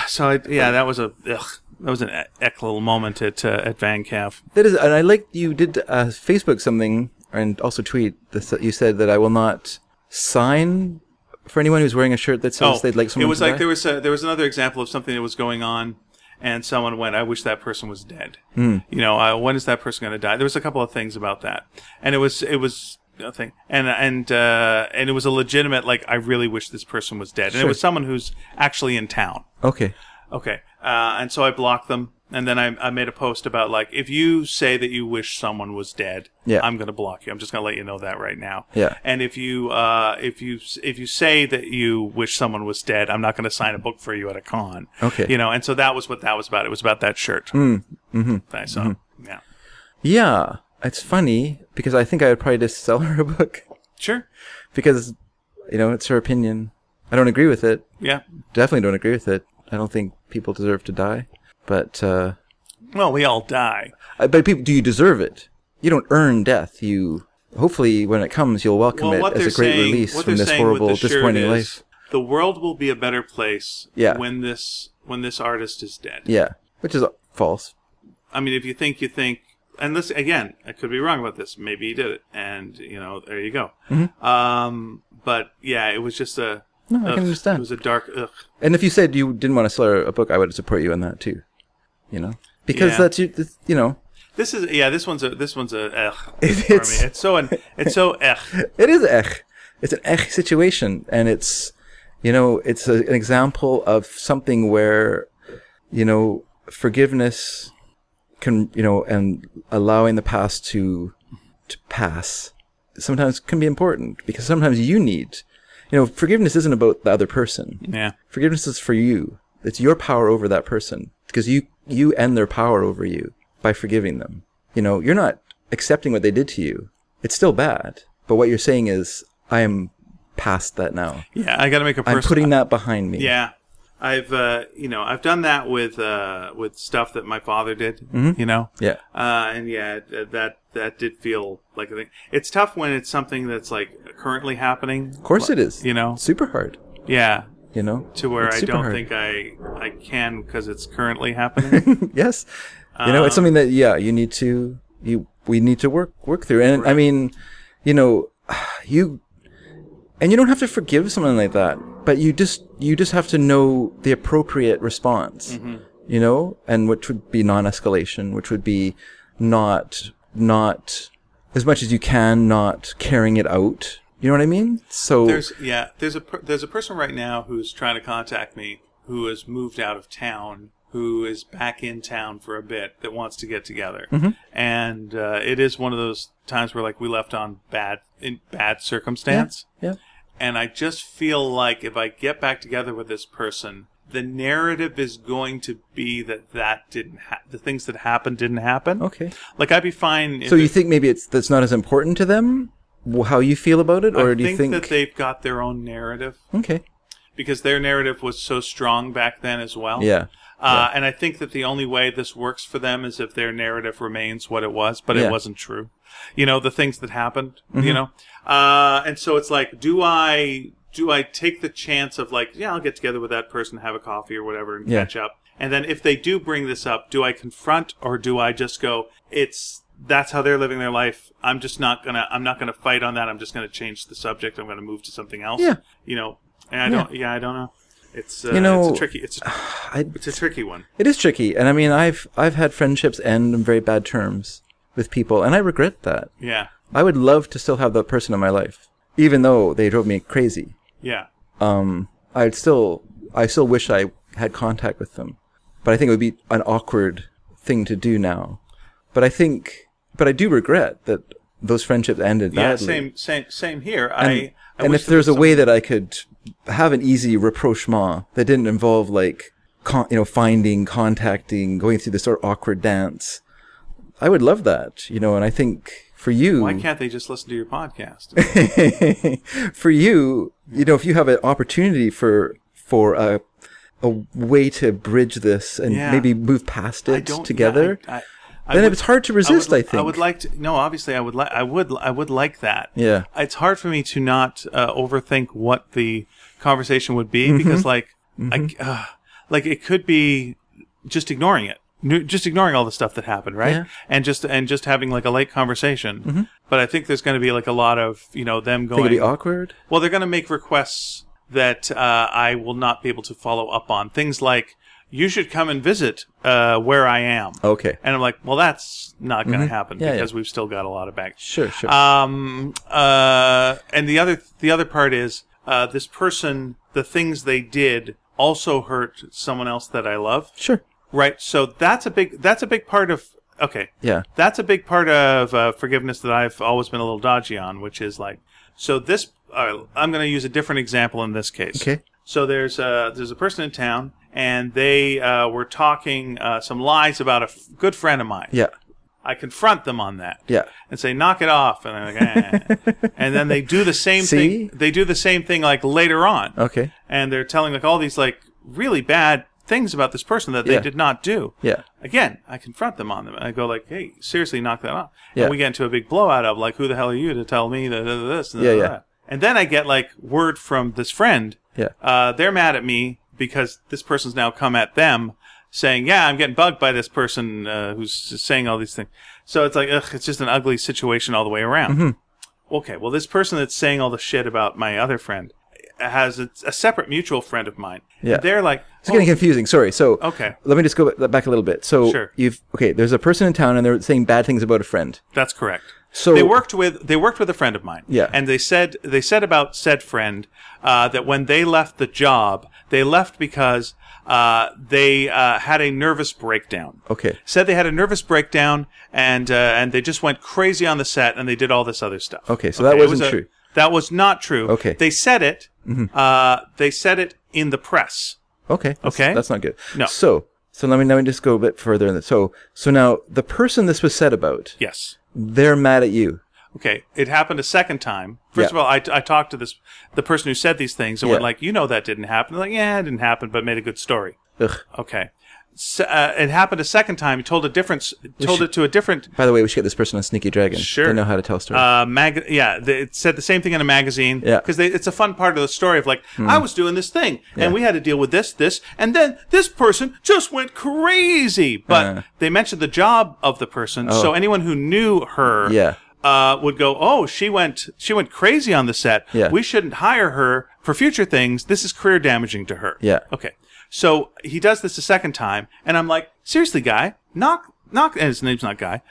S2: so I, yeah that was a ugh, that was an e- eck little moment at uh, at van calf
S1: That is, and I like you did uh, Facebook something and also tweet. This, you said that I will not sign for anyone who's wearing a shirt that says they'd like
S2: Oh, it
S1: someone
S2: was
S1: to
S2: like
S1: die.
S2: there was a, there was another example of something that was going on, and someone went, "I wish that person was dead."
S1: Hmm.
S2: You know, uh, when is that person going to die? There was a couple of things about that, and it was it was a thing, and and uh, and it was a legitimate like, "I really wish this person was dead," and it
S1: Sure.
S2: was someone who's actually in town.
S1: okay.
S2: Okay, uh, and so I blocked them, and then I, I made a post about like, if you say that you wish someone was dead,
S1: Yeah.
S2: I'm going to block you. I'm just going to let you know that right now.
S1: Yeah.
S2: And if you uh, if you if you say that you wish someone was dead, I'm not going to sign a book for you at a con.
S1: Okay. Hmm.
S2: You know, and so that was what that was about. It was about that shirt. Mm-hmm. I saw. Yeah.
S1: Yeah, it's funny because I think I would probably just sell her a book
S2: Sure.
S1: because, you know, it's her opinion. I don't agree with it.
S2: Yeah.
S1: Definitely don't agree with it. I don't think people deserve to die. But, uh,
S2: Well, we all die.
S1: I- Uh, but people, do you deserve it? You don't earn death. You hopefully, when it comes, you'll welcome
S2: Well, what
S1: it
S2: they're
S1: as a great
S2: saying,
S1: release
S2: what
S1: from
S2: they're
S1: this
S2: saying with
S1: horrible,
S2: the shirt
S1: disappointing
S2: is,
S1: life.
S2: The world will be a better place.
S1: Yeah.
S2: When this when this artist is dead.
S1: Yeah, which is false.
S2: I mean, if you think you think, and this again, I could be wrong about this. Maybe he did it, and you know, there you go. Um, but yeah, it was just
S1: Mm-hmm.
S2: a.
S1: No, I
S2: ugh,
S1: can understand.
S2: It was a dark. Ugh.
S1: And if you said you didn't want to sell her a book, I would support you in that too. You know, because
S2: Yeah.
S1: that's you. that's- You know,
S2: This is yeah. This one's a this one's a ugh for
S1: It's-
S2: me. It's so an, it's so ugh.
S1: it is ech. It's an ech situation, and it's you know, it's a, an example of something where you know forgiveness can you know and allowing the past to to pass sometimes can be important because sometimes you need you know forgiveness isn't about the other person
S2: Yeah.
S1: forgiveness is for you it's your power over that person because you you end their power over you by forgiving them you know you're not accepting what they did to you it's still bad but what you're saying is i am past that now
S2: Yeah. I got to make a
S1: i'm
S2: personal.
S1: putting that behind me
S2: Yeah, I've uh, you know I've done that with uh, with stuff that my father did.
S1: Mm-hmm.
S2: You know.
S1: Yeah.
S2: Uh, and yeah, th- that that did feel like a thing. It's tough when it's something that's like currently happening.
S1: of course it is
S2: You know.
S1: super hard
S2: Yeah.
S1: you know
S2: To where
S1: It's
S2: I
S1: super
S2: don't
S1: hard.
S2: think I I can because it's currently happening.
S1: yes you know it's something that yeah you need to you we need to work work through and i mean you know you and you don't have to forgive someone like that but you just you just have to know the appropriate response
S2: Mm-hmm.
S1: you know and which would be non-escalation which would be not not as much as you can not carrying it out you know what i mean so
S2: there's yeah there's a per- there's a person right now who's trying to contact me who has moved out of town who is back in town for a bit that wants to get together
S1: Mm-hmm.
S2: and uh, it is one of those times where like we left on bad in bad circumstance
S1: yeah
S2: and I just feel like if I get back together with this person, the narrative is going to be that that didn't ha- the things that happened didn't happen.
S1: okay
S2: Like I'd be fine.
S1: Oh.
S2: If
S1: so
S2: it-
S1: you think maybe it's that's not as important to them wh- how you feel about it or
S2: I
S1: do you
S2: think
S1: think
S2: that they've got their own narrative
S1: okay
S2: because their narrative was so strong back then as well.
S1: yeah
S2: Uh, And I think that the only way this works for them is if their narrative remains what it was, but
S1: Yeah. Mm-hmm.
S2: it wasn't true. You know, the things that happened, you know? Uh, and so it's like, do I, do I take the chance of like, yeah, I'll get together with that person, have a coffee or whatever and
S1: Yeah.
S2: catch up. And then if they do bring this up, do I confront or do I just go, it's, that's how they're living their life. I'm just not gonna, I'm not gonna fight on that. I'm just gonna change the subject. I'm gonna move to something else.
S1: Yeah.
S2: You know, and I don't, yeah, I don't know. It's, uh,
S1: You know,
S2: it's a tricky, it's a,
S1: I,
S2: it's a tricky one.
S1: it is tricky, and I mean, I've I've had friendships end on very bad terms with people, and I regret that.
S2: Yeah.
S1: I would love to still have that person in my life, even though they drove me crazy.
S2: Yeah.
S1: Um, I'd still I still wish I had contact with them, but I think it would be an awkward thing to do now. But I think, but I do regret that those friendships ended
S2: Yeah.
S1: badly.
S2: Same. Same. Same here.
S1: And,
S2: I. I
S1: and
S2: wish
S1: if
S2: there
S1: there's
S2: was
S1: a way that I could have an easy rapprochement that didn't involve like, con- you know, finding, contacting, going through this sort of awkward dance, I would love that, you know. And I think for you,
S2: Why can't they just listen to your podcast?
S1: for you, you know, if you have an opportunity for for a a way to bridge this and
S2: Yeah.
S1: maybe move past
S2: I
S1: it
S2: don't
S1: together,
S2: Yeah, I, I, I
S1: then
S2: would-
S1: it's hard to
S2: I would-
S1: resist. I, think.
S2: I would like to. No, obviously, I would like. I would. I would like that.
S1: Yeah.
S2: It's hard for me to not uh, overthink what the conversation would be
S1: Mm-hmm.
S2: because, like, I, uh, like it could be just ignoring it, Nu- just ignoring all the stuff that happened, right?
S1: Yeah. Mm-hmm.
S2: And just and just having like a light conversation. But I think there's going to be like a lot of you know them going.
S1: Think it'd be awkward.
S2: Well, they're going to make requests that uh, I will not be able to follow up on. Things like, you should come and visit uh, where I am.
S1: Okay.
S2: And I'm like, well, that's not going to happen
S1: Oh. Mm-hmm. Yeah,
S2: because
S1: yeah.
S2: we've still got a lot of baggage.
S1: Sure, sure.
S2: Um, uh, and the other the other part is uh, this person, the things they did also hurt someone else that I love.
S1: sure.
S2: Right. So that's a big that's a big part of okay.
S1: Yeah.
S2: That's a big part of uh, forgiveness that I've always been a little dodgy on, which is like so this uh, I'm going to use a different example in this case.
S1: Okay.
S2: So there's a there's a person in town and they uh, were talking uh, some lies about a f- good friend of mine.
S1: Yeah.
S2: I confront them on that
S1: Yeah.
S2: and say knock it off and I'm like eh. and then they do the same
S1: See?
S2: thing they do the same thing like later on
S1: Okay.
S2: and they're telling like all these like really bad things about this person that they
S1: Yeah.
S2: did not do
S1: Yeah.
S2: again i confront them on them and i go like hey seriously knock that off
S1: Yeah.
S2: and we get into a big blowout of like who the hell are you to tell me that that- this and
S1: Yeah,
S2: that,
S1: yeah.
S2: that. and then i get like word from this friend
S1: Yeah.
S2: uh, they're mad at me because this person's now come at them saying, "Yeah, I'm getting bugged by this person uh, who's saying all these things." So it's like, ugh, it's just an ugly situation all the way around.
S1: Mm-hmm.
S2: Okay, well, this person that's saying all the shit about my other friend has a, a separate mutual friend of mine.
S1: Yeah.
S2: they're like,
S1: It's getting confusing. Sorry. So
S2: Okay.
S1: Let me just go ba- back a little bit. So
S2: Sure.
S1: you've okay. There's a person in town, and they're saying bad things about a friend.
S2: That's correct.
S1: So-
S2: they worked with they worked with a friend of mine.
S1: Yeah.
S2: and they said they said about said friend uh, that when they left the job, they left because uh, they uh, had a nervous breakdown.
S1: Okay.
S2: Said they had a nervous breakdown and uh, and they just went crazy on the set and they did all this other stuff.
S1: Okay, so that
S2: it
S1: wasn't
S2: was a-
S1: true.
S2: That was not true.
S1: Okay. Mm-hmm.
S2: they said it. Uh, they said it in the press.
S1: Okay. That's,
S2: Okay.
S1: That's not good.
S2: No.
S1: So so let me let me just go a bit further. In the, so so now the person this was said about,
S2: Yes.
S1: they're mad at you.
S2: Okay, it happened a second time. First
S1: Yeah.
S2: of all, I, I talked to this the person who said these things and went
S1: Yeah.
S2: like, "You know that didn't happen." They're like, yeah, it didn't happen, but made a good story.
S1: Ugh.
S2: Okay, so, uh, it happened a second time. He told a different, s- told it to a different
S1: By the way, we should get this person on Sneaky Dragon.
S2: Sure.
S1: They know how to tell stories.
S2: uh, mag. Yeah, they, it said the same thing in a magazine.
S1: Yeah. Hmm.
S2: because it's a fun part of the story of like, I was doing this thing and we had to deal with this, this, and then this person just went crazy. But
S1: Uh.
S2: they mentioned the job of the person, so anyone who knew her,
S1: Oh. Yeah.
S2: uh, would go, "Oh, she went, she went crazy on the set.
S1: Yeah.
S2: We shouldn't hire her for future things. This is career damaging to her."
S1: Yeah.
S2: Okay. So he does this a second time, and I'm like, "Seriously, guy, knock, knock." And his name's not Guy.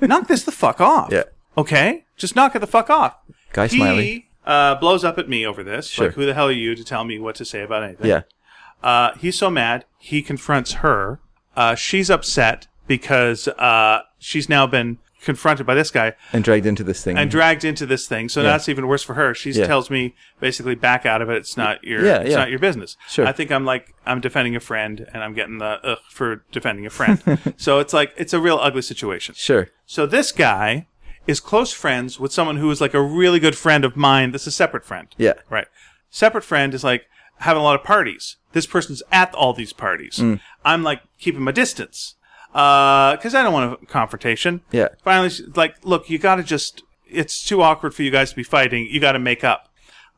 S2: knock this the fuck off.
S1: Yeah.
S2: Okay. Just knock it the fuck off.
S1: Guy
S2: he,
S1: Smiley.
S2: Uh, blows up at me over this.
S1: Sure.
S2: Like, who the hell are you to tell me what to say about anything?
S1: yeah.
S2: Uh, he's so mad, he confronts her. Uh, she's upset because uh, she's now been confronted by this guy
S1: And dragged into this thing.
S2: and dragged into this thing. So that's even worse for her. She
S1: Yeah.
S2: tells me basically back out of it. It's not your
S1: Yeah,
S2: it's
S1: yeah.
S2: not your business.
S1: Sure.
S2: I think I'm like I'm defending a friend and I'm getting the ugh for defending a friend. so it's like it's a real ugly situation.
S1: sure.
S2: So this guy is close friends with someone who is like a really good friend of mine. This is a separate friend.
S1: Yeah.
S2: Right. Separate friend is like having a lot of parties. This person's at all these parties.
S1: Mm.
S2: I'm like keeping my distance because I don't want a confrontation.
S1: Yeah.
S2: Finally, she's like, look, you got to just, it's too awkward for you guys to be fighting. You got to make up.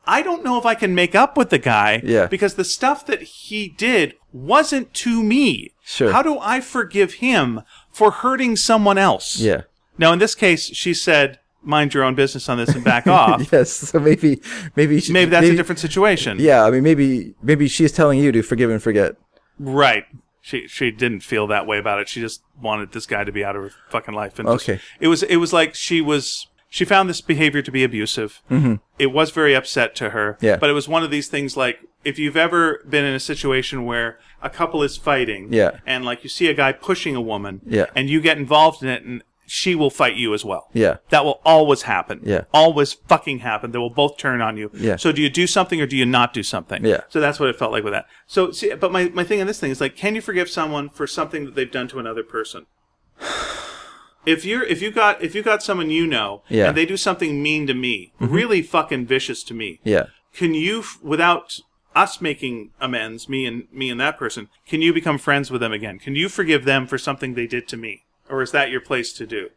S2: I don't know if I can make up with the guy
S1: Yeah.
S2: because the stuff that he did wasn't to me.
S1: Sure.
S2: How do I forgive him for hurting someone else?
S1: Yeah.
S2: Now, in this case, she said, mind your own business on this and back off.
S1: Yes. So maybe maybe she,
S2: Maybe that's a different situation.
S1: Yeah. I mean, maybe maybe she's telling you to forgive and forget.
S2: Right. She she didn't feel that way about it. She just wanted this guy to be out of her fucking life. And just-
S1: Okay.
S2: it was it was like she was she found this behavior to be abusive. Mm-hmm. It was very upset to her.
S1: Yeah.
S2: But it was one of these things like if you've ever been in a situation where a couple is fighting.
S1: Yeah.
S2: And like you see a guy pushing a woman.
S1: Yeah.
S2: And you get involved in it and she will fight you as well.
S1: Yeah.
S2: That will always happen.
S1: Yeah.
S2: Always fucking happen. They will both turn on you.
S1: Yeah.
S2: So do you do something or do you not do something?
S1: Yeah.
S2: So that's what it felt like with that. So see, but my, my thing in this thing is like, can you forgive someone for something that they've done to another person? If you're if you got if you got someone you know
S1: Yeah. Mm-hmm.
S2: and they do something mean to me, really fucking vicious to me,
S1: Yeah.
S2: can you f- without us making amends, me and me and that person, can you become friends with them again? Can you forgive them for something they did to me, or is that your place to do?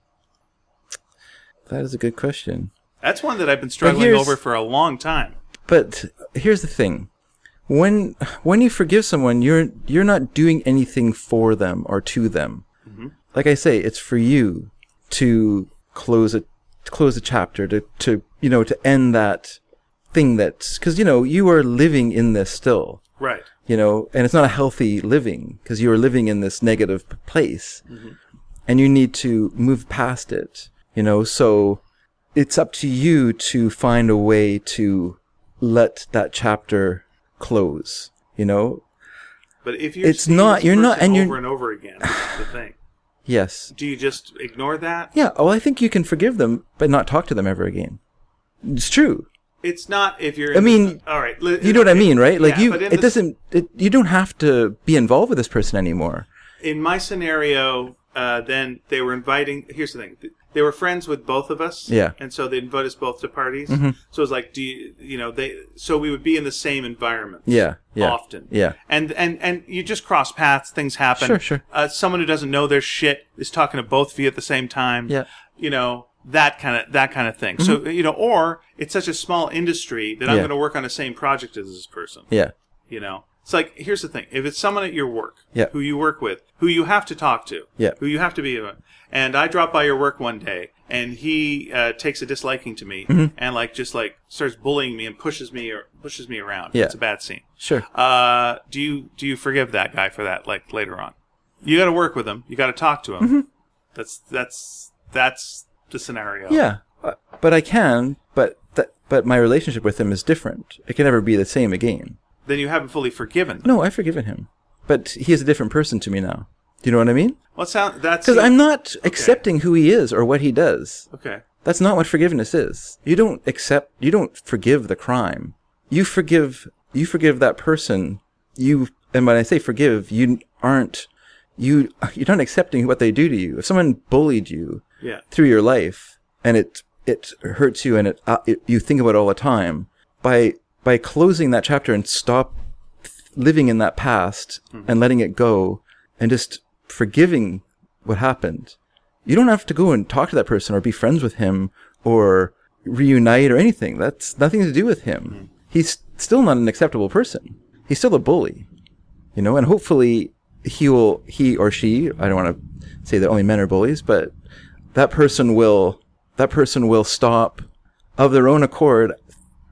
S1: That is a good question.
S2: That's one that I've been struggling
S1: here's-
S2: over for a long time.
S1: But here's the thing. When when you forgive someone, you're you're not doing anything for them or to them. Like I say, it's for you to close a to close a chapter to to you know to end that thing that's because you know you are living in this still
S2: Right.
S1: you know, and it's not a healthy living because you are living in this negative p- place
S2: Mm-hmm.
S1: and you need to move past it, you know, so it's up to you to find a way to let that chapter close, you know?
S2: But if you're
S1: It's
S2: seeing
S1: not-
S2: this
S1: you're not-
S2: person
S1: and you're-
S2: over and over again. That's the thing.
S1: Yes.
S2: Do you just ignore that?
S1: Yeah. Well, I think you can forgive them, but not talk to them ever again. It's true.
S2: It's not if you're.
S1: I mean,
S2: all right. li-
S1: You know what I mean, right? Like
S2: Yeah,
S1: you,
S2: but in
S1: it
S2: the-
S1: doesn't, it, you don't have to be involved with this person anymore.
S2: in my scenario, uh, then they were inviting. Here's the thing: they were friends with both of us.
S1: Yeah. Mm-hmm.
S2: And so they invite us both to parties. So it's like, do you, you know they? So we would be in the same environment.
S1: Yeah. Yeah.
S2: Often.
S1: Yeah.
S2: And and and you just cross paths. Things happen.
S1: Sure, sure.
S2: Uh, someone who doesn't know their shit is talking to both of you at the same time.
S1: Yeah. Mm-hmm.
S2: You know that kind of that kind of thing. So you know, or it's such a small industry that I'm
S1: Yeah.
S2: going to work on the same project as this person.
S1: Yeah.
S2: You know, it's like here's the thing: if it's someone at your work,
S1: Yeah.
S2: who you work with, who you have to talk to,
S1: Yeah.
S2: who you have to be, and I drop by your work one day, and he uh, takes a disliking to me,
S1: Mm-hmm.
S2: and like just like starts bullying me and pushes me or pushes me around.
S1: Yeah.
S2: It's a bad scene.
S1: Sure.
S2: Uh, do you do you forgive that guy for that? Like later on, you got to work with him. You got to talk to him.
S1: Mm-hmm.
S2: That's that's that's the scenario.
S1: Yeah, uh, but I can. But th- but my relationship with him is different. It can never be the same again.
S2: Then you haven't fully forgiven. Them.
S1: No, I've forgiven him, but he is a different person to me now. Do you know what I mean?
S2: Well, it sound, that's
S1: Because I'm not accepting who he is or what he does.
S2: okay.
S1: That's not what forgiveness is. You don't accept. You don't forgive the crime. You forgive. You forgive that person. You and when I say forgive, you aren't. You you're not accepting what they do to you. If someone bullied you,
S2: Yeah.
S1: through your life and it it hurts you and it, uh, it you think about it all the time by by closing that chapter and stop living in that past and letting it go and just forgiving what happened you don't have to go and talk to that person or be friends with him or reunite or anything that's nothing to do with him he's still not an acceptable person he's still a bully you know and hopefully he will he or she i don't want to say that only men are bullies but that person will that person will stop of their own accord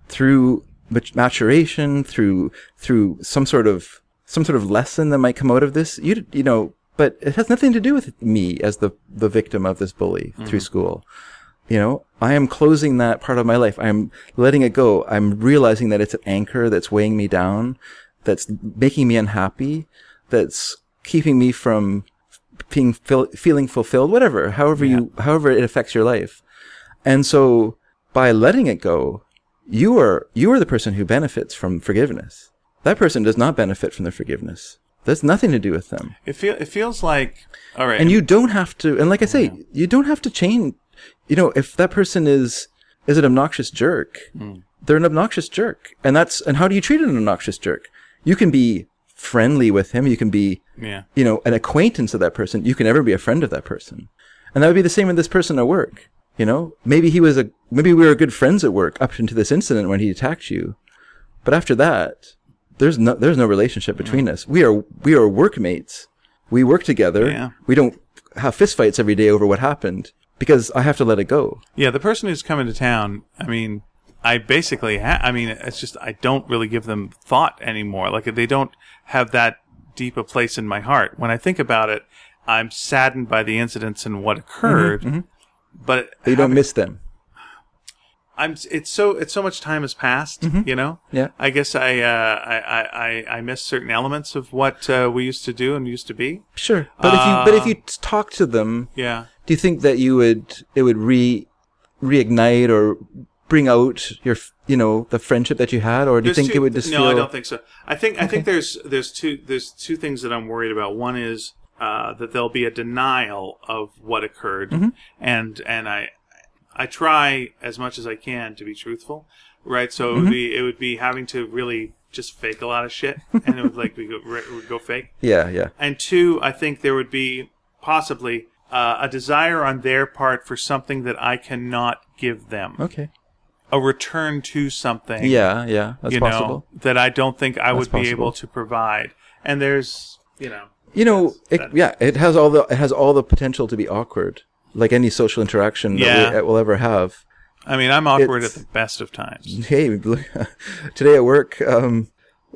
S1: through mat- maturation through through some sort of some sort of lesson that might come out of this you d- you know but it has nothing to do with me as the the victim of this bully through school you know i am closing that part of my life i'm letting it go i'm realizing that it's an anchor that's weighing me down that's making me unhappy that's keeping me from being fil- feeling fulfilled whatever however you however it affects your life and so by letting it go you are you are the person who benefits from forgiveness that person does not benefit from the forgiveness that's nothing to do with them
S2: It feel it feels like all right.
S1: and you don't have to and like i say you don't have to change you know if that person is is an obnoxious jerk they're an obnoxious jerk and that's and how do you treat an obnoxious jerk you can be friendly with him you can be
S2: yeah.
S1: you know an acquaintance of that person you can never be a friend of that person and that would be the same with this person at work you know maybe he was a maybe we were good friends at work up into this incident when he attacked you but after that there's no there's no relationship between us we are we are workmates we work together
S2: Yeah.
S1: we don't have fistfights every day over what happened because i have to let it go
S2: Yeah, the person who's coming to town, I mean, I basically, ha- I mean, it's just I don't really give them thought anymore. Like they don't have that deep a place in my heart. When I think about it, I'm saddened by the incidents and what occurred, but
S1: but you Mm-hmm, don't miss them
S2: I'm it's so it's so much time has passed, you know.
S1: Mm-hmm. Yeah.
S2: I guess I uh, I, I- I I miss certain elements of what uh, we used to do and used to be.
S1: sure but if you but if you t- talk to them
S2: Yeah.
S1: do you think that you would it would re reignite or bring out your f- you know the friendship that you had or do you
S2: There's
S1: think
S2: two-
S1: it would just
S2: no
S1: feel
S2: i don't think so i think i think there's there's two there's two things that i'm worried about one is uh, that there'll be a denial of what occurred
S1: Mm-hmm.
S2: and and i i try as much as i can to be truthful right so
S1: Mm-hmm.
S2: it would be it would be having to really just fake a lot of shit and it would like we go, it would go fake
S1: yeah yeah
S2: and two, I think there would be possibly uh, a desire on their part for something that I cannot give them,
S1: okay
S2: a return to something
S1: yeah yeah that's
S2: you
S1: possible
S2: know, that I don't think I would be
S1: possible.
S2: able to provide. And there's, you know,
S1: you know it,
S2: that-
S1: yeah it has all the it has all the potential to be awkward like any social interaction
S2: Yeah.
S1: that we, it will ever have
S2: I mean, I'm awkward
S1: It's-
S2: at the best of times.
S1: hey, look, today at work, um,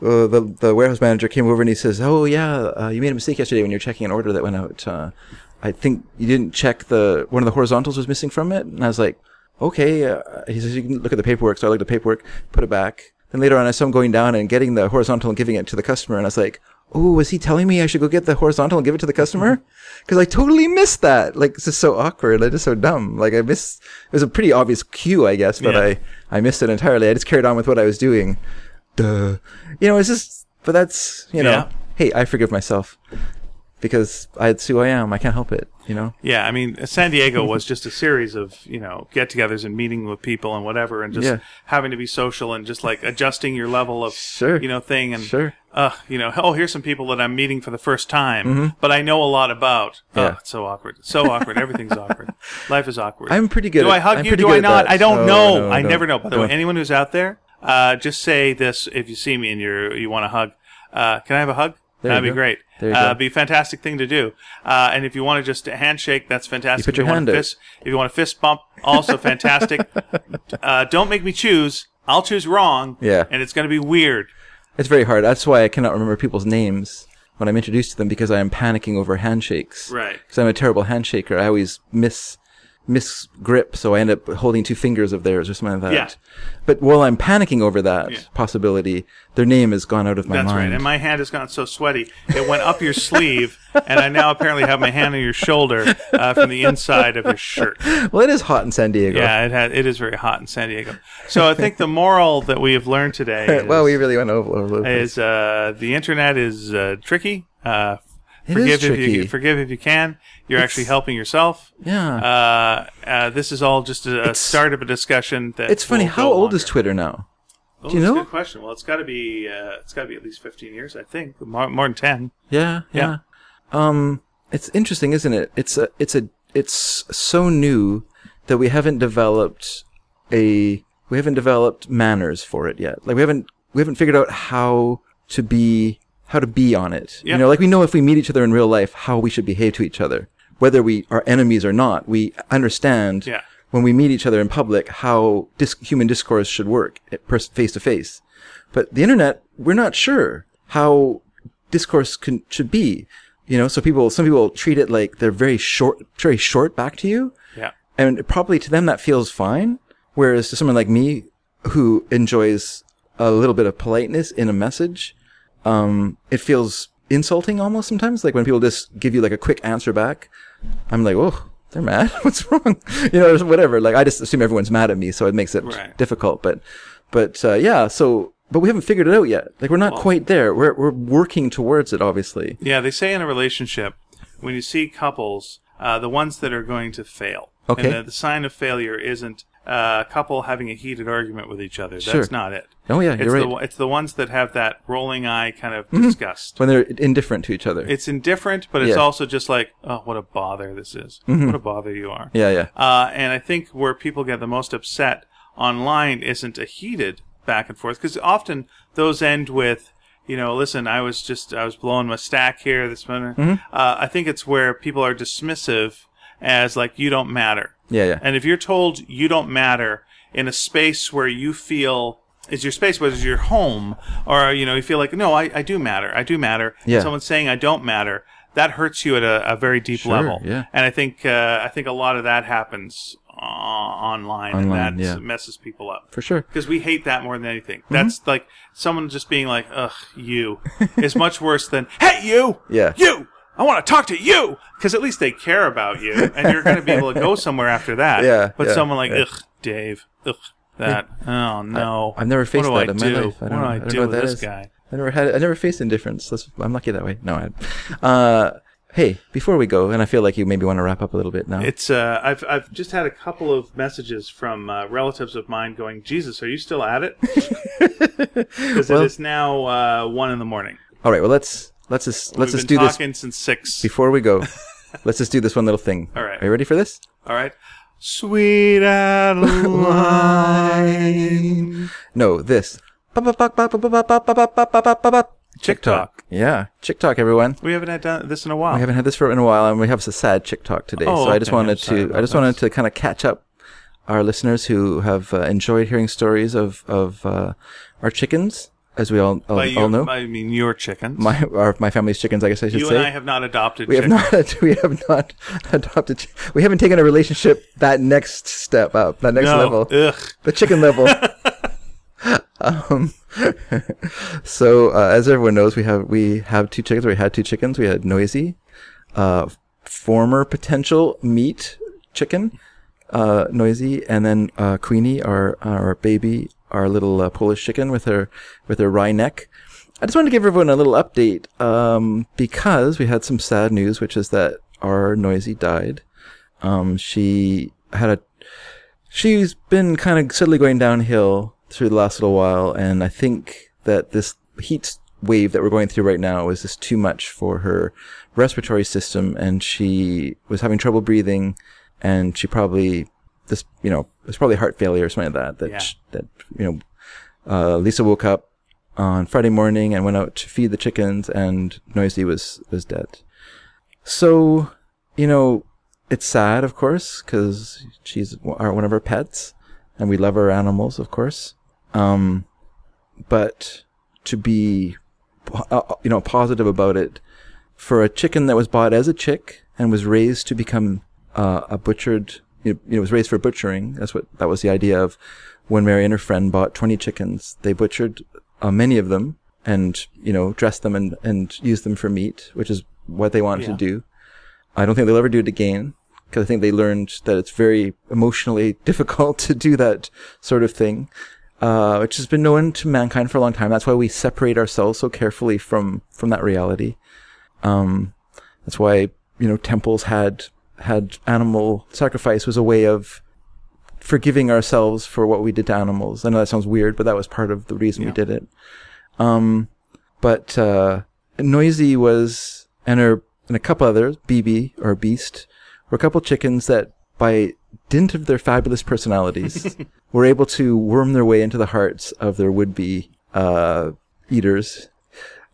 S1: uh, the the warehouse manager came over and he says, "Oh yeah, uh, you made a mistake yesterday when you were checking an order that went out. Uh, I think you didn't check the one of the horizontals was missing from it." And I was like, "Okay." Uh, he says, "You can look at the paperwork." So I looked at the paperwork, put it back. Then later on, I saw him going down and getting the horizontal and giving it to the customer, and I was like. Oh, was he telling me I should go get the horizontal and give it to the customer? Because I totally missed that. Like, it's just so awkward. Like, just so dumb. Like, I miss. It was a pretty obvious cue, I guess, but
S2: Yeah.
S1: I I missed it entirely. I just carried on with what I was doing. Duh. You know, it's just, but that's, you know,
S2: Yeah.
S1: hey, I forgive myself because I, it's who I am. I can't help it, you know?
S2: Yeah, I mean, San Diego was just a series of you know get-togethers and meeting with people and whatever, and just
S1: Yeah.
S2: having to be social and just like adjusting your level of
S1: Sure.
S2: you know thing and
S1: Sure.
S2: uh, you know, oh, here's some people that I'm meeting for the first time, but I know a lot about.
S1: Mm-hmm. Yeah.
S2: Oh, it's so awkward, so awkward. Everything's awkward. Life is awkward.
S1: I'm pretty good
S2: Do
S1: at-
S2: I hug
S1: I'm
S2: you?
S1: pretty
S2: Do
S1: good
S2: I
S1: at
S2: not?
S1: that.
S2: I don't
S1: No,
S2: know.
S1: no,
S2: I
S1: don't.
S2: never know. By the way,
S1: Don't.
S2: anyone who's out there, uh, just say this if you see me and you're you want a hug. Uh, can I have a hug?
S1: There
S2: That'd
S1: you
S2: be
S1: go.
S2: great.
S1: There you
S2: uh,
S1: go.
S2: be a fantastic thing to do. Uh, and if you want to just a handshake, that's
S1: You
S2: fantastic.
S1: put
S2: If
S1: your
S2: want
S1: hand
S2: a
S1: out.
S2: fist, if you want a fist bump, also fantastic. uh, don't make me choose. I'll choose wrong.
S1: Yeah.
S2: And it's going to be weird.
S1: It's very hard. That's why I cannot remember people's names when I'm introduced to them because I am panicking over handshakes.
S2: Right.
S1: Because I'm a terrible handshaker. I always miss miss grip, so I end up holding two fingers of theirs or something like that.
S2: Yeah.
S1: But while I'm panicking over that possibility, their name has gone out of my
S2: That's
S1: mind.
S2: right. And my hand has gotten so sweaty, it went up your sleeve, and I now apparently have my hand on your shoulder uh, from the inside of your shirt.
S1: well, it is hot in San Diego.
S2: Yeah, it had, it is very hot in San Diego. So I think the moral that we have learned today is,
S1: well, we really went over. over the place.
S2: is uh, the internet is uh, tricky. Uh,
S1: is
S2: forgive if you
S1: tricky.
S2: forgive if you can. You're actually helping yourself.
S1: Yeah.
S2: Uh, uh, this is all just a, a start of a discussion. That
S1: It's funny.
S2: will
S1: How
S2: go
S1: old is
S2: longer.
S1: Twitter now?
S2: Oh,
S1: do you
S2: that's a
S1: know?
S2: Good question. Well, it's got to be uh, it's got to be at least 15 years, I think, more, more than 10.
S1: Yeah,
S2: Yeah.
S1: yeah. Um, it's interesting, isn't it? It's a, it's a, it's so new that we haven't developed a, we haven't developed manners for it yet. Like we haven't, we haven't figured out how to be, how to be on it.
S2: Yeah.
S1: You know, like we know if we meet each other in real life, how we should behave to each other, whether we are enemies or not. We understand
S2: Yeah.
S1: when we meet each other in public how dis- human discourse should work at pers- face to face. But the internet, we're not sure how discourse can, should be. You know, so people, some people treat it like they're very short, very short back to you.
S2: Yeah.
S1: And probably to them that feels fine. Whereas to someone like me who enjoys a little bit of politeness in a message, um, it feels insulting almost sometimes. Like when people just give you like a quick answer back, I'm like, oh, they're mad. What's wrong? You know, or whatever. Like I just assume everyone's mad at me, so it makes it
S2: Right.
S1: difficult. But, but uh, yeah. So, but we haven't figured it out yet. Like we're not quite there. We're we're working towards it, obviously.
S2: Yeah, they say in a relationship, when you see couples, uh, the ones that are going to fail.
S1: Okay.
S2: And the, the sign of failure isn't uh, a couple having a heated argument with each other.
S1: Sure.
S2: That's not it.
S1: Oh yeah,
S2: It's
S1: you're
S2: the
S1: right. Mm-hmm.
S2: it's the ones that have that rolling eye kind of disgust.
S1: When they're indifferent to each other.
S2: It's indifferent, but it's
S1: Yeah. Mm-hmm.
S2: also just like, oh, what a bother this is. What a bother you are.
S1: yeah, yeah.
S2: Uh, and I think where people get the most upset online isn't a heated back and forth because often those end with, you know, listen, I was just I was blowing my stack here. This one. Uh, I think it's where people are dismissive as like you don't matter.
S1: Yeah, yeah.
S2: And if you're told you don't matter in a space where you feel is your space, whether it's your home or you know you feel like no, I, I do matter, I do matter.
S1: Yeah.
S2: Someone saying I don't matter that hurts you at a, a very deep
S1: Sure,
S2: level.
S1: yeah.
S2: And I think uh, I think a lot of that happens uh, online,
S1: Online,
S2: and that
S1: yeah.
S2: messes people up.
S1: For sure.
S2: Because we hate that more than anything. That's like someone just being like, "Ugh, you," is much worse than "Hey, you,
S1: Yeah.
S2: you." I want to talk to you because at least they care about you, and you're going to be able to go somewhere after that.
S1: Yeah,
S2: But
S1: yeah,
S2: someone like,
S1: yeah.
S2: "Ugh, Dave, ugh, that." Oh no,
S1: I've never faced
S2: what
S1: that
S2: do
S1: in
S2: I
S1: my
S2: do?
S1: life. I don't,
S2: What do I,
S1: I don't
S2: do
S1: know what
S2: with
S1: that
S2: this
S1: is.
S2: guy?
S1: I never had. I never faced indifference. That's, I'm lucky that way. No, I. Uh, hey, before we go, and I feel like you maybe want to wrap up a little bit now.
S2: It's uh, I've I've just had a couple of messages from uh, relatives of mine going, "Jesus, are you still at it?" Because
S1: Well-
S2: it is now uh, one in the morning.
S1: All right. Well, let's let's just let's
S2: We've
S1: just
S2: been
S1: do this
S2: talking since six.
S1: before we go. let's just do this one little thing.
S2: All right.
S1: Are you ready for this?
S2: All right, sweet Adeline,
S1: No, this. Chick
S2: TikTok.
S1: Yeah, chick talk, everyone.
S2: We haven't had done this in a while.
S1: We haven't had this for in a while, and we have a sad chick talk today.
S2: Oh,
S1: so I just
S2: okay, I'm
S1: wanted
S2: sorry
S1: to,
S2: about
S1: I just
S2: that.
S1: wanted to kind of catch up our listeners who have uh, enjoyed hearing stories of of uh, our chickens, as we all all,
S2: By
S1: all
S2: you-
S1: know.
S2: I mean your
S1: Oh,
S2: chickens.
S1: my our, my family's chickens, I guess I should
S2: you
S1: say.
S2: and I have not adopted
S1: we have
S2: chickens.
S1: not we have not adopted. chi- We haven't taken a relationship that next step up, that next
S2: no.
S1: level,
S2: Ugh.
S1: the chicken level. um, so uh, as everyone knows, we have we have two chickens. We had two chickens. We had Noisy, uh, former potential meat chicken, uh, Noisy, and then uh, Queenie, our our baby, our little uh, Polish chicken with her with her wry neck. I just wanted to give everyone a little update um, because we had some sad news, which is that our Noisy died. Um, she had a she's been kind of steadily going downhill through the last little while, and I think that this heat wave that we're going through right now is just too much for her respiratory system, and she was having trouble breathing, and she probably this you know it was probably heart failure or something like that that
S2: Yeah.
S1: sh- that you know uh, Lisa woke up on Friday morning and went out to feed the chickens, and Noisy was was dead. So, you know, it's sad, of course, because she's w- our- one of our pets, and we love our animals, of course. Um, but to be, po- uh, you know, positive about it, for a chicken that was bought as a chick and was raised to become uh, a butchered, you know, you know, was raised for butchering. That's what that was the idea of. When Mary and her friend bought 20 chickens, they butchered uh, many of them and you know dressed them and and used them for meat, which is what they wanted to
S2: Yeah.
S1: do. I don't think they'll ever do it again because I think they learned that it's very emotionally difficult to do that sort of thing, uh, which has been known to mankind for a long time. That's why we separate ourselves so carefully from from that reality. Um, that's why you know temples had had animal sacrifice was a way of forgiving ourselves for what we did to animals. I know that sounds weird, but that was part of the reason we
S2: Yeah.
S1: did it. Um, but uh, Noisy was and her and a couple others, BB or Beast, were a couple chickens that by dint of their fabulous personalities were able to worm their way into the hearts of their would-be uh, eaters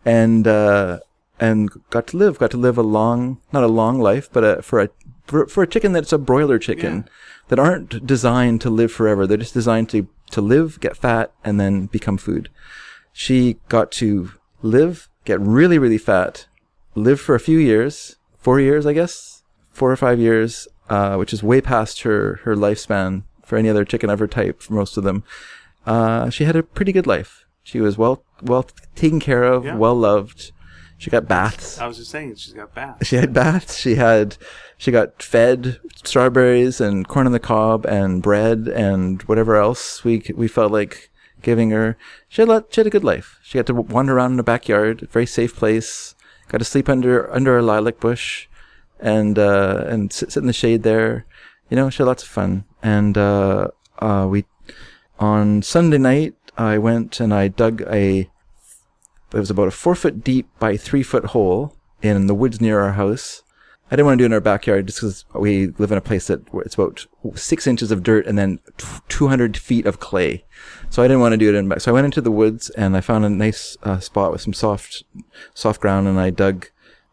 S1: and uh, and got to live, got to live a long, not a long life, but a, for a for, for a chicken that's a broiler chicken that aren't designed to live forever. They're just designed to to live, get fat, and then become food. She got to live, get really, really fat, live for a few years, four years, I guess, four or five years, uh, which is way past her her lifespan for any other chicken of her type. For most of them, uh, she had a pretty good life. She was well well taken care of,
S2: Yeah.
S1: well loved. She got baths.
S2: I was just saying she's got baths.
S1: She had baths. She had she got fed strawberries and corn on the cob and bread and whatever else we c- we felt like giving her. She had a lot, she had a good life. She got to w- wander around in the backyard, very safe place. Got to sleep under under a lilac bush, and uh, and sit, sit in the shade there. You know, she had lots of fun. And uh, uh, we on Sunday night, I went and I dug a it was about a four foot deep by three foot hole in the woods near our house. I didn't want to do it in our backyard just because we live in a place that where it's about six inches of dirt and then t- 200 feet of clay. So I didn't want to do it in. back. So I went into the woods and I found a nice uh, spot with some soft, soft ground and I dug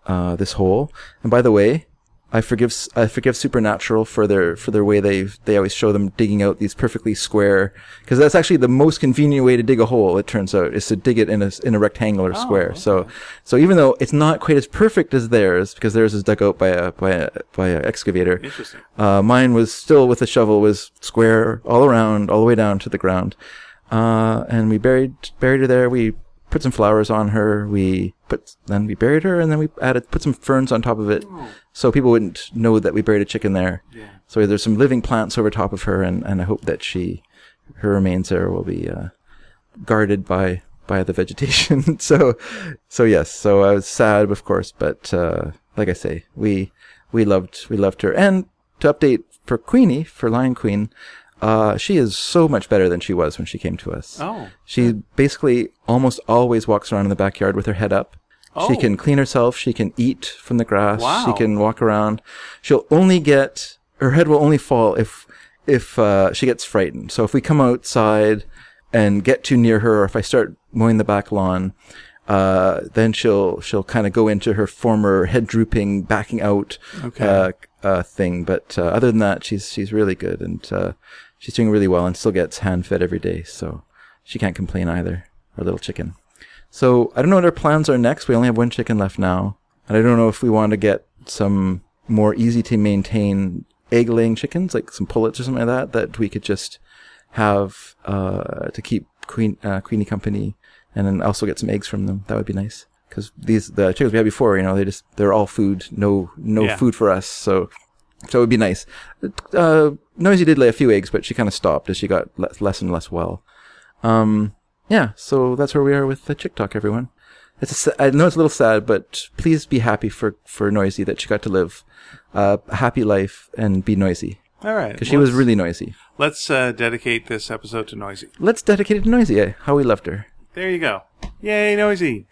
S1: uh, this hole. And by the way, I forgive s- I forgive Supernatural for their for their way they they always show them digging out these perfectly square because that's actually the most convenient way to dig a hole. It turns out is to dig it in a s- in a rectangular square. So so even though it's not quite as perfect as theirs because theirs is dug out by a by a by an excavator,
S2: Interesting.
S1: uh, mine was still with a shovel was square all around, all the way down to the ground. Uh, and we buried buried her there. We put some flowers on her. We put then we buried her, and then we added put some ferns on top of it, so people wouldn't know that we buried a chicken there.
S2: Yeah.
S1: So there's some living plants over top of her, and, and I hope that she her remains there will be uh, guarded by by the vegetation. so, so yes. So I was sad, of course, but uh, like I say, we we loved we loved her. And to update for Queenie for Lion Queen, uh, she is so much better than she was when she came to us.
S2: Oh.
S1: She basically almost always walks around in the backyard with her head up. She
S2: Oh.
S1: can clean herself. She can eat from the grass. She
S2: Wow.
S1: can walk around. She'll only get her head will only fall if if uh, she gets frightened. So if we come outside and get too near her, or if I start mowing the back lawn, uh, then she'll she'll kind of go into her former head drooping, backing out
S2: Okay.
S1: uh, uh, thing. But uh, other than that, she's she's really good, and uh, She's doing really well and still gets hand fed every day, so she can't complain either. Our little chicken. So I don't know what our plans are next. We only have one chicken left now, and I don't know if we want to get some more easy to maintain egg laying chickens, like some pullets or something like that, that we could just have uh, to keep queen uh, queenie company, and then also get some eggs from them. That would be nice because these the chickens we had before, you know, they just they're all food, no no
S2: Yeah.
S1: food for us. So so it would be nice. Uh, Noisy did lay a few eggs, but she kind of stopped as she got le- less and less well. Um, yeah, so that's where we are with the Chick Talk, everyone. It's a sa- I know it's a little sad, but please be happy for, for Noisy that she got to live a happy life and be noisy
S2: All right.
S1: because she was
S2: let's-
S1: really noisy.
S2: Let's uh, dedicate this episode to Noisy.
S1: Let's dedicate it to Noisy, eh, how we loved her.
S2: There you go. Yay, Noisy.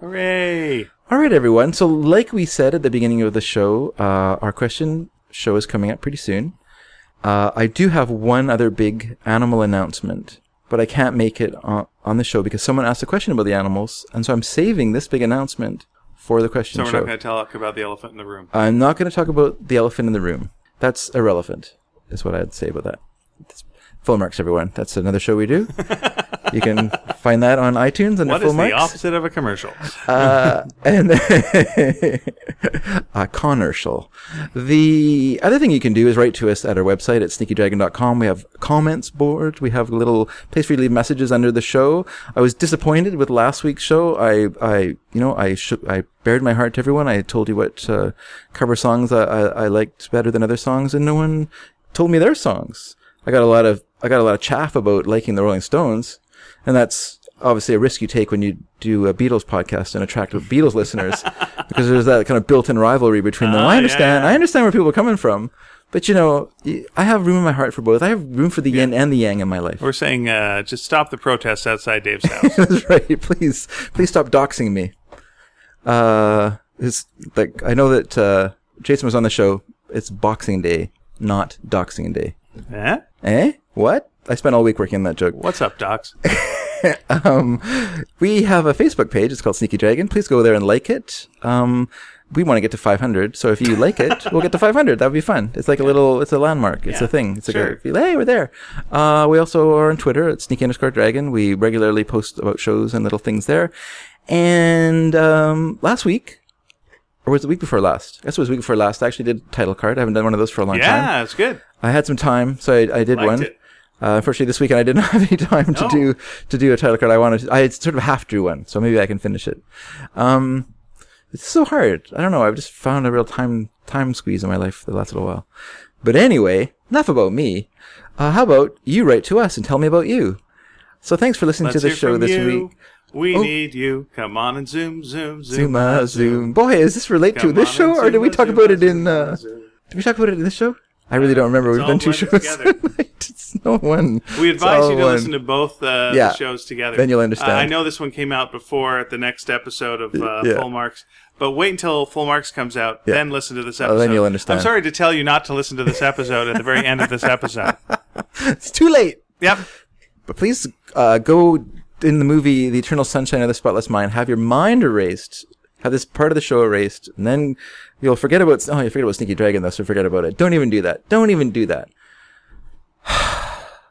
S2: Hooray.
S1: All right, everyone. So, like we said at the beginning of the show, uh, our question show is coming up pretty soon. Uh, I do have one other big animal announcement, but I can't make it on, on the show because someone asked a question about the animals, and so I'm saving this big announcement for the question
S2: So we're
S1: show.
S2: not going to talk about the elephant in the room.
S1: I'm not going to talk about the elephant in the room. That's irrelevant, is what I'd say about that. That's full marks, everyone. That's another show we do. you can find that on iTunes under
S2: What
S1: full
S2: is
S1: marks
S2: the opposite of a commercial?
S1: uh, and a commercial. The other thing you can do is write to us at our website at sneakydragon.com. We have comments board. We have a little place for you to leave messages under the show. I was disappointed with last week's show. I, I, you know, I shook, I bared my heart to everyone. I told you what uh, cover songs I, I, I liked better than other songs, and no one told me their songs. I got a lot of I got a lot of chaff about liking the Rolling Stones, and that's obviously a risk you take when you do a Beatles podcast and attract Beatles listeners because there's that kind of built-in rivalry between them.
S2: Ah,
S1: I
S2: yeah,
S1: understand.
S2: yeah.
S1: I understand where people are coming from, but you know, y- I have room in my heart for both. I have room for the yin and the yang in my life.
S2: We're saying uh, just stop the protests outside Dave's house.
S1: that's right. Please, please stop doxing me. Uh, it's like I know that uh, Jason was on the show. It's Boxing Day, not Doxing Day.
S2: eh?
S1: Eh? What? I spent all week working on that joke.
S2: What's up, docs?
S1: Um, we have a Facebook page. It's called Sneaky Dragon. Please go there and like it. Um, we want to get to 500. So if you like it, we'll get to 500. That would be fun. It's like a little, it's a landmark. It's
S2: Yeah,
S1: a thing. It's
S2: sure.
S1: a great, hey, we're there. Uh, we also are on Twitter at sneaky underscore dragon. We regularly post about shows and little things there. And, um, last week, or was it the week before last? I guess it was the week before last. I actually did a title card. I haven't done one of those for a long time.
S2: Yeah, it's good.
S1: I had some time, so I, I did
S2: Liked
S1: one.
S2: it.
S1: Uh, unfortunately, this weekend I didn't have any time to
S2: No.
S1: do to do a title card. I wanted. To, I had sort of half drew one, so maybe I can finish it. Um, it's so hard. I don't know. I've just found a real time time squeeze in my life for the last little while. But anyway, enough about me. Uh, how about you write to us and tell me about you? So thanks for listening
S2: Let's
S1: to the
S2: hear
S1: show
S2: from
S1: this
S2: you.
S1: week.
S2: We need you. Come on and zoom, zoom, zoom.
S1: Zuma Zoom. Boy, is this relate to
S2: Come
S1: this
S2: on
S1: show,
S2: and
S1: or did we
S2: Zuma,
S1: talk
S2: Zuma,
S1: about it in?
S2: Zuma,
S1: Uh,
S2: Zuma.
S1: did we talk about it in this show? I really don't remember.
S2: it's
S1: We've done
S2: all
S1: two
S2: blended
S1: shows.
S2: together.
S1: tonight. it's no one.
S2: We
S1: It's
S2: advise
S1: all
S2: you to
S1: one.
S2: listen to both uh,
S1: Yeah.
S2: shows together.
S1: Then you'll
S2: Uh,
S1: understand.
S2: I know this one came out before the next episode of uh,
S1: Yeah.
S2: Full Marks, but wait until Full Marks comes out, then listen to this episode.
S1: Oh, then you'll understand.
S2: I'm sorry to tell you not to listen to this episode at the very end of this episode.
S1: It's too late.
S2: Yep.
S1: But please uh, go in the movie The Eternal Sunshine of the Spotless Mind. Have your mind erased. Have this part of the show erased, and then you'll forget about. Oh, you forget about Sneaky Dragon, though. So forget about it. Don't even do that. Don't even do that.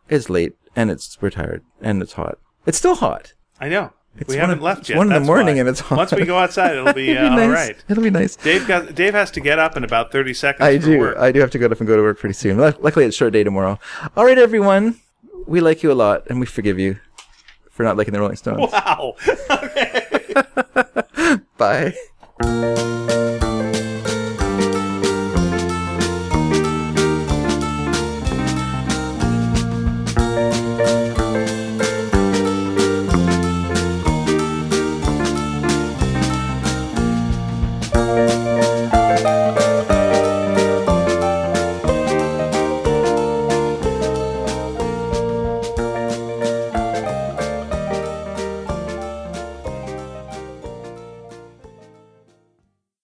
S1: it's late, and it's we're tired, and it's hot. It's still hot.
S2: I know. we
S1: one
S2: haven't
S1: of-
S2: left
S1: it's
S2: yet.
S1: one in the
S2: That's
S1: morning
S2: why.
S1: and it's
S2: Once
S1: hot.
S2: we go outside, it'll be,
S1: It'll
S2: uh,
S1: be
S2: all
S1: nice.
S2: right.
S1: It'll be nice.
S2: Dave got Dave has to get up in about 30 seconds.
S1: I
S2: for
S1: do.
S2: Work.
S1: I do have to get up and go to work pretty soon. Lu- Luckily, it's a short day tomorrow. All right, everyone. We like you a lot, and we forgive you for not liking the Rolling Stones.
S2: Wow.
S1: Bye.